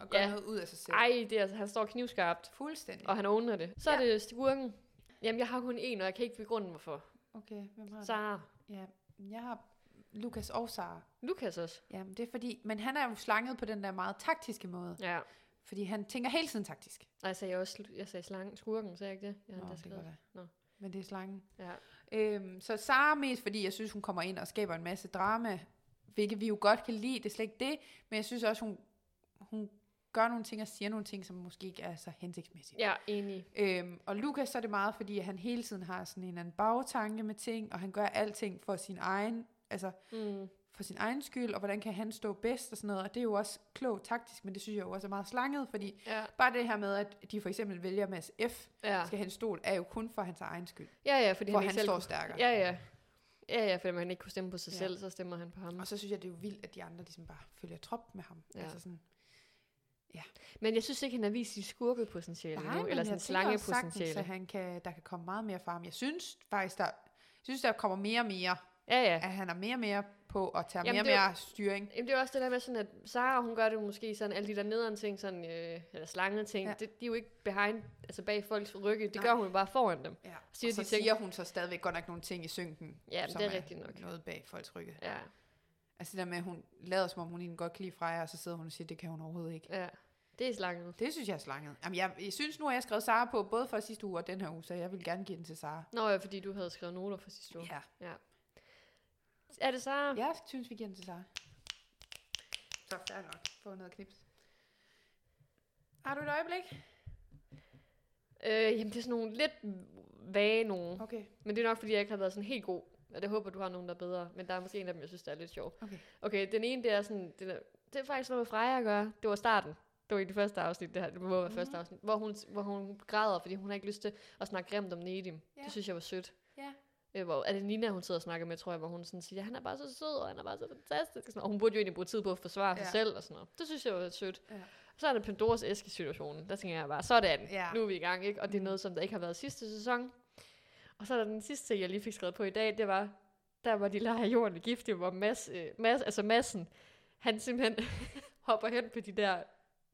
Og gøre ja.
Ja.
noget ud af sig selv.
Ej, det er, altså, han står knivskarpt,
Fuldstændig.
og han owner det. Så
Ja.
er det skurken. Jamen, jeg har kun én, og jeg kan ikke begrunde, hvorfor.
Okay, hvem har så.
Sara.
Ja, jeg har Lukas og Sara.
Lukas også.
Jamen, det er fordi, men han er jo slanget på den der meget taktiske måde.
Ja.
Fordi han tænker hele tiden taktisk.
Og jeg sagde også, jeg sagde slangen, skurken, sagde jeg ikke det? Jeg
Nå,
havde
det
endda
kan godt
skrevet.
være.
Nå.
Men det er slangen.
Ja.
Øhm, så Sara mest, fordi jeg synes, hun kommer ind og skaber en masse drama, hvilket vi jo godt kan lide, det er slet ikke det, men jeg synes også, hun, hun gør nogle ting og siger nogle ting, som måske ikke er så hensigtsmæssige.
ja, enig.
Øhm, og Lukas, så er det meget, fordi han hele tiden har sådan en eller anden bagtanke med ting, og han gør alting for sin egen, altså
Mm.
for sin egen skyld, og hvordan kan han stå bedst og sådan noget. Og det er jo også klogt taktisk, men det synes jeg jo også er meget slanget, fordi
Ja.
bare det her med, at de for eksempel vælger Mads F.
Ja.
skal have en stol, er jo kun for hans egen skyld,
ja, ja, fordi
hvor
han,
han,
ikke
han
selv
står stærkere. Ja.
Ja, ja. Ja, ja, fordi man ikke kunne stemme på sig
Ja.
ja. selv, så stemmer han på ham.
Og så synes jeg, det er jo vildt, at de andre ligesom bare følger trop med ham. Ja.
Ja.
Altså sådan,
Men jeg synes ikke, han har vist sit skurkepotentiale nu, eller sådan
så
slangepotentiale.
han kan, der kan komme meget mere fra ham. Jeg synes faktisk, der, jeg synes, der kommer mere og mere,
Ja, ja.
at han er mere og mere på og tager
Jamen,
mere og
det er jo-
mere styring.
Jamen, det er også det der med sådan, at Sara, hun gør det jo måske sådan, alle de der nederen ting, sådan, øh, eller slange ting,
Ja.
ja. det, de er jo ikke behind, altså bag folks rygge, det
Nej.
gør hun jo bare foran dem.
Ja. Og
Siger
så
de ting-
siger hun så stadigvæk godt nok nogle ting i synken,
Ja, men
som
det er
er
rigtigt nok.
noget bag folks rygge.
Ja,
Altså det der med, at hun lader som om, hun egentlig godt kan lide Freja, og så sidder hun og siger, det kan hun overhovedet ikke.
ja. Det er slanget.
Det synes jeg er slanget. Jamen, jeg, jeg synes nu, at jeg har skrevet Sara på, både for sidste uge og den her uge, så jeg vil gerne give den til Sara.
Nå ja, fordi du havde skrevet noter for sidste uge.
Ja.
Er det Sara?
Jeg synes, vi giver den til Sara. Så fair nok. Få noget knips. Har du et øjeblik?
Øh, jamen, det er sådan nogle lidt vage nogen.
Okay.
Men det er nok, fordi jeg ikke har været sådan helt god. Og det håber, du har nogen, der er bedre. Men der er måske en af dem, jeg synes, der er lidt sjov.
Okay.
Okay, den ene, det er sådan... Det der, det er faktisk noget med Freja at gøre. Det var starten. Det var i det første afsnit, det her. Det må være
Mm.
første afsnit. Hvor hun, hvor hun græder, fordi hun har ikke lyst til at snakke grimt om Nedim.
Ja.
Det synes jeg var sødt.
Ja.
Øh, Hvor, er det Nina, hun sidder og snakker med, tror jeg, hvor hun sådan siger, han er bare så sød, og han er bare så fantastisk. Og, sådan, og hun burde jo egentlig bruge tid på at forsvare ja.
Ja.
sig selv og sådan noget. Det synes jeg var sødt.
Ja.
Så er der Pandoras æske-situationen. Der tænker jeg bare, sådan.
Ja. Mm.
Nu er vi i gang, ikke? Og det er noget, som der ikke har været sidste sæson. Og så er der den sidste ting, jeg lige fik skrevet på i dag, det var, der var de leger jorden er giftig, hvor Mads, øh, Mads, altså Madsen, han simpelthen [laughs] hopper hen på de der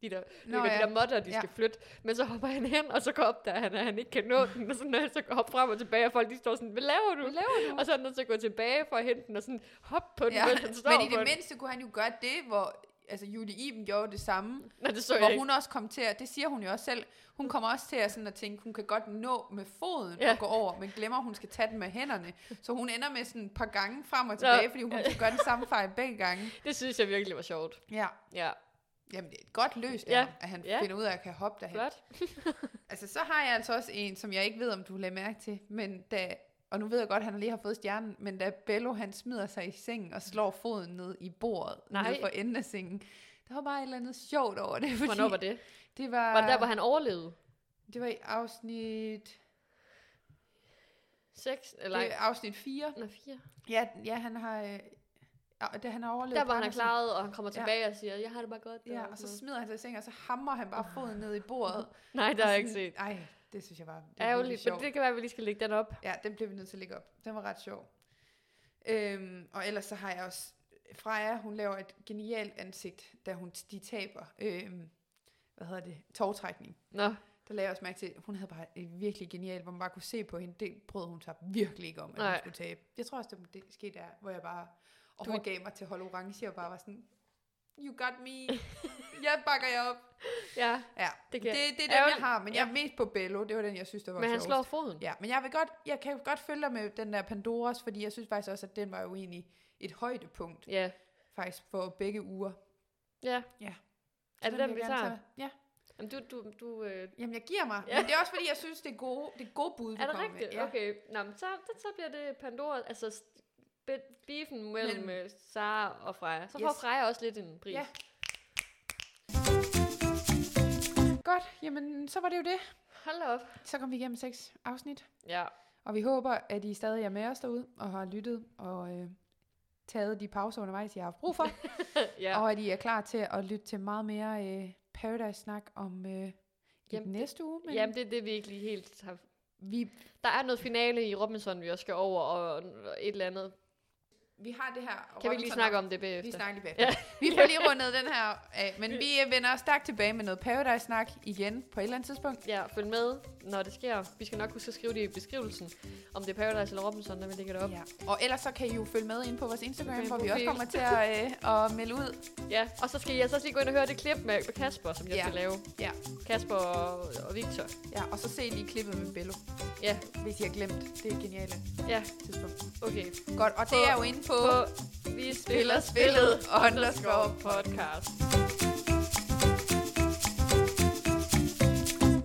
de der, Nå, de der måtter, de ja.
Ja.
skal flytte. Men så hopper han hen, og så går op der, han, at han ikke kan nå den. Og så når han så går op frem og tilbage, og folk de står sådan, hvad laver du?
Hvad laver du?
Og så er han nødt til at gå tilbage for at hente den, og sådan hoppe på den, ja.
Ja.
mens han står
Men i
på
det
den.
mindste kunne han jo gøre det, hvor altså, Julie Iben gjorde det samme.
Nej, det så jeg
Hvor
ikke.
hun også kom til at, det siger hun jo også selv, hun kommer også til at, sådan at tænke, hun kan godt nå med foden
Ja.
ja. og gå over, men glemmer, hun skal tage den med hænderne. Så hun ender med sådan et par gange frem og
Nå.
tilbage, fordi hun kommer til at gøre den samme fejl begge gange.
Det synes jeg virkelig var sjovt.
Ja.
Ja,
Jamen, det er et godt løst,
Ja.
ja. at han
Ja.
ja. finder ud af at kan hoppe derhen.
flot.
Altså, så har jeg altså også en, som jeg ikke ved, om du lagde mærke til, men da, og nu ved jeg godt, at han lige har fået stjernen, men da Bello han smider sig i sengen og slår foden ned i bordet,
Nej.
ned for enden af sengen, der var bare et eller andet sjovt over det, fordi
Hvornår var det?
det var,
Var det der, hvor han overlevede?
det var i afsnit,
Seks? Eller
det er
det,
afsnit 4.
eller fire?
Ja, ja han har, øh, ah, det, han har overlevet
Der, hvor han er
brændelsen.
klaret, og han kommer tilbage og siger, jeg har det bare godt.
Ja, og
sådan
så
noget.
smider han sig i sengen, og så hammer han bare foden ned i bordet.
Nej, det har jeg ikke set.
Nej, det synes jeg bare, det var virkelig
Ærgerligt, men
sjovt.
det kan være, at vi lige skal lægge den op.
Ja, den blev vi nødt til at lægge op. Den var ret sjov. Øhm, og ellers så har jeg også... Freja, hun laver et genialt ansigt, da hun de taber. Øhm, hvad hedder det? Tårtrækning.
Nå,
Der lagde jeg også mærke til, hun havde bare et virkelig genialt, hvor man bare kunne se på hende. Det brød hun sig virkelig ikke om, at
Nej.
hun skulle tabe. Jeg tror også, det, det skete der, hvor jeg bare
Du-
overgav mig til hold orange og bare var sådan, you got
[laughs]
me, jeg bakker jer op.
ja,
Ja,
Det
det,
kan-
det, det er den,
Ærgerligt.
jeg har, men jeg er mest på Bello. Det var den, jeg synes, der var
men han
sjovest.
slår foden.
Ja, men jeg, vil godt, jeg kan jo godt følge dig med den der Pandoras, fordi jeg synes faktisk også, at den var jo egentlig et højdepunkt
Ja,
faktisk for begge uger.
ja.
Ja.
Er det
Så
den,
vil
vi
jeg gerne
tager?
tage. Ja.
Jamen, du, du, du, øh,
Jamen, jeg giver mig.
Ja.
Ja. Men det er også, fordi jeg synes, det er gode, det er gode bud, du
er det
kommer
rigtigt?
med. Ja.
Okay, Nå, men så, det, så bliver det Pandora, altså st- be- beefen mellem
Mellem-
men... Sara og Freja. Så får
Yes.
Freja også lidt en pris.
Ja. Godt, jamen så var det jo det.
Hold da op.
Så kom vi igennem seks afsnit,
Ja,
og vi håber, at I stadig er med os derude og har lyttet og øh, taget de pauser undervejs, I har haft brug for, ja.
[laughs] ja.
og at I er klar til at lytte til meget mere øh, Paradise-snak om øh,
Jamen,
jamen, næste uge. Men
Jamen, det er det, vi ikke lige helt har...
vi
Der er noget finale i Robinson, vi også skal over, og og et eller andet.
Vi har det her...
Kan vi ikke lige snakke om det bagefter?
Vi snakker lige bagefter. Ja. Vi får [laughs] lige rundet den her af, men vi øh, vender stærkt tilbage med noget Paradise-snak igen på et eller andet tidspunkt.
Ja, følg med, når det sker. Vi skal nok huske at skrive det i beskrivelsen, om det er Paradise eller Robinson, når vi lægger det op. Ja,
Ja. Og ellers så kan I jo følge med ind på vores Instagram,
Okay,
hvor vi
profil.
også kommer til at, øh, at melde ud.
ja. og så skal jeg så også lige gå ind og høre det klip med med Kasper, som jeg ja.
Ja.
skal lave.
Ja.
Kasper og, og Victor.
Ja, og så se lige klippet med Bello,
Ja,
hvis I har glemt det geniale
ja,
tidspunkt.
okay.
Godt, og det
På-
er jo inde på...
På Vi spiller spillet underscore podcast.